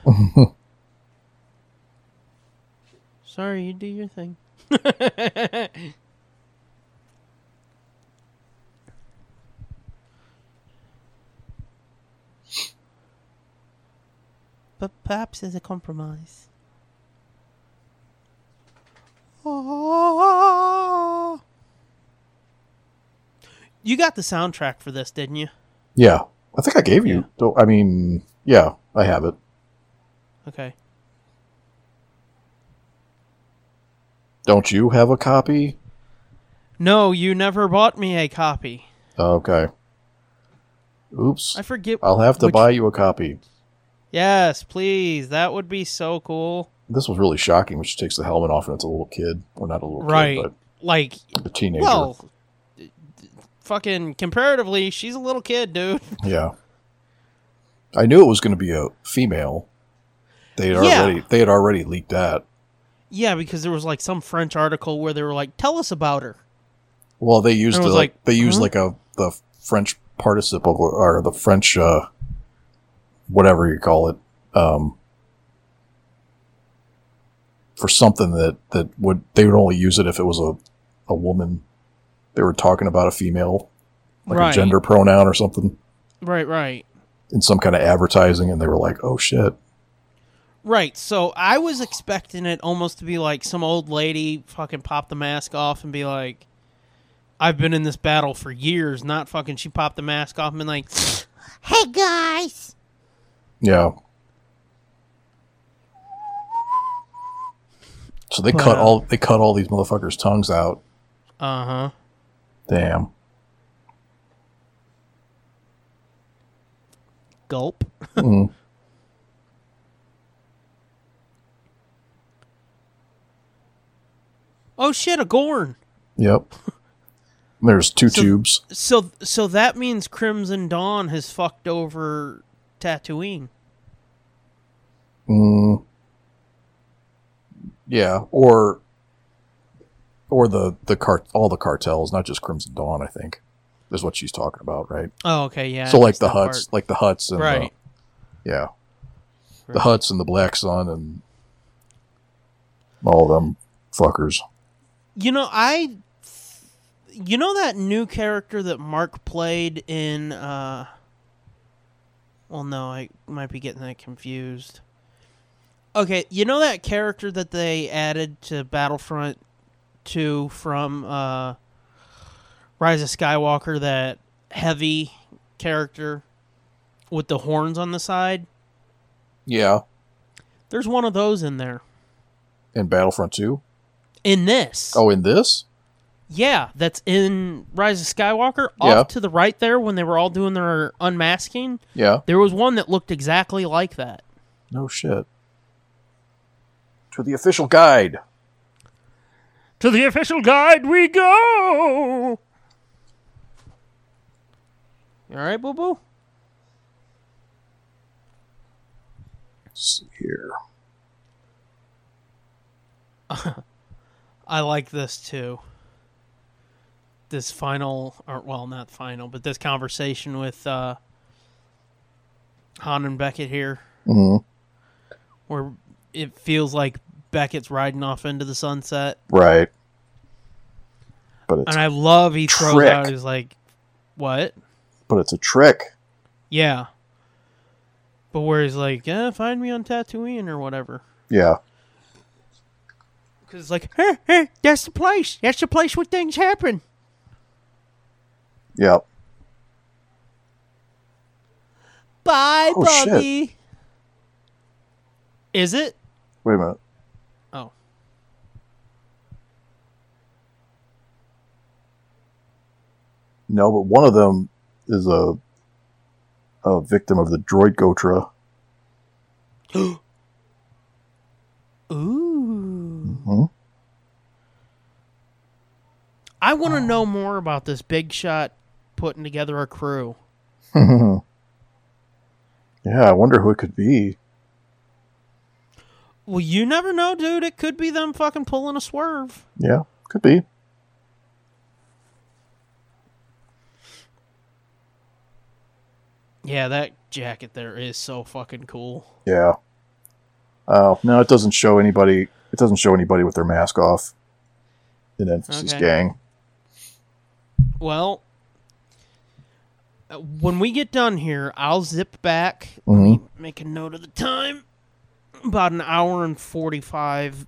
Speaker 5: Sorry, you do your thing. *laughs* but perhaps there's a compromise. Oh. You got the soundtrack for this, didn't you?
Speaker 6: Yeah, I think I gave you. don't- I mean, yeah, I have it.
Speaker 5: Okay.
Speaker 6: Don't you have a copy?
Speaker 5: No, you never bought me a copy.
Speaker 6: Okay. Oops.
Speaker 5: I forget.
Speaker 6: I'll have to
Speaker 5: which-
Speaker 6: buy you a copy.
Speaker 5: Yes, please. That would be so cool.
Speaker 6: This was really shocking when she takes the helmet off and it's a little kid. Well, not a little
Speaker 5: Right.
Speaker 6: kid,
Speaker 5: Like,
Speaker 6: but a teenager.
Speaker 5: well, d- d- fucking comparatively, she's a little kid, dude.
Speaker 6: yeah. I knew it was going to be a female. They had
Speaker 5: Yeah.
Speaker 6: already they had already leaked that.
Speaker 5: Yeah, because there was like some French article where they were like, "Tell us about her."
Speaker 6: Well, they used
Speaker 5: I
Speaker 6: the,
Speaker 5: was
Speaker 6: like
Speaker 5: like,
Speaker 6: they used
Speaker 5: huh?
Speaker 6: like a the French participle or the French uh, whatever you call it um, for something that that would they would only use it if it was a a woman. They were talking about a female, like
Speaker 5: Right.
Speaker 6: a gender pronoun or something
Speaker 5: Right, right,
Speaker 6: in some kind of advertising, and they were like, "Oh shit,
Speaker 5: right. So I was expecting it almost to be like some old lady fucking pop the mask off and be like, "I've been in this battle for years." Not fucking. She popped the mask off and been like, "Hey guys."
Speaker 6: yeah." So they
Speaker 5: Wow.
Speaker 6: cut all they cut all these motherfuckers' tongues out.
Speaker 5: Uh huh.
Speaker 6: Damn.
Speaker 5: Gulp.
Speaker 6: Mm.
Speaker 5: Oh shit, a Gorn.
Speaker 6: Yep. There's two
Speaker 5: So-
Speaker 6: tubes.
Speaker 5: So so that means Crimson Dawn has fucked over Tatooine.
Speaker 6: Mm. Yeah, or or the the cart all the cartels, not just Crimson Dawn. I think is what she's talking about, right?
Speaker 5: Oh, okay, yeah. I
Speaker 6: so like
Speaker 5: missed
Speaker 6: the
Speaker 5: that
Speaker 6: huts,
Speaker 5: part.
Speaker 6: like the huts, and the-
Speaker 5: Right.
Speaker 6: yeah, the
Speaker 5: Right.
Speaker 6: huts and the Black Sun and all them fuckers.
Speaker 5: You know, I. You know that new character that Mark played in. uh Well, no, I might be getting that confused. Okay, you know that character that they added to Battlefront 2 from uh Rise of Skywalker, that heavy character with the horns on the side?
Speaker 6: Yeah,
Speaker 5: There's one of those in there.
Speaker 6: in Battlefront Two.
Speaker 5: In this.
Speaker 6: Oh, in this,
Speaker 5: Yeah, that's in Rise of Skywalker.
Speaker 6: Yeah.
Speaker 5: Off to the right there, when they were all doing their unmasking,
Speaker 6: yeah.
Speaker 5: there was one that looked exactly like that.
Speaker 6: No shit. To the official guide.
Speaker 5: To the official guide we go! You alright, boo boo?
Speaker 6: Let's see here.
Speaker 5: I like this too. This final, or well, not final, but this conversation with uh, Han and Beckett here,
Speaker 6: Mhm.
Speaker 5: where it feels like Beckett's riding off into the sunset.
Speaker 6: Right. But it's
Speaker 5: And I love he throws
Speaker 6: Trick.
Speaker 5: out. He's like, "What?
Speaker 6: but it's a trick.
Speaker 5: Yeah." But where he's like, "Yeah, find me on Tatooine or whatever,"
Speaker 6: Yeah.
Speaker 5: because it's like, "Huh, huh, "That's the place. That's the place where things happen."
Speaker 6: Yeah.
Speaker 5: Bye,
Speaker 6: Oh, shit.
Speaker 5: Bobby. Is it?
Speaker 6: Wait a minute.
Speaker 5: Oh,
Speaker 6: No, but one of them is a a victim of the droid Gotra.
Speaker 5: ooh.
Speaker 6: Hmm?
Speaker 5: I want to know more about this big shot putting together a crew.
Speaker 6: *laughs* yeah, I wonder who it could be.
Speaker 5: Well, you never know, dude. It could be them fucking pulling a swerve.
Speaker 6: Yeah, could be.
Speaker 5: Yeah, that jacket there is so fucking cool.
Speaker 6: Yeah. Oh no, it doesn't show anybody. It doesn't show anybody with their mask off. In Emphasis
Speaker 5: Okay.
Speaker 6: Gang.
Speaker 5: Well, uh, when we get done here, I'll zip back. Let me make a note of the time. About an hour and 45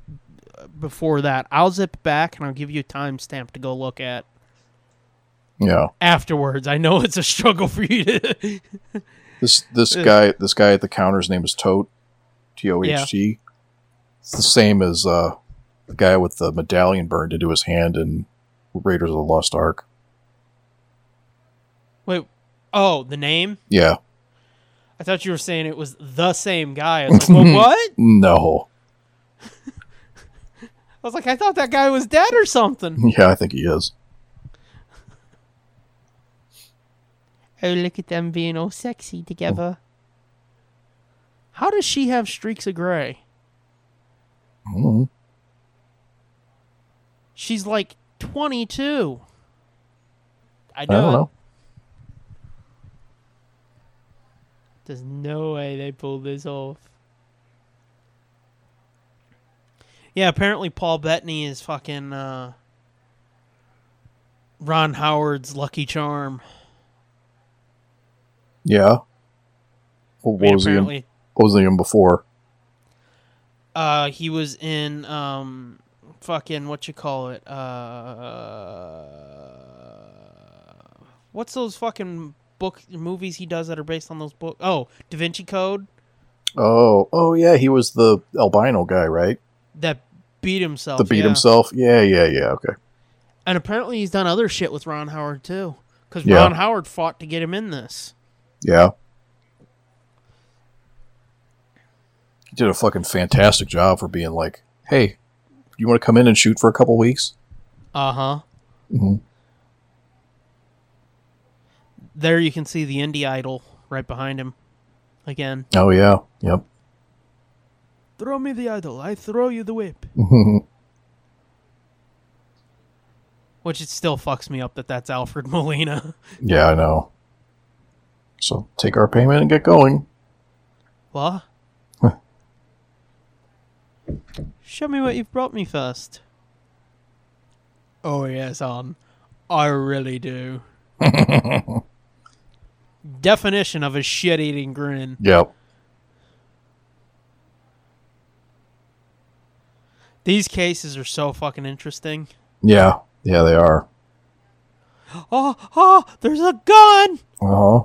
Speaker 5: before that. I'll zip back and I'll give you a timestamp to go look at
Speaker 6: Yeah.
Speaker 5: afterwards. I know *laughs* it's a struggle for you to. *laughs*
Speaker 6: This this guy this guy at the counter's name is Tote, T O H T. It's the same as uh, the guy with the medallion burned into his hand in Raiders of the Lost Ark.
Speaker 5: Wait. Oh, the name?
Speaker 6: Yeah,
Speaker 5: I thought you were saying it was the same guy. I was like, *laughs* well, what?
Speaker 6: no, *laughs*
Speaker 5: I was like, I thought that guy was dead or something.
Speaker 6: yeah, I think he is.
Speaker 5: Oh, look at them being all sexy together. How does she have streaks of gray?
Speaker 6: Mm.
Speaker 5: She's like 22. I know.
Speaker 6: I don't know.
Speaker 5: There's no way they pulled this off. Yeah, apparently Paul Bettany is fucking uh, Ron Howard's lucky charm.
Speaker 6: Yeah. What
Speaker 5: I mean,
Speaker 6: was he? In,
Speaker 5: apparently,
Speaker 6: what was he in before?
Speaker 5: Uh, he was in um, fucking what you call it? Uh, what's those fucking book movies he does that are based on those book? Oh, Da Vinci Code.
Speaker 6: Oh, oh yeah, he was the albino guy, right?
Speaker 5: That beat himself.
Speaker 6: the
Speaker 5: Oh,
Speaker 6: beat
Speaker 5: yeah.
Speaker 6: himself. Yeah, yeah, yeah. Okay.
Speaker 5: And apparently he's done other shit with Ron Howard too, because
Speaker 6: Yeah.
Speaker 5: Ron Howard fought to get him in this.
Speaker 6: Yeah. He did a fucking fantastic job for being like, hey, you want to come in and shoot for a couple weeks?
Speaker 5: Uh huh.
Speaker 6: Mhm.
Speaker 5: There you can see the indie idol right behind him. Again,
Speaker 6: Oh, yeah. Yep. *laughs*
Speaker 5: throw me the idol. I throw you the whip. Which it still fucks me up that that's Alfred *laughs* Molina.
Speaker 6: yeah, I know. So take our payment and get going.
Speaker 5: What? Show me what you've brought me first. Oh yes, on. I really do. Definition of a shit-eating grin.
Speaker 6: Yep.
Speaker 5: These cases are so fucking interesting.
Speaker 6: Yeah. Yeah, they are.
Speaker 5: Oh, oh, there's a gun.
Speaker 6: Uh huh.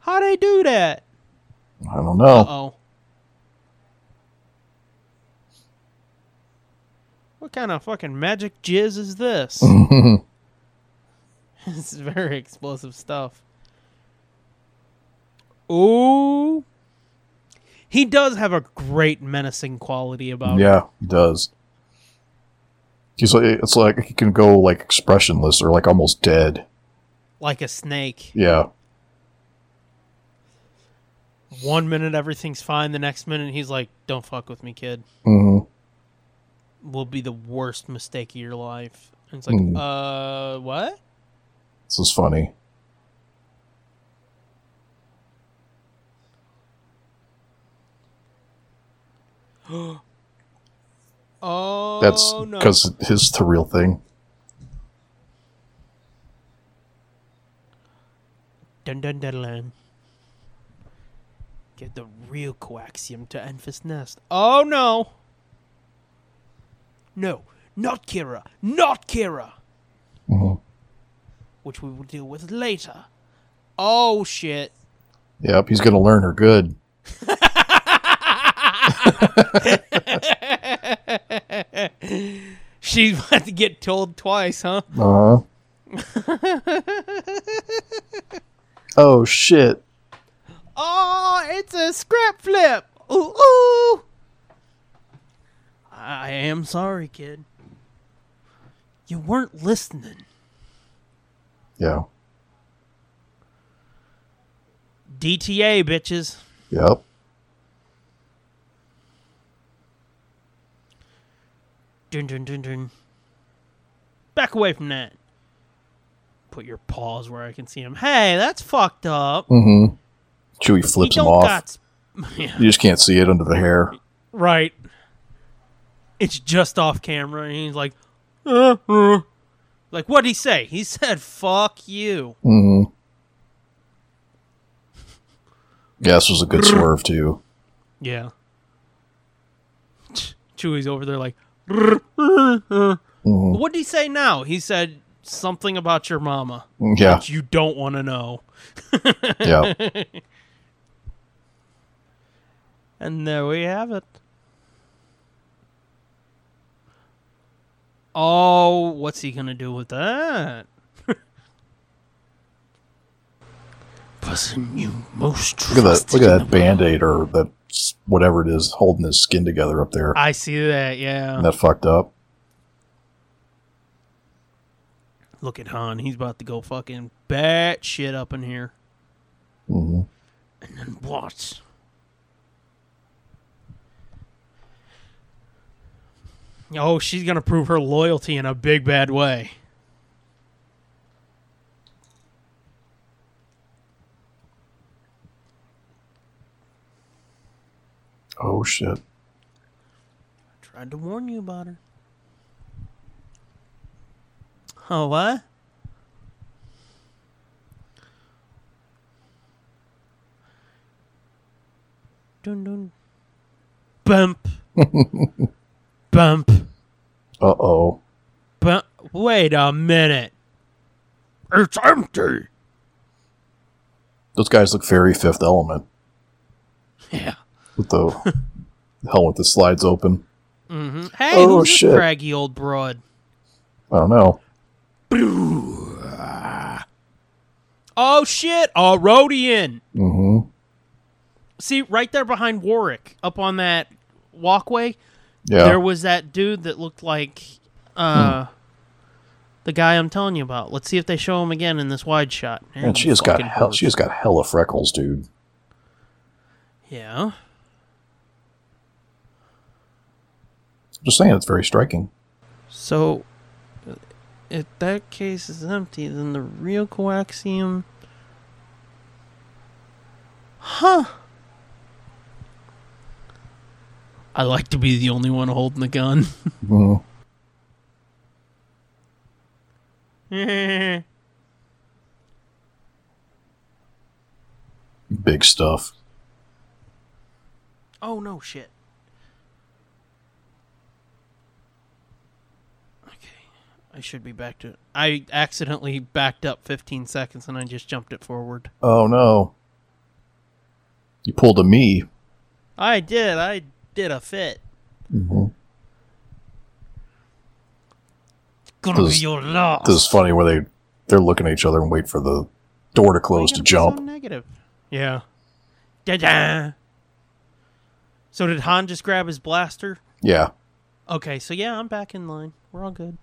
Speaker 5: How they do that?
Speaker 6: I don't know. *laughs*
Speaker 5: Oh. What kind of fucking magic jizz is this? This is very explosive stuff. Ooh. He does have a great menacing quality about him.
Speaker 6: Yeah, he does. He's like, it's like he can go like expressionless or like almost dead.
Speaker 5: Like a snake.
Speaker 6: Yeah.
Speaker 5: One minute everything's fine, the next minute he's like, Don't fuck with me, kid.
Speaker 6: hmm
Speaker 5: Will be the worst mistake of your life. And it's like,
Speaker 6: Hmm.
Speaker 5: uh what? *gasps*
Speaker 6: This is funny.
Speaker 5: Oh
Speaker 6: That's
Speaker 5: no.
Speaker 6: because his the real thing.
Speaker 5: Dun dun dun dun. Get the real coaxium to Enfys Nest. Oh no! No, not Kira! Not Kira!
Speaker 6: Mhm.
Speaker 5: Which we will deal with later. Oh shit.
Speaker 6: Yep, he's gonna learn her good.
Speaker 5: She's *laughs* about to get told twice, huh? *laughs*
Speaker 6: Uh huh. oh shit!
Speaker 5: Oh, it's a scrap flip! Ooh, ooh! I am sorry, kid. You weren't listening.
Speaker 6: Yeah.
Speaker 5: DTA, bitches.
Speaker 6: Yep.
Speaker 5: Dun dun dun dun. Back away from that. Put your paws where I can see them. Hey, that's fucked up.
Speaker 6: Mm-hmm. Chewie
Speaker 5: You
Speaker 6: flips him
Speaker 5: don't
Speaker 6: off.
Speaker 5: got sp- yeah,
Speaker 6: You just can't see it under the hair.
Speaker 5: right. It's just off camera, and he's like, uh, uh. like what'd he say? He said, "Fuck you."
Speaker 6: Mm-hmm. Yeah, this was a good swerve too.
Speaker 5: Yeah. *laughs* Ch- Chewie's over there like,
Speaker 6: Mhm.
Speaker 5: what did he say now? He said something about your mama.
Speaker 6: Mm, Yeah.
Speaker 5: You don't want to know.
Speaker 6: Yeah.
Speaker 5: And there we have it. Oh, what's he gonna do with that? *laughs* Person you most
Speaker 6: Look at that!
Speaker 5: *laughs* trusted
Speaker 6: Look at that
Speaker 5: in the world.
Speaker 6: band aid or that s- whatever it is holding his skin together up there.
Speaker 5: I see that. Yeah.
Speaker 6: Isn't that fucked up.
Speaker 5: Look at Han. He's about to go fucking bat shit up in here.
Speaker 6: hmm
Speaker 5: And then what? Oh, she's gonna prove her loyalty in a big bad way.
Speaker 6: Oh shit!
Speaker 5: Tried to warn you about her. Oh, what? Dun dun. *laughs* Bump. Bump.
Speaker 6: Uh oh!
Speaker 5: Bump. Wait a minute. It's empty.
Speaker 6: Those guys look very Fifth Element
Speaker 5: Yeah. *laughs*
Speaker 6: with the hell with the slides open.
Speaker 5: Hey,
Speaker 6: Oh,
Speaker 5: who's
Speaker 6: shit.
Speaker 5: this craggy old broad?
Speaker 6: I don't know.
Speaker 5: Oh shit, a Rhodian.
Speaker 6: hmm
Speaker 5: See, right there behind Warwick, up on that walkway,
Speaker 6: Yeah. Hmm.
Speaker 5: there was that dude that looked like uh the guy I'm telling you about. Let's see if they show him again in this wide shot.
Speaker 6: Man, she has got
Speaker 5: Fucking
Speaker 6: hell.
Speaker 5: whores.
Speaker 6: She has got hella freckles, dude.
Speaker 5: Yeah.
Speaker 6: Just saying, it's very striking.
Speaker 5: So, if that case is empty, then the real coaxium. Huh. I like to be the only one holding the gun. *laughs*
Speaker 6: Mhm. Big stuff.
Speaker 5: oh no, shit. Okay, I should be back to. I accidentally backed up 15 seconds and I just jumped it forward.
Speaker 6: Oh no. You pulled a me.
Speaker 5: I did. I did a fit.
Speaker 6: Mhm.
Speaker 5: Gonna
Speaker 6: Does-
Speaker 5: be your loss.
Speaker 6: This is funny where they they're looking at each other and wait for the door to close to
Speaker 5: Negative
Speaker 6: jump.
Speaker 5: is so negative. Yeah. Da-da. So did Han just grab his blaster?
Speaker 6: Yeah.
Speaker 5: Okay, so yeah, I'm back in line. We're all good.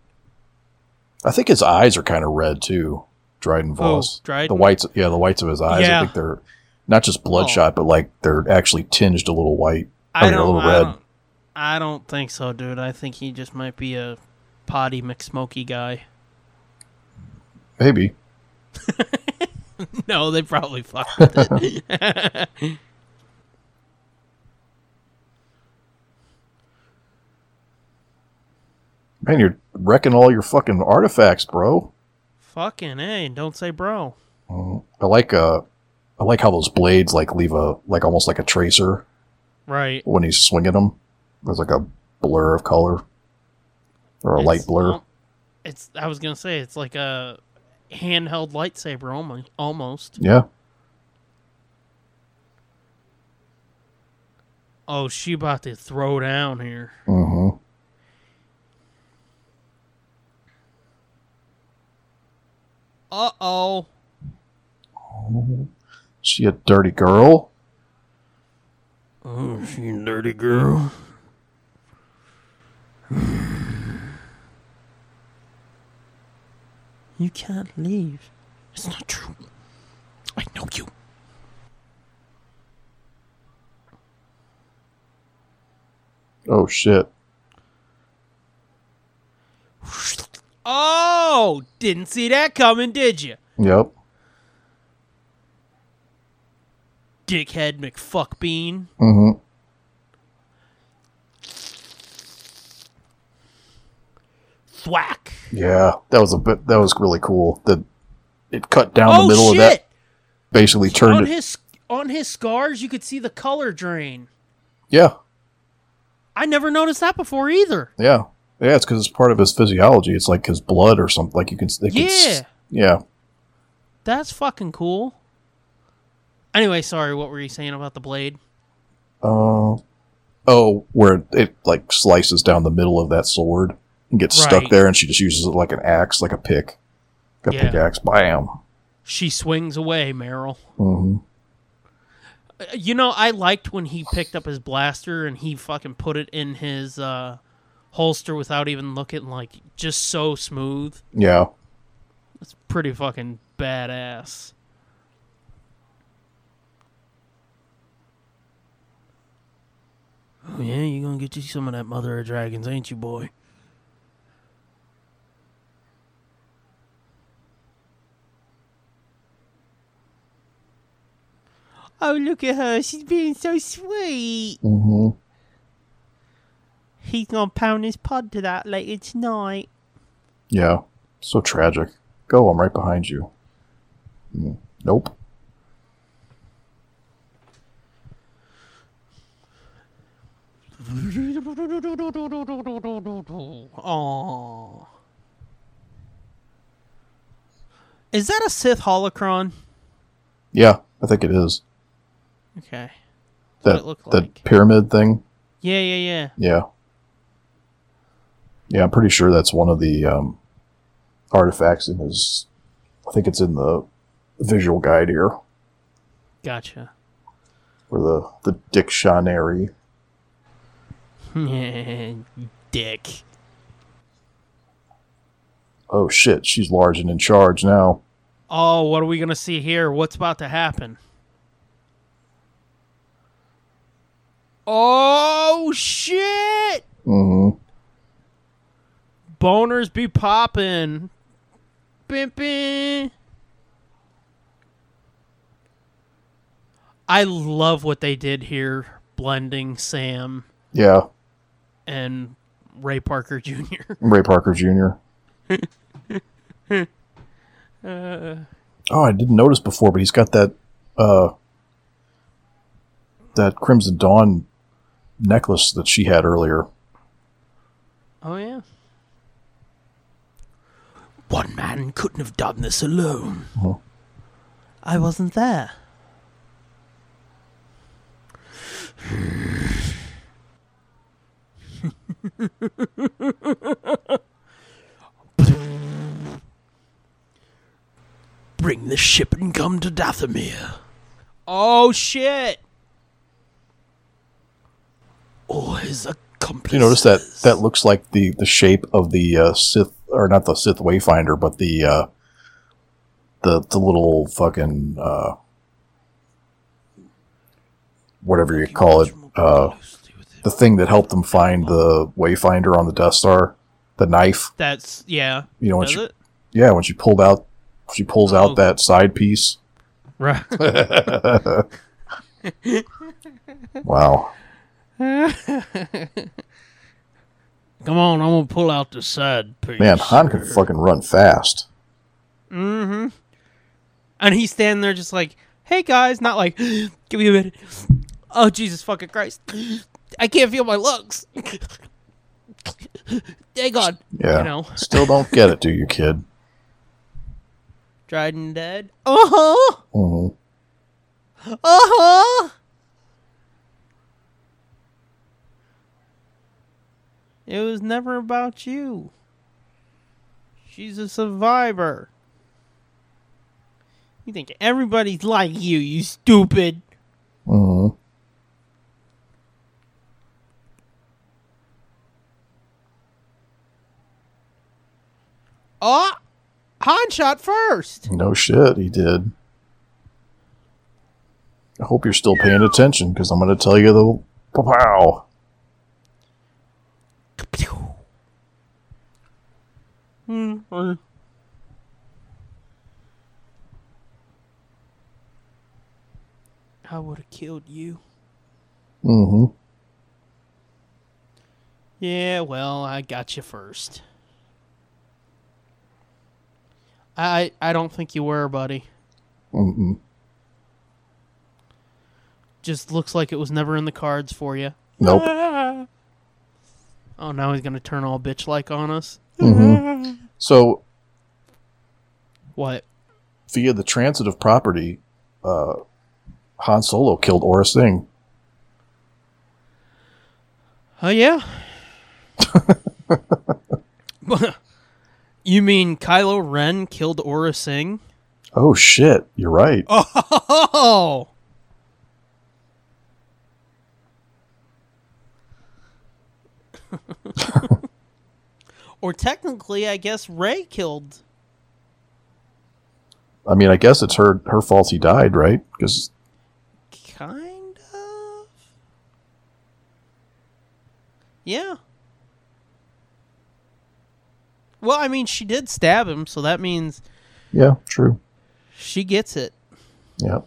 Speaker 6: I think his eyes are kind of red too. Dryden Voss.
Speaker 5: Oh, Dryden?
Speaker 6: The whites yeah, the whites of his eyes.
Speaker 5: Yeah. Oh.
Speaker 6: I think they're not just bloodshot, but like they're actually tinged a little white.
Speaker 5: I,
Speaker 6: mean, a
Speaker 5: don't,
Speaker 6: little
Speaker 5: I
Speaker 6: red.
Speaker 5: don't. I don't think so, dude. I think he just might be a potty McSmoky guy. *laughs*
Speaker 6: Maybe.
Speaker 5: No, they probably fucked with it. *laughs*
Speaker 6: Man, you're wrecking all your fucking artifacts, bro.
Speaker 5: Fucking hey, don't say bro.
Speaker 6: I like uh I like how those blades like leave a like almost like a tracer
Speaker 5: Right.
Speaker 6: when he's swinging them. There's like a blur of color or a light
Speaker 5: It's-
Speaker 6: blur.
Speaker 5: It's. I was gonna say it's like a handheld lightsaber almost. Almost.
Speaker 6: Yeah.
Speaker 5: Oh, she about to throw down here.
Speaker 6: Mm-hmm.
Speaker 5: Uh oh.
Speaker 6: She a dirty girl.
Speaker 5: Oh, she a dirty girl. you can't leave. It's not true. I know you.
Speaker 6: Oh shit.
Speaker 5: Oh, didn't see that coming, did you?
Speaker 6: Yep.
Speaker 5: Dickhead McFuckbean.
Speaker 6: Mm-hmm.
Speaker 5: Thwack.
Speaker 6: Yeah. That was a bit that was really cool. That it cut down the
Speaker 5: oh,
Speaker 6: middle
Speaker 5: shit!
Speaker 6: of that basically
Speaker 5: On
Speaker 6: turned it.
Speaker 5: his, on his scars, you could see the color drain.
Speaker 6: Yeah.
Speaker 5: I never noticed that before either.
Speaker 6: Yeah. Yeah, it's because it's part of his physiology. It's like his blood or something. Like you can, they can s-
Speaker 5: Yeah.
Speaker 6: yeah.
Speaker 5: That's fucking cool. Anyway, sorry, what were you saying about the blade?
Speaker 6: Uh, oh, where it like slices down the middle of that sword and gets
Speaker 5: Right.
Speaker 6: stuck there, and she just uses it like an axe, like a pick, like a
Speaker 5: Yeah.
Speaker 6: pickaxe. Bam.
Speaker 5: She swings away, Meryl.
Speaker 6: hmm
Speaker 5: Uh, You know, I liked when he picked up his blaster and he fucking put it in his uh, holster without even looking, like, just so smooth.
Speaker 6: Yeah.
Speaker 5: That's pretty fucking badass. Oh, yeah, you're gonna get you some of that Mother of Dragons, ain't you, boy? Oh, look at her. She's being so sweet.
Speaker 6: hmm
Speaker 5: He's gonna pound his pod to that later tonight.
Speaker 6: Yeah. So tragic. Go. I'm right behind you. Mm. Nope.
Speaker 5: Aww. Is that a Sith holocron?
Speaker 6: Yeah, I think it is
Speaker 5: Okay. what
Speaker 6: that
Speaker 5: it looked
Speaker 6: that
Speaker 5: like.
Speaker 6: pyramid thing.
Speaker 5: Yeah, yeah, yeah.
Speaker 6: Yeah. Yeah, I'm pretty sure that's one of the um, artifacts in his. I think it's in the visual guide here,
Speaker 5: Gotcha.
Speaker 6: or the the dictionary.
Speaker 5: Hmm. *laughs* Dick.
Speaker 6: Oh shit, she's large and in charge now.
Speaker 5: Oh, what are we gonna see here? What's about to happen? Oh shit!
Speaker 6: hmm
Speaker 5: Boners be popping. Bimpin. I love what they did here, blending Sam
Speaker 6: Yeah,
Speaker 5: and Ray Parker *laughs* Jr.
Speaker 6: Ray Parker Jr. oh, I didn't notice before, but he's got that uh, that Crimson Dawn necklace that she had earlier.
Speaker 5: oh yeah.
Speaker 3: One man couldn't have done this alone.
Speaker 6: Oh.
Speaker 3: I wasn't there. Bring the ship and come to Dathomir,
Speaker 5: Oh shit!
Speaker 3: or his accomplices.
Speaker 6: You notice that that looks like the the shape of the uh, Sith, or not the Sith Wayfinder, but the uh, the the little fucking uh, whatever you call it, uh, the thing that helped them find the Wayfinder on the Death Star, the knife.
Speaker 5: That's yeah.
Speaker 6: You know, when
Speaker 5: Does
Speaker 6: she,
Speaker 5: it?
Speaker 6: yeah, when she pulled out, she pulls
Speaker 5: Oh.
Speaker 6: out that
Speaker 5: *laughs*
Speaker 6: side piece.
Speaker 5: Right.
Speaker 6: Wow.
Speaker 5: Come on, I'm gonna pull out the side piece.
Speaker 6: Man, Han can fucking run fast.
Speaker 5: And he's standing there just like, hey guys, not like, *gasps* give me a minute. Oh, Jesus fucking Christ. I can't feel my lungs. *laughs* Dang on.
Speaker 6: Yeah.
Speaker 5: You know.
Speaker 6: Still don't get it, do you,
Speaker 5: *laughs*
Speaker 6: kid?
Speaker 5: Dried and dead. Uh huh.
Speaker 6: hmm
Speaker 5: Uh huh. It was never about you. She's a survivor. You think everybody's like you, you stupid.
Speaker 6: hmm
Speaker 5: Oh, Han shot first.
Speaker 6: No shit, he did. I hope you're still paying attention because I'm going to tell you the pow.
Speaker 5: I would have killed you.
Speaker 6: Mm-hmm.
Speaker 5: Yeah, well, I got you first. I I don't think you were, buddy.
Speaker 6: Mm-mm.
Speaker 5: Just looks like it was never in the cards for you.
Speaker 6: Nope.
Speaker 5: Oh, now he's gonna turn all bitch like on us.
Speaker 6: Mm-hmm. So
Speaker 5: What?
Speaker 6: via the transitive property, uh, Han Solo killed Aura Singh.
Speaker 5: Oh yeah. *laughs* you mean Kylo Ren killed Aura Singh?
Speaker 6: Oh shit, you're right.
Speaker 5: Oh. or technically, I guess Ray killed.
Speaker 6: I mean, I guess it's her her fault he died, right? Because
Speaker 5: Kind of. Yeah. Well, I mean, she did stab him, so that means
Speaker 6: yeah, true.
Speaker 5: she gets it.
Speaker 6: Yep.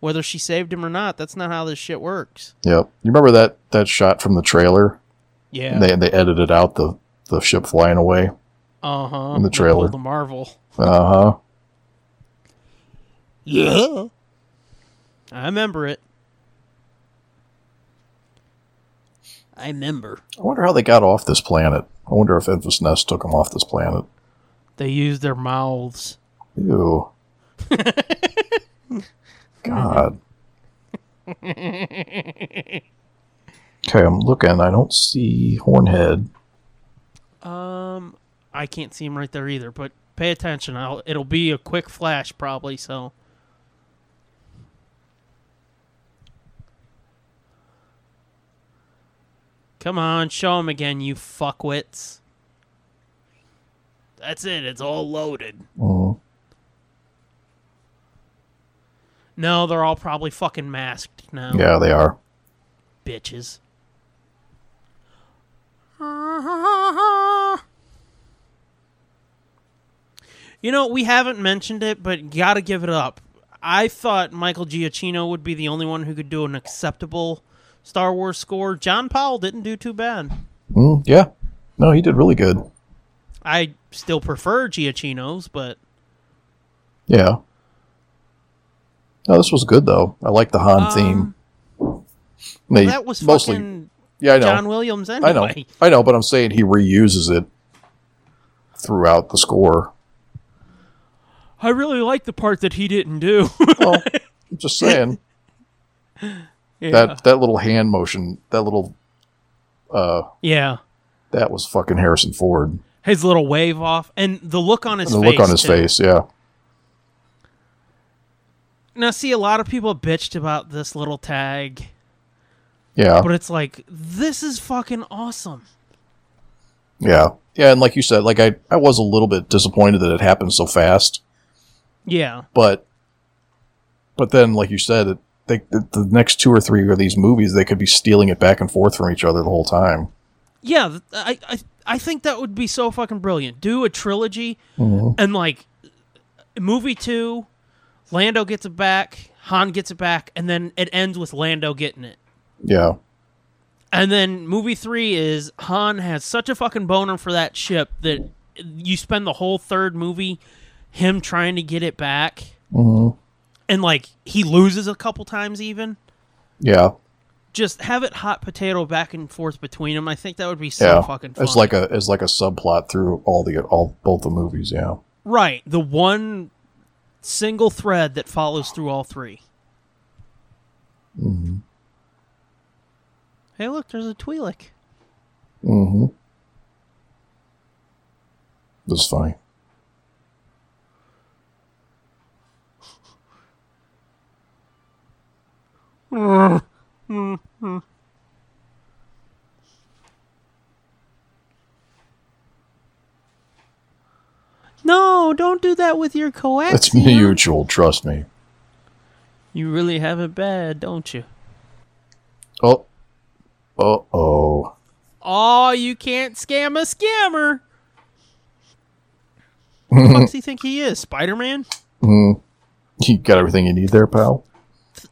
Speaker 5: Whether she saved him or not, that's not how this shit works.
Speaker 6: Yep. You remember that that shot from the trailer?
Speaker 5: Yeah.
Speaker 6: And they they edited out the the ship flying away.
Speaker 5: uh huh.
Speaker 6: in the trailer.
Speaker 5: The Marvel.
Speaker 6: Uh huh.
Speaker 5: Yeah. I remember it. I remember.
Speaker 6: I wonder how they got off this planet. I wonder if Infus Nest took them off this planet.
Speaker 5: They use their mouths. *laughs*
Speaker 6: Ew. God. Okay, I'm looking. I don't see Hornhead.
Speaker 5: Um, I can't see him right there either. But pay attention. I'll. It'll be a quick flash probably. So. Come on, show him again, you fuckwits. That's it. It's all loaded.
Speaker 6: Oh,
Speaker 5: No, they're all probably fucking masked now.
Speaker 6: yeah, they are.
Speaker 5: Bitches. You know, we haven't mentioned it, but gotta give it up. I thought Michael Giacchino would be the only one who could do an acceptable Star Wars score. John Powell didn't do too bad.
Speaker 6: Mm, yeah. No, he did really good.
Speaker 5: I still prefer Giacchino's, but
Speaker 6: Yeah. No, this was good though. I like the Han theme. They-
Speaker 5: Um, that was
Speaker 6: mostly.
Speaker 5: fucking
Speaker 6: yeah, I know.
Speaker 5: John Williams
Speaker 6: I
Speaker 5: anyway.
Speaker 6: know. I know, but I'm saying he reuses it throughout the score.
Speaker 5: I really like the part that he didn't do. *laughs*
Speaker 6: Well, I'm just saying
Speaker 5: yeah.
Speaker 6: that that little hand motion, that little
Speaker 5: yeah.
Speaker 6: that was fucking Harrison Ford.
Speaker 5: His little wave off and the look on his
Speaker 6: And the
Speaker 5: face.
Speaker 6: look on his
Speaker 5: too.
Speaker 6: face, yeah.
Speaker 5: Now, see, a lot of people bitched about this little tag,
Speaker 6: Yeah.
Speaker 5: but it's like, this is fucking awesome.
Speaker 6: Yeah. Yeah, and like you said, like I, I was a little bit disappointed that it happened so fast,
Speaker 5: Yeah.
Speaker 6: but but then like you said, it, they, the, the next two or three of these movies, they could be stealing it back and forth from each other the whole time.
Speaker 5: Yeah. th- I, I, I think that would be so fucking brilliant. Do a trilogy
Speaker 6: Mm-hmm.
Speaker 5: and like movie two, Lando gets it back, Han gets it back, and then it ends with Lando getting it.
Speaker 6: Yeah.
Speaker 5: And then movie three is Han has such a fucking boner for that ship that you spend the whole third movie him trying to get it back.
Speaker 6: Mm-hmm.
Speaker 5: And like he loses a couple times even.
Speaker 6: Yeah.
Speaker 5: Just have it hot potato back and forth between them. I think that would be so
Speaker 6: Yeah.
Speaker 5: fucking fun.
Speaker 6: it's like a it's like a subplot through all the all both the movies, yeah.
Speaker 5: right, the one single thread that follows through all 3
Speaker 6: Mm-hmm.
Speaker 5: Hey, look, there's a Twi'lek.
Speaker 6: Mm-hmm. This is funny.
Speaker 5: No, don't do that with your coaxium.
Speaker 6: It's mutual, trust me.
Speaker 5: You really have it bad, don't you?
Speaker 6: Oh, uh oh.
Speaker 5: Oh, you can't scam a scammer. Who the fuck does he think he is? Spider Man?
Speaker 6: You got everything you need there, pal. *gasps*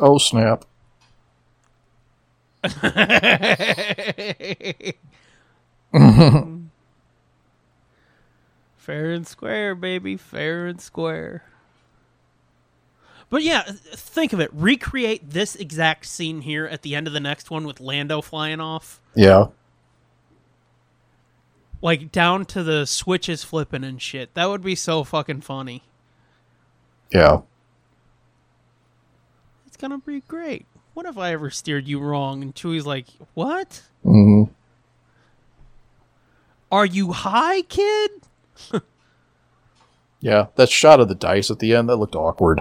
Speaker 6: oh snap!
Speaker 5: Fair and square, baby. Fair and square. But yeah, th- think of it. Recreate this exact scene here at the end of the next one with Lando flying off.
Speaker 6: Yeah,
Speaker 5: Like down to the switches flipping and shit. That would be so fucking funny.
Speaker 6: yeah.
Speaker 5: It's gonna be great. What if I ever steered you wrong? And Chewie's like, What?
Speaker 6: hmm
Speaker 5: Are you high, kid?
Speaker 6: Yeah, that shot of the dice at the end that looked awkward.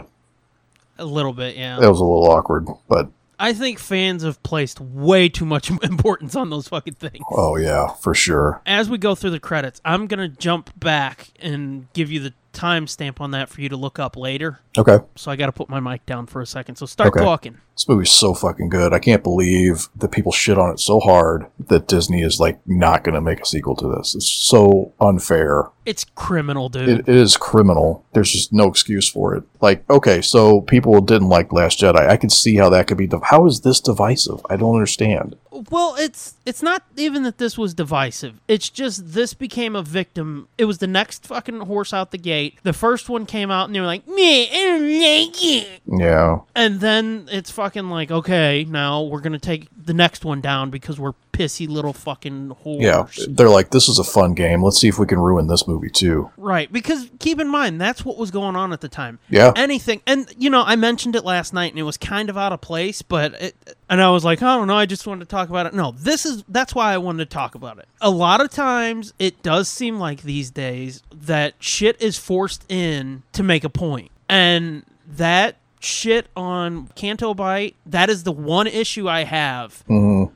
Speaker 5: A little bit, yeah.
Speaker 6: That was a little awkward, but
Speaker 5: I think fans have placed way too much *laughs* importance on those fucking things.
Speaker 6: oh yeah, for sure.
Speaker 5: As we go through the credits, I'm going to jump back and give you the timestamp on that for you to look up later.
Speaker 6: Okay,
Speaker 5: So I got to put my mic down for a second. So start
Speaker 6: Okay.
Speaker 5: talking.
Speaker 6: this movie's so fucking good. I can't believe that people shit on it so hard that Disney is like not going to make a sequel to this. It's so unfair.
Speaker 5: It's criminal, dude.
Speaker 6: It, it is criminal. There's just no excuse for it. Like, okay, so people didn't like Last Jedi. I could see how that could be. Div- how is this divisive? I don't understand.
Speaker 5: Well, it's it's not even that this was divisive. It's just this became a victim. It was the next fucking horse out the gate. The first one came out and they were like, meh, don't like it.
Speaker 6: Yeah.
Speaker 5: And then it's fucking like, okay, now we're gonna take the next one down because we're pissy little fucking whores.
Speaker 6: Yeah. They're like, this is a fun game. Let's see if we can ruin this movie too.
Speaker 5: Right, because keep in mind that's what was going on at the time.
Speaker 6: Yeah.
Speaker 5: Anything, and you know, I mentioned it last night, and it was kind of out of place, but it, and I was like, I don't know, I just wanted to talk about it. No, this is that's why I wanted to talk about it. A lot of times, it does seem like these days that shit is forced in to make a point, and that shit on Canto Bite, that is the one issue I have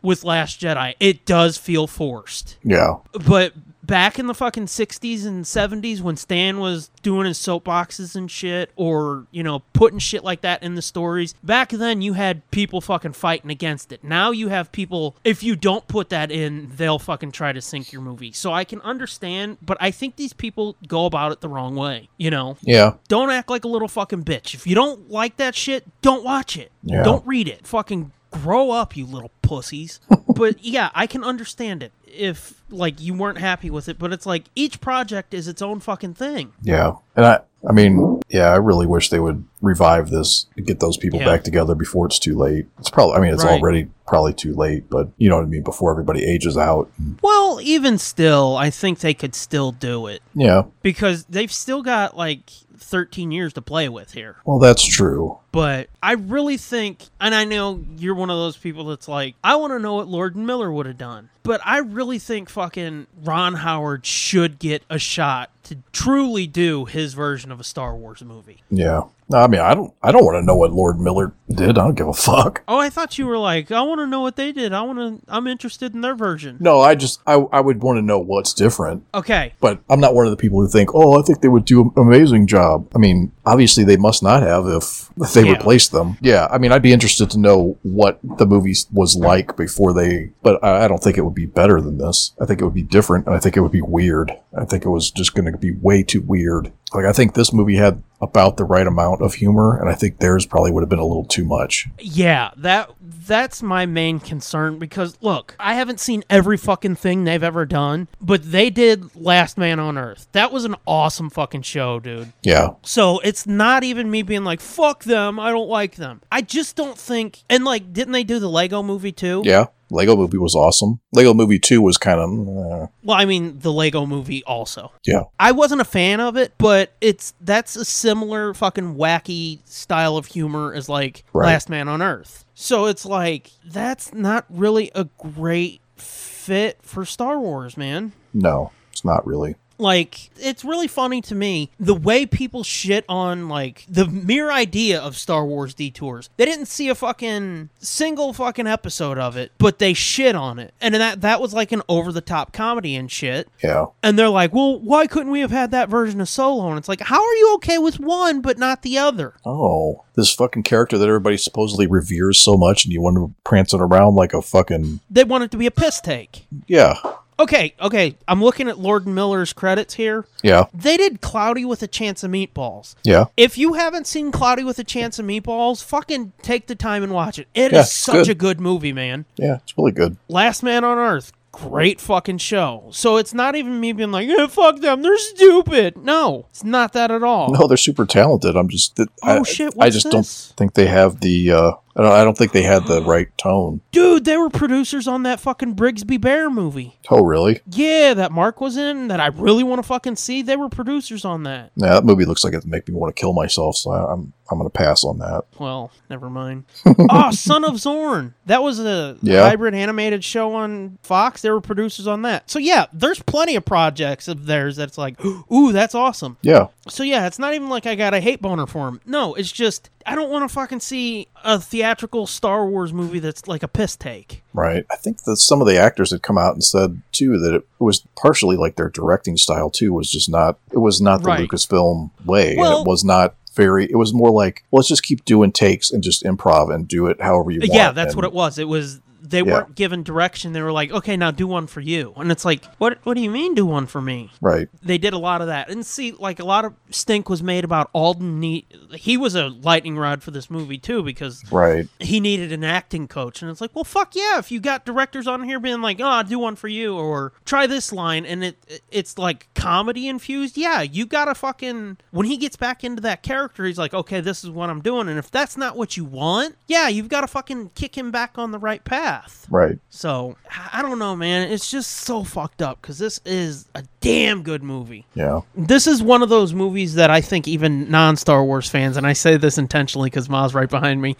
Speaker 5: with Last Jedi. It does feel forced
Speaker 6: Yeah.
Speaker 5: but back in the fucking 60s and 70s when stan was doing his soapboxes and shit or you know putting shit like that in the stories back then you had people fucking fighting against it now you have people if you don't put that in they'll fucking try to sink your movie so i can understand but i think these people go about it the wrong way you know
Speaker 6: Yeah.
Speaker 5: don't act like a little fucking bitch if you don't like that shit don't watch it
Speaker 6: Yeah.
Speaker 5: don't read it fucking grow up you little pussies but yeah i can understand it if like you weren't happy with it but it's like each project is its own fucking thing
Speaker 6: Yeah. And I, I mean, yeah, I really wish they would revive this, get those people
Speaker 5: Yeah.
Speaker 6: back together before it's too late. It's probably, I mean, it's
Speaker 5: Right.
Speaker 6: already probably too late, but you know what I mean? Before everybody ages out.
Speaker 5: well even still i think they could still do it
Speaker 6: Yeah.
Speaker 5: because they've still got like 13 years to play with here
Speaker 6: Well, that's true.
Speaker 5: but i really think and i know you're one of those people that's like i want to know what lord and miller would have done but i really think fucking ron howard should get a shot to truly do his version of a star wars movie
Speaker 6: Yeah. No, I mean, I don't, I don't want to know what Lord Miller did. I don't give a fuck.
Speaker 5: oh i thought you were like i want to know what they did i want to i'm interested in their version
Speaker 6: No, I just, I, I would want to know what's different.
Speaker 5: okay
Speaker 6: But I'm not one of the people who think, oh, I think they would do an amazing job. I mean, obviously they must not have if they
Speaker 5: Yeah.
Speaker 6: replaced them. Yeah, I mean, I'd be interested to know what the movie was like before they, but I, I don't think it would be better than this. I think it would be different, and I think it would be weird. I think it was just going to be way too weird. Like, I think this movie had about the right amount of humor, and I think theirs probably would have been a little too much.
Speaker 5: Yeah, that that's my main concern because look, I haven't seen every fucking thing they've ever done, but they did Last Man on Earth. That was an awesome fucking show, dude.
Speaker 6: Yeah,
Speaker 5: So it's not even me being like, fuck them, I don't like them. I just don't think and like didn't they do the Lego movie too?
Speaker 6: yeah. Lego Movie was awesome. Lego Movie Two was kind of, uh,
Speaker 5: Well, I mean the Lego movie also.
Speaker 6: yeah,
Speaker 5: I wasn't a fan of it, but it's that's a similar fucking wacky style of humor as like
Speaker 6: Right.
Speaker 5: Last Man on Earth. So it's like that's not really a great fit for Star Wars, man.
Speaker 6: no, it's not really.
Speaker 5: Like it's really funny to me the way people shit on like the mere idea of Star Wars detours. They didn't see a fucking single fucking episode of it, but they shit on it. And that that was like an over the top comedy and shit.
Speaker 6: Yeah.
Speaker 5: And they're like, well, why couldn't we have had that version of Solo? And it's like, how are you okay with one but not the other?
Speaker 6: Oh, this fucking character that everybody supposedly reveres so much, and you want him prancing around like a fucking
Speaker 5: They want it to be a piss take.
Speaker 6: yeah,
Speaker 5: Okay, okay. I'm looking at Lord and Miller's credits here.
Speaker 6: yeah,
Speaker 5: They did Cloudy with a Chance of Meatballs.
Speaker 6: yeah.
Speaker 5: If you haven't seen Cloudy with a Chance of Meatballs, fucking take the time and watch it. It is
Speaker 6: Yeah, it's
Speaker 5: such
Speaker 6: good.
Speaker 5: a good movie, man.
Speaker 6: Yeah, it's really good.
Speaker 5: Last Man on Earth, great fucking show. So it's not even me being like, eh, fuck them, they're stupid. No, it's not that at all.
Speaker 6: No, they're super talented. I'm just, that I,
Speaker 5: Oh, shit,
Speaker 6: I
Speaker 5: what's
Speaker 6: just
Speaker 5: this?
Speaker 6: don't think they have the. uh I don't, I don't think they had the right tone.
Speaker 5: Dude, they were producers on that fucking Brigsby Bear movie.
Speaker 6: Oh, really?
Speaker 5: Yeah, that Mark was in that I really want to fucking see. They were producers on that.
Speaker 6: Yeah, that movie looks like it make me want to kill myself. So I, I'm, I'm gonna pass on that.
Speaker 5: Well, never mind.
Speaker 6: *laughs*
Speaker 5: oh, Son of Zorn. That was a
Speaker 6: Yeah.
Speaker 5: hybrid animated show on Fox. They were producers on that. So yeah, there's plenty of projects of theirs that's like, *gasps* ooh, that's awesome.
Speaker 6: Yeah,
Speaker 5: So yeah, it's not even like I got a hate boner for him. No, it's just I don't want to fucking see a theatrical Star Wars movie that's like a piss take.
Speaker 6: right. I think that some of the actors had come out and said too that it was partially like their directing style too was just not. It was not the
Speaker 5: Right.
Speaker 6: Lucasfilm way,
Speaker 5: Well-
Speaker 6: and it was not very. It was more like let's just keep doing takes and just improv and do it however you want.
Speaker 5: Yeah, that's
Speaker 6: and-
Speaker 5: what it was. It was they
Speaker 6: Yeah.
Speaker 5: weren't given direction. They were like, "Okay, now do one for you," and it's like, "What? What do you mean do one for me?"
Speaker 6: Right.
Speaker 5: They did a lot of that, and see, like a lot of stink was made about Alden. He, he was a lightning rod for this movie too because
Speaker 6: Right.
Speaker 5: he needed an acting coach and it's like well fuck yeah if you got directors on here being like oh i'll do one for you or try this line and it it- it's like comedy infused yeah you gotta fucking when he gets back into that character he's like okay this is what i'm doing and if that's not what you want yeah you've gotta fucking kick him back on the right path
Speaker 6: Right.
Speaker 5: so I- i don't know man it's just so fucked up because this is a damn good movie
Speaker 6: Yeah.
Speaker 5: this is one of those movies that I think even non Star Wars fans, and I say this intentionally because Ma's right behind me,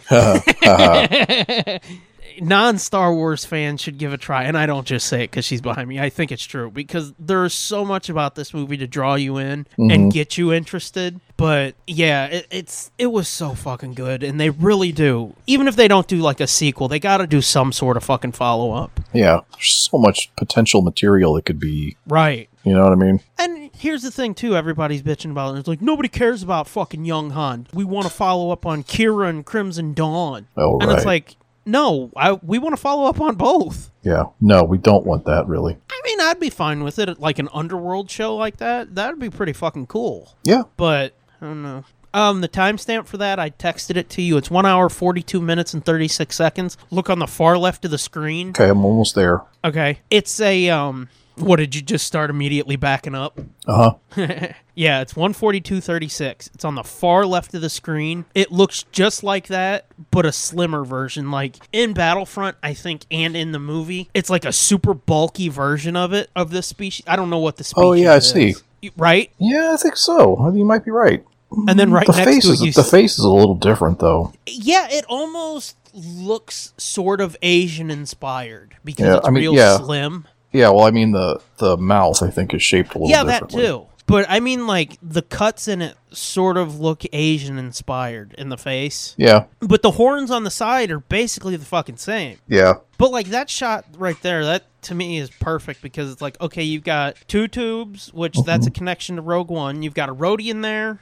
Speaker 5: *laughs* non Star Wars fans should give a try. And I don't just say it because she's behind me. I think it's true because there's so much about this movie to draw you in and get you interested. But yeah, it, it's it was so fucking good, and they really do. Even if they don't do like a sequel, they got to do some sort of fucking follow up,
Speaker 6: Yeah. There's so much potential material that could be.
Speaker 5: right?
Speaker 6: You know what I mean?
Speaker 5: And here's the thing too, everybody's bitching about it. It's like nobody cares about fucking young Han. We want to follow up on Kira and Crimson Dawn.
Speaker 6: Oh,
Speaker 5: and it's
Speaker 6: right.
Speaker 5: like, no, I we want to follow up on both.
Speaker 6: Yeah. No, we don't want that really.
Speaker 5: I mean, I'd be fine with it, like an underworld show like that. That'd be pretty fucking cool.
Speaker 6: Yeah.
Speaker 5: But I don't know. Um, the timestamp for that, I texted it to you. It's one hour forty two minutes and thirty six seconds. Look on the far left of the screen.
Speaker 6: Okay. I'm almost there.
Speaker 5: Okay. It's a um what did you just start immediately backing up?
Speaker 6: Uh huh.
Speaker 5: Yeah, it's 142.36. It's on the far left of the screen. It looks just like that, but a slimmer version. Like in Battlefront, I think, and in the movie, it's like a super bulky version of it, of this species. I don't know what the species
Speaker 6: Oh, yeah, I
Speaker 5: is.
Speaker 6: see.
Speaker 5: You- Right?
Speaker 6: Yeah, I think so. I think you might be right.
Speaker 5: And then right
Speaker 6: the
Speaker 5: next
Speaker 6: face
Speaker 5: to it,
Speaker 6: is
Speaker 5: you
Speaker 6: the
Speaker 5: s-
Speaker 6: face is a little different though.
Speaker 5: Yeah, it almost looks sort of Asian inspired because
Speaker 6: Yeah,
Speaker 5: it's
Speaker 6: I mean,
Speaker 5: real
Speaker 6: yeah.
Speaker 5: slim.
Speaker 6: Yeah, well, I mean the the mouth I think is shaped a little
Speaker 5: Yeah, that
Speaker 6: differently.
Speaker 5: too. But I mean, like, the cuts in it sort of look Asian inspired in the face.
Speaker 6: Yeah,
Speaker 5: but the horns on the side are basically the fucking same.
Speaker 6: yeah,
Speaker 5: But like that shot right there, that to me is perfect because it's like, okay, you've got two tubes, which that's a connection to Rogue One. You've got a Rodian there,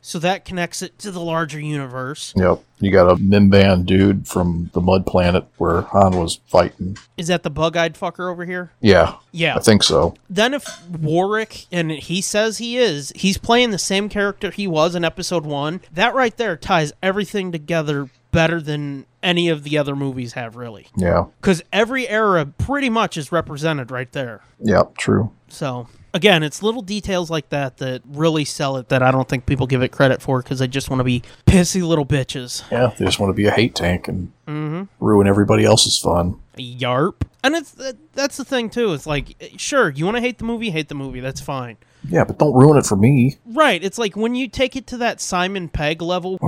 Speaker 5: so that connects it to the larger universe.
Speaker 6: yep. You got a Mimban dude from the Mud Planet where Han was fighting.
Speaker 5: Is that the bug-eyed fucker over here?
Speaker 6: Yeah,
Speaker 5: Yeah.
Speaker 6: I think so.
Speaker 5: Then if Warwick and he says he is, he's playing the same character he was in Episode One. That right there ties everything together better than any of the other movies have really.
Speaker 6: Yeah,
Speaker 5: because every era pretty much is represented right there.
Speaker 6: yeah, true.
Speaker 5: So again, it's little details like that that really sell it that I don't think people give it credit for because they just want to be pissy little bitches.
Speaker 6: Yeah, they just want to be a hate tank and
Speaker 5: Mm-hmm.
Speaker 6: ruin everybody else's fun.
Speaker 5: Yarp. And it's that- that's the thing too. It's like, eh, sure, you want to hate the movie, hate the movie. That's fine.
Speaker 6: Yeah, but don't ruin it for me.
Speaker 5: Right. It's like when you take it to that Simon Pegg level,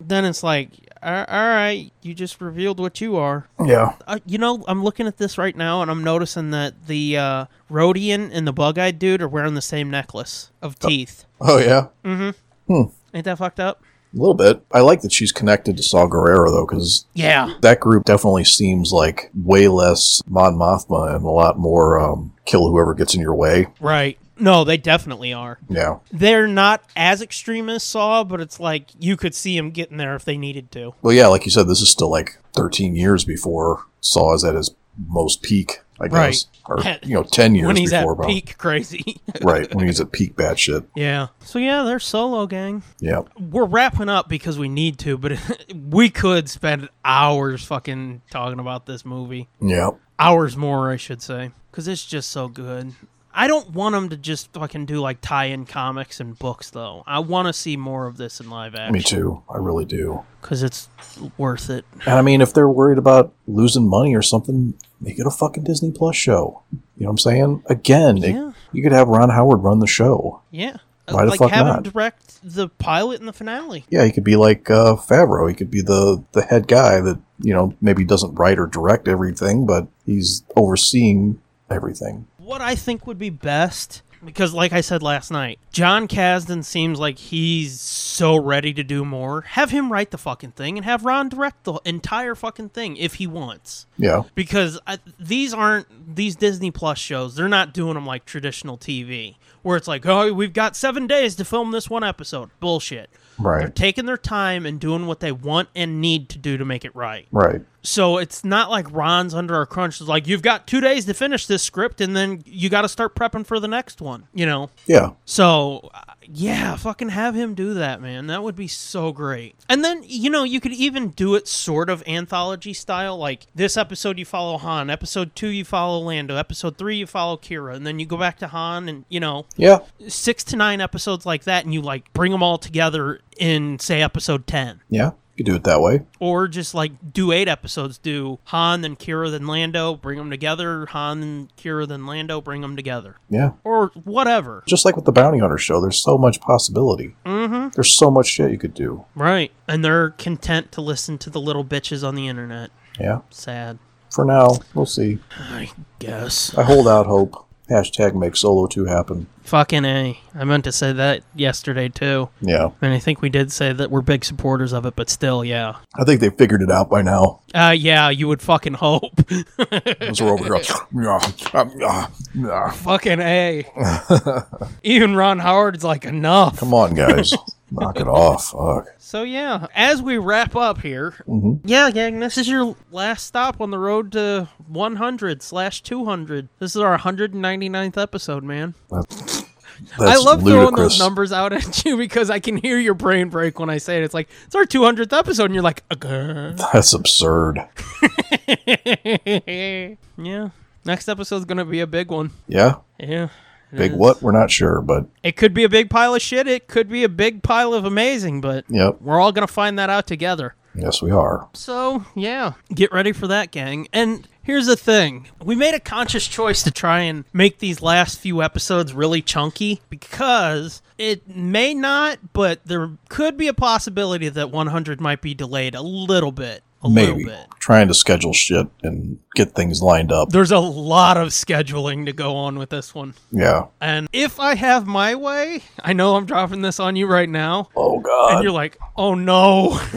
Speaker 5: then it's like, all all right, you just revealed what you are.
Speaker 6: Yeah,
Speaker 5: uh, you know, I'm looking at this right now, and I'm noticing that the uh, Rhodian and the bug-eyed dude are wearing the same necklace of teeth.
Speaker 6: Oh yeah, a
Speaker 5: Ain't that fucked up?
Speaker 6: little bit. I like that she's connected to Saw Gerrera though, because
Speaker 5: Yeah,
Speaker 6: that group definitely seems like way less Mon Mothma and a lot more um, kill whoever gets in your way.
Speaker 5: right. No, they definitely are.
Speaker 6: Yeah,
Speaker 5: They're not as extreme as Saw, but it's like you could see them getting there if they needed to.
Speaker 6: well, yeah, like you said, this is still like 13 years before Saw is at his most peak, I guess,
Speaker 5: Right.
Speaker 6: or you know, 10 years
Speaker 5: when he's at
Speaker 6: before, probably.
Speaker 5: peak *laughs* crazy.
Speaker 6: *laughs* right when he's at peak batshit.
Speaker 5: yeah. So yeah, they're solo gang.
Speaker 6: Yeah,
Speaker 5: We're wrapping up because we need to, but *laughs* we could spend hours fucking talking about this movie.
Speaker 6: yeah,
Speaker 5: hours more, I should say, because it's just so good. I don't want them to just fucking do like tie-in comics and books, though. I want to see more of this in live
Speaker 6: me
Speaker 5: action
Speaker 6: too. I really do.
Speaker 5: because it's worth it.
Speaker 6: And I mean, if they're worried about losing money or something, make it a fucking Disney Plus show. You know what I'm saying? Again, it-
Speaker 5: Yeah.
Speaker 6: you could have Ron Howard run the show.
Speaker 5: Yeah,
Speaker 6: Why the
Speaker 5: like
Speaker 6: fuck
Speaker 5: have
Speaker 6: not?
Speaker 5: him direct the pilot and the finale.
Speaker 6: Yeah, he could be like uh, Favreau. He could be the the head guy that you know maybe doesn't write or direct everything, but he's overseeing everything.
Speaker 5: What I think would be best, because like I said last night, John Kasdan seems like he's so ready to do more. Have him write the fucking thing and have Ron direct the entire fucking thing if he wants.
Speaker 6: Yeah,
Speaker 5: because I, these aren't these Disney Plus shows. They're not doing them like traditional TV, where it's like, oh, we've got seven days to film this one episode. Bullshit. They're
Speaker 6: right,
Speaker 5: taking their time and doing what they want and need to do to make it right.
Speaker 6: right.
Speaker 5: So it's not like Ron's under a crunch. It's like you've got two days to finish this script, and then you got to start prepping for the next one. You know.
Speaker 6: Yeah.
Speaker 5: So, uh, yeah, fucking have him do that, man. That would be so great. And then, you know, you could even do it sort of anthology style. Like this episode, you follow Han. Episode two, you follow Lando. Episode three, you follow Kira. And then you go back to Han and, you know,
Speaker 6: Yeah.
Speaker 5: six to nine episodes like that. And you like bring them all together in, say, episode 10.
Speaker 6: Yeah. You could do it that way.
Speaker 5: Or just like do eight episodes. Do Han, then Kira, then Lando. Bring them together. Han, then Kira, then Lando. Bring them together.
Speaker 6: Yeah.
Speaker 5: Or whatever.
Speaker 6: Just like with the Bounty Hunter show, there's so much possibility. Mm-hmm. There's so much shit you could do.
Speaker 5: Right. And they're content to listen to the little bitches on the internet.
Speaker 6: Yeah.
Speaker 5: Sad.
Speaker 6: For now, we'll see.
Speaker 5: I guess.
Speaker 6: I hold out hope. Hashtag make Solo 2 happen.
Speaker 5: Fucking A. I meant to say that yesterday, too.
Speaker 6: Yeah.
Speaker 5: And I think we did say that we're big supporters of it, but still, yeah.
Speaker 6: I think they figured it out by now.
Speaker 5: Uh, yeah, you would fucking hope. *laughs*
Speaker 6: As we're over here. yeah, um, yeah, yeah.
Speaker 5: fucking
Speaker 6: *laughs*
Speaker 5: A. Even Ron Howard's like, enough.
Speaker 6: Come on, guys. Knock it off. Fuck.
Speaker 5: So, yeah, as we wrap up here,
Speaker 6: Mm-hmm.
Speaker 5: yeah, gang, this is your last stop on the road to 100 slash 200. This is our 199th episode, man.
Speaker 6: That's
Speaker 5: I love throwing
Speaker 6: ludicrous.
Speaker 5: those numbers out at *laughs* you because I can hear your brain break when I say it. It's like it's our 200th episode, and you're like, "Ugh."
Speaker 6: That's absurd.
Speaker 5: *laughs* yeah. Next episode's gonna be a big one.
Speaker 6: Yeah.
Speaker 5: Yeah, it
Speaker 6: Big
Speaker 5: is.
Speaker 6: what? We're not sure, but
Speaker 5: It could be a big pile of shit. It could be a big pile of amazing. But
Speaker 6: yep.
Speaker 5: we're all gonna find that out together.
Speaker 6: Yes, we are.
Speaker 5: So, yeah, get ready for that, gang. And here's the thing we made a conscious choice to try and make these last few episodes really chunky because it may not, but there could be a possibility that 100 might be delayed a little bit. A
Speaker 6: Maybe.
Speaker 5: little bit.
Speaker 6: Trying to schedule shit and get things lined up.
Speaker 5: There's a lot of scheduling to go on with this one.
Speaker 6: Yeah.
Speaker 5: And if I have my way, I know I'm dropping this on you right now.
Speaker 6: Oh, God.
Speaker 5: and you're like, oh no. *laughs*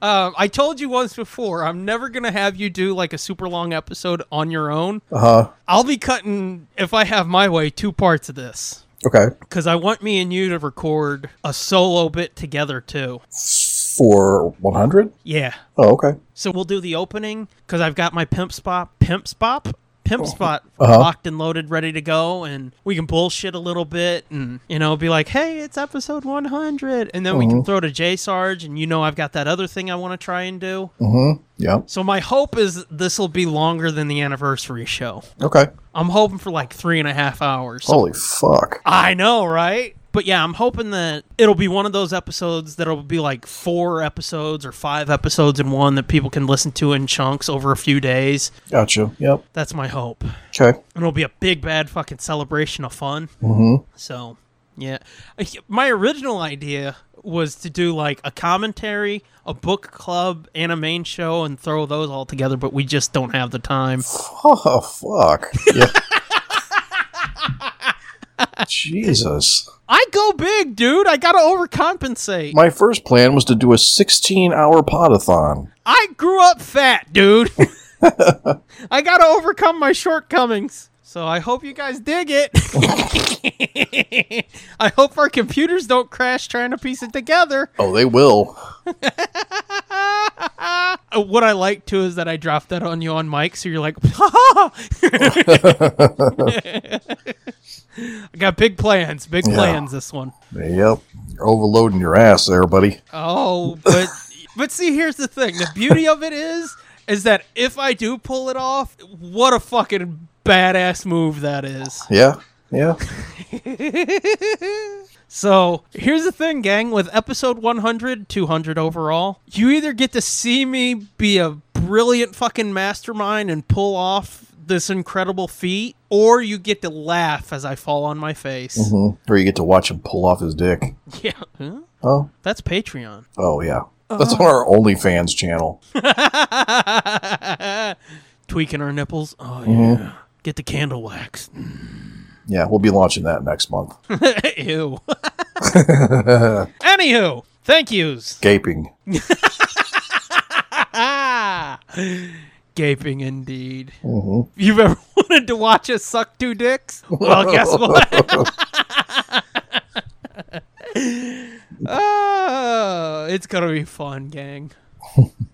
Speaker 5: Um, I told you once before, I'm never gonna have you do like a super long episode on your own.
Speaker 6: Uh huh.
Speaker 5: I'll be cutting, if I have my way, two parts of this
Speaker 6: Okay.
Speaker 5: because I want me and you to record a solo bit together too.
Speaker 6: For 100?
Speaker 5: Yeah,
Speaker 6: Oh, okay.
Speaker 5: so we'll do the opening because I've got my pimp spot, pimp spot, pimp spot
Speaker 6: Uh-huh.
Speaker 5: locked and loaded, ready to go, and we can bullshit a little bit, and you know, be like, "Hey, it's episode 100," and then we can throw to J Sarge, and you know, I've got that other thing I want to try and do.
Speaker 6: Yeah.
Speaker 5: So my hope is this will be longer than the anniversary show.
Speaker 6: Okay.
Speaker 5: I'm hoping for like three and a half hours.
Speaker 6: Holy fuck.
Speaker 5: I know, right? But yeah, I'm hoping that it'll be one of those episodes that'll be like four episodes or five episodes in one that people can listen to in chunks over a few days.
Speaker 6: Gotcha. Yep.
Speaker 5: That's my hope. And
Speaker 6: Okay.
Speaker 5: it'll be a big, bad fucking celebration of fun. Mm-hmm. So, yeah. I- My original idea was to do like a commentary, a book club, and a main show and throw those all together, but we just don't have the time.
Speaker 6: Oh, fuck.
Speaker 5: *laughs*
Speaker 6: Yeah. Jesus.
Speaker 5: I go big, dude. I gotta overcompensate.
Speaker 6: My first plan was to do a 16 hour potathon.
Speaker 5: I grew up fat, dude. I gotta overcome my shortcomings. So I hope you guys dig it. I hope our computers don't crash trying to piece it together.
Speaker 6: Oh, they will.
Speaker 5: Uh, what I like too is that I dropped that on you on mic, so you're like, *laughs* ha I got big plans, big plans this one.
Speaker 6: Yep. You're overloading your ass there, buddy.
Speaker 5: Oh, but but see, here's the thing. The beauty of it is, is that if I do pull it off, what a fucking badass move that is.
Speaker 6: Yeah. Yeah.
Speaker 5: So here's the thing, gang. With episode 100, 200 overall, you either get to see me be a brilliant fucking mastermind and pull off this incredible feat, or you get to laugh as I fall on my face.
Speaker 6: Mhm. Or you get to watch him pull off his dick.
Speaker 5: Yeah, Huh?
Speaker 6: Oh.
Speaker 5: that's Patreon. *laughs*
Speaker 6: Oh, yeah. That's on our OnlyFans channel.
Speaker 5: tweaking our nipples. Oh yeah. Get the candle wax.
Speaker 6: Yeah, we'll be launching that next month.
Speaker 5: *laughs* Ew. Anywho, thank yous.
Speaker 6: Gaping.
Speaker 5: Ah, gaping indeed. You've ever *laughs* wanted to watch us suck two dicks? Well, guess what? *laughs* Ah, oh, it's gonna be fun, gang.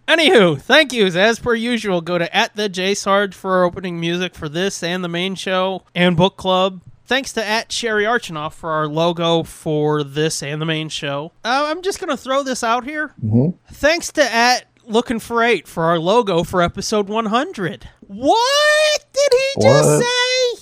Speaker 5: Anywho, thank yous as per usual. Go to at the J Sarge for our opening music for this and the main show and book club. Thanks to at Sherry Archinoff for our logo for this and the main show. Uh, I'm just gonna throw this out here. Thanks to at looking for eight for our logo for episode 100. What did he
Speaker 6: What?
Speaker 5: just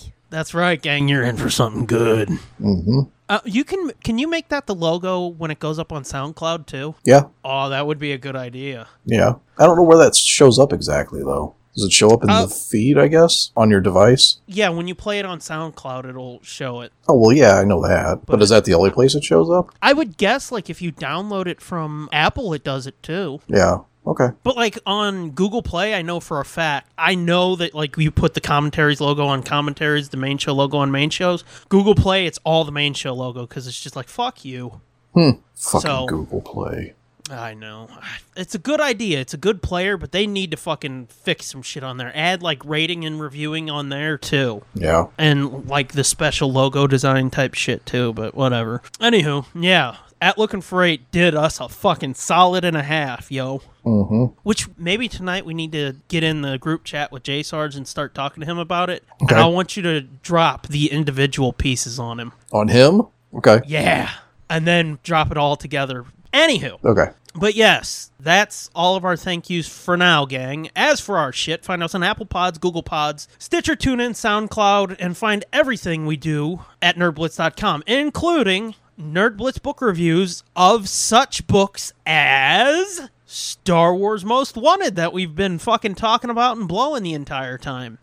Speaker 5: say? That's right, gang. You're in for something good. Mm-hmm. Uh, you can can you make that the logo when it goes up on SoundCloud too?
Speaker 6: Yeah.
Speaker 5: Oh, that would be a good idea.
Speaker 6: Yeah. I don't know where that shows up exactly, though. Does it show up in
Speaker 5: Uh,
Speaker 6: the feed, I guess, on your device?
Speaker 5: Yeah, when you play it on SoundCloud, it'll show it.
Speaker 6: Oh, well, yeah, I know that. But, is that the only place it shows up?
Speaker 5: I would guess, like, if you download it from Apple, it does it too.
Speaker 6: Yeah. Okay.
Speaker 5: But, like, on Google Play, I know for a fact, I know that, like, you put the commentaries logo on commentaries, the main show logo on main shows. Google Play, it's all the main show logo because it's just like, fuck you.
Speaker 6: Fucking
Speaker 5: So-
Speaker 6: Google Play.
Speaker 5: I know. *sighs* It's a good idea. It's a good player, but they need to fucking fix some shit on there. Add, like, rating and reviewing on there too.
Speaker 6: Yeah.
Speaker 5: and like the special logo design type shit too, but whatever. Anywho, yeah, at looking for eight did us a fucking solid and a half, yo. Mm-hmm. Which maybe tonight we need to get in the group chat with J Sarge and start talking to him about it.
Speaker 6: Okay.
Speaker 5: And I want you to drop the individual pieces on him.
Speaker 6: On him? Okay.
Speaker 5: Yeah, and then drop it all together. Anywho,
Speaker 6: Okay.
Speaker 5: but yes, that's all of our thank yous for now, gang. As for our shit, find us on Apple Pods, Google Pods, Stitcher, TuneIn, SoundCloud, and find everything we do at nerdblitz.com, including Nerdblitz book reviews of such books as Star Wars Most Wanted that we've been fucking talking about and blowing the entire time.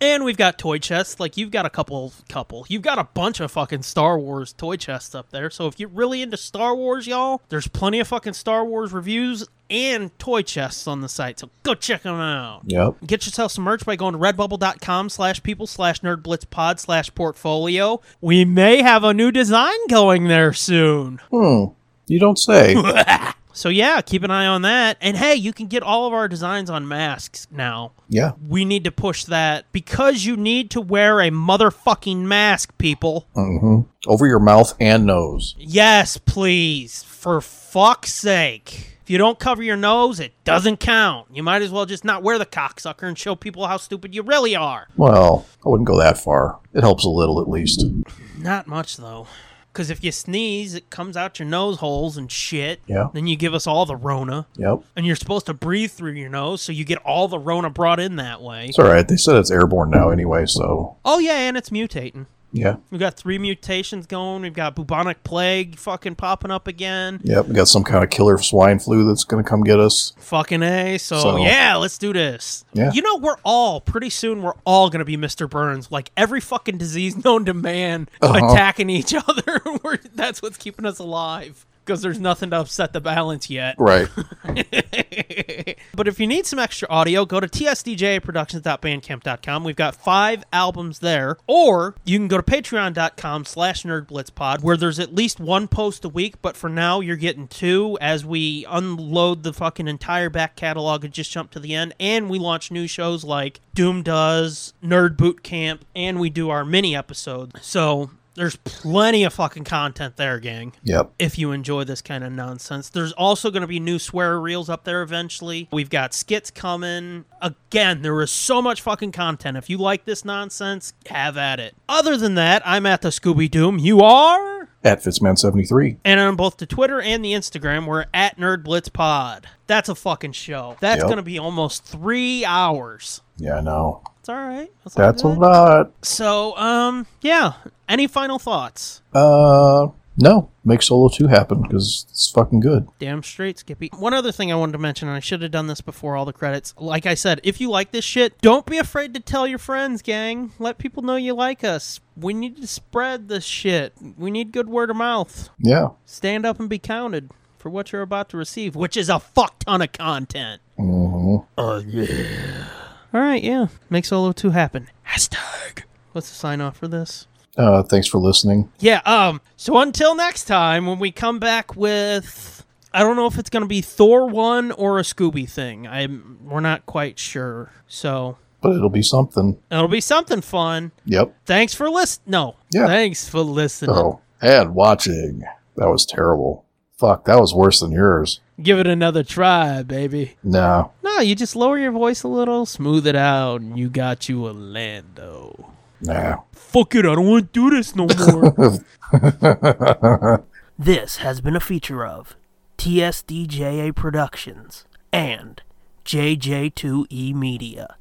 Speaker 5: And we've got toy chests. Like you've got a couple, couple. You've got a bunch of fucking Star Wars toy chests up there. So if you're really into Star Wars, y'all, there's plenty of fucking Star Wars reviews and toy chests on the site. So go check them out.
Speaker 6: Yep.
Speaker 5: Get yourself some merch by going to redbubble.com slash people slash nerdblitzpod slash portfolio. We may have a new design going there soon.
Speaker 6: You
Speaker 5: *laughs*
Speaker 6: don't say.
Speaker 5: So yeah, keep an eye on that. And hey, you can get all of our designs on masks now
Speaker 6: yeah.
Speaker 5: we need to push that because you need to wear a motherfucking mask, people.
Speaker 6: Mm-hmm. Over your mouth and nose.
Speaker 5: Yes, please. For fuck's sake. If you don't cover your nose, it doesn't count. You might as well just not wear the cocksucker and show people how stupid you really are.
Speaker 6: Well, I wouldn't go that far. It helps a little, at least.
Speaker 5: Not much, though. Because if you sneeze, it comes out your nose holes and shit.
Speaker 6: Yeah.
Speaker 5: Then you give us all the Rona.
Speaker 6: Yep.
Speaker 5: And you're supposed to breathe through your nose, so you get all the Rona brought in that way.
Speaker 6: It's all right. They said it's airborne now, anyway, so.
Speaker 5: Oh, yeah, and it's mutating.
Speaker 6: Yeah.
Speaker 5: We've got three mutations going. We've got bubonic plague fucking popping up again.
Speaker 6: Yep. We got some kind of killer swine flu that's going to come get us.
Speaker 5: Fucking A. So,
Speaker 6: So-
Speaker 5: yeah, let's do this.
Speaker 6: Yeah.
Speaker 5: You know, we're all pretty soon we're all gonna be Mr. Burns. Like every fucking disease *laughs* known to man
Speaker 6: Uh-huh.
Speaker 5: attacking each *laughs* other. we're, that's what's keeping us alive. Because there's nothing to upset the balance yet.
Speaker 6: Right.
Speaker 5: *laughs* but if you need some extra audio, go to tsdjproductions.bandcamp.com. We've got five albums there, or you can go to patreon.com slash nerdblitzpod, where there's at least one post a week, but for now you're getting two as we unload the fucking entire back catalog and just jump to the end, and we launch new shows like Doom Does, Nerd Boot Camp, and we do our mini episode. So... There's plenty of fucking content there, gang
Speaker 6: *laughs* Yep.
Speaker 5: if you enjoy this kind of nonsense. There's also going to be new swear reels up there eventually. We've got skits coming. Again, there is so much fucking content. If you like this nonsense, have at it. Other than that, I'm at the Scooby Doom. You are?
Speaker 6: At Fitzman73.
Speaker 5: And on both the Twitter and the Instagram, we're at NerdBlitzPod. That's a fucking show. That's
Speaker 6: Yep.
Speaker 5: going to be almost three hours.
Speaker 6: Yeah, I know.
Speaker 5: It's all right. That's, all
Speaker 6: That's a
Speaker 5: good.
Speaker 6: lot.
Speaker 5: So, um, yeah. Any final thoughts?
Speaker 6: Uh, no. Make Solo 2 happen because it's fucking good.
Speaker 5: Damn straight, Skippy. One other thing I wanted to mention, and I should have done this before all the credits. Like I said, if you like this shit, don't be afraid to tell your friends, gang. Let people know you like us. We need to spread this shit. We need good word of mouth.
Speaker 6: Yeah.
Speaker 5: Stand up and be counted for what you're about to receive, which is a fuck ton of content.
Speaker 4: Oh, yeah.
Speaker 5: All right, yeah. Make Solo 2 happen. Hashtag. What's the sign off for this?
Speaker 6: Uh, thanks for listening.
Speaker 5: Yeah, um so until next time when we come back with I don't know if it's going to be Thor 1 or a Scooby thing. I am we're not quite sure. So,
Speaker 6: But it'll be something.
Speaker 5: it'll be something fun.
Speaker 6: Yep.
Speaker 5: Thanks for listening. No.
Speaker 6: Yeah.
Speaker 5: Thanks for listening.
Speaker 6: Oh, and watching. That was terrible. Fuck, that was worse than yours.
Speaker 5: Give it another try, baby.
Speaker 6: No.
Speaker 5: No, you just lower your voice a little, smooth it out, and you got you a Lando.
Speaker 6: Nah.
Speaker 5: Fuck it, I don't want to do this no more.
Speaker 4: This has been a feature of TSDJA Productions and JJ2E Media.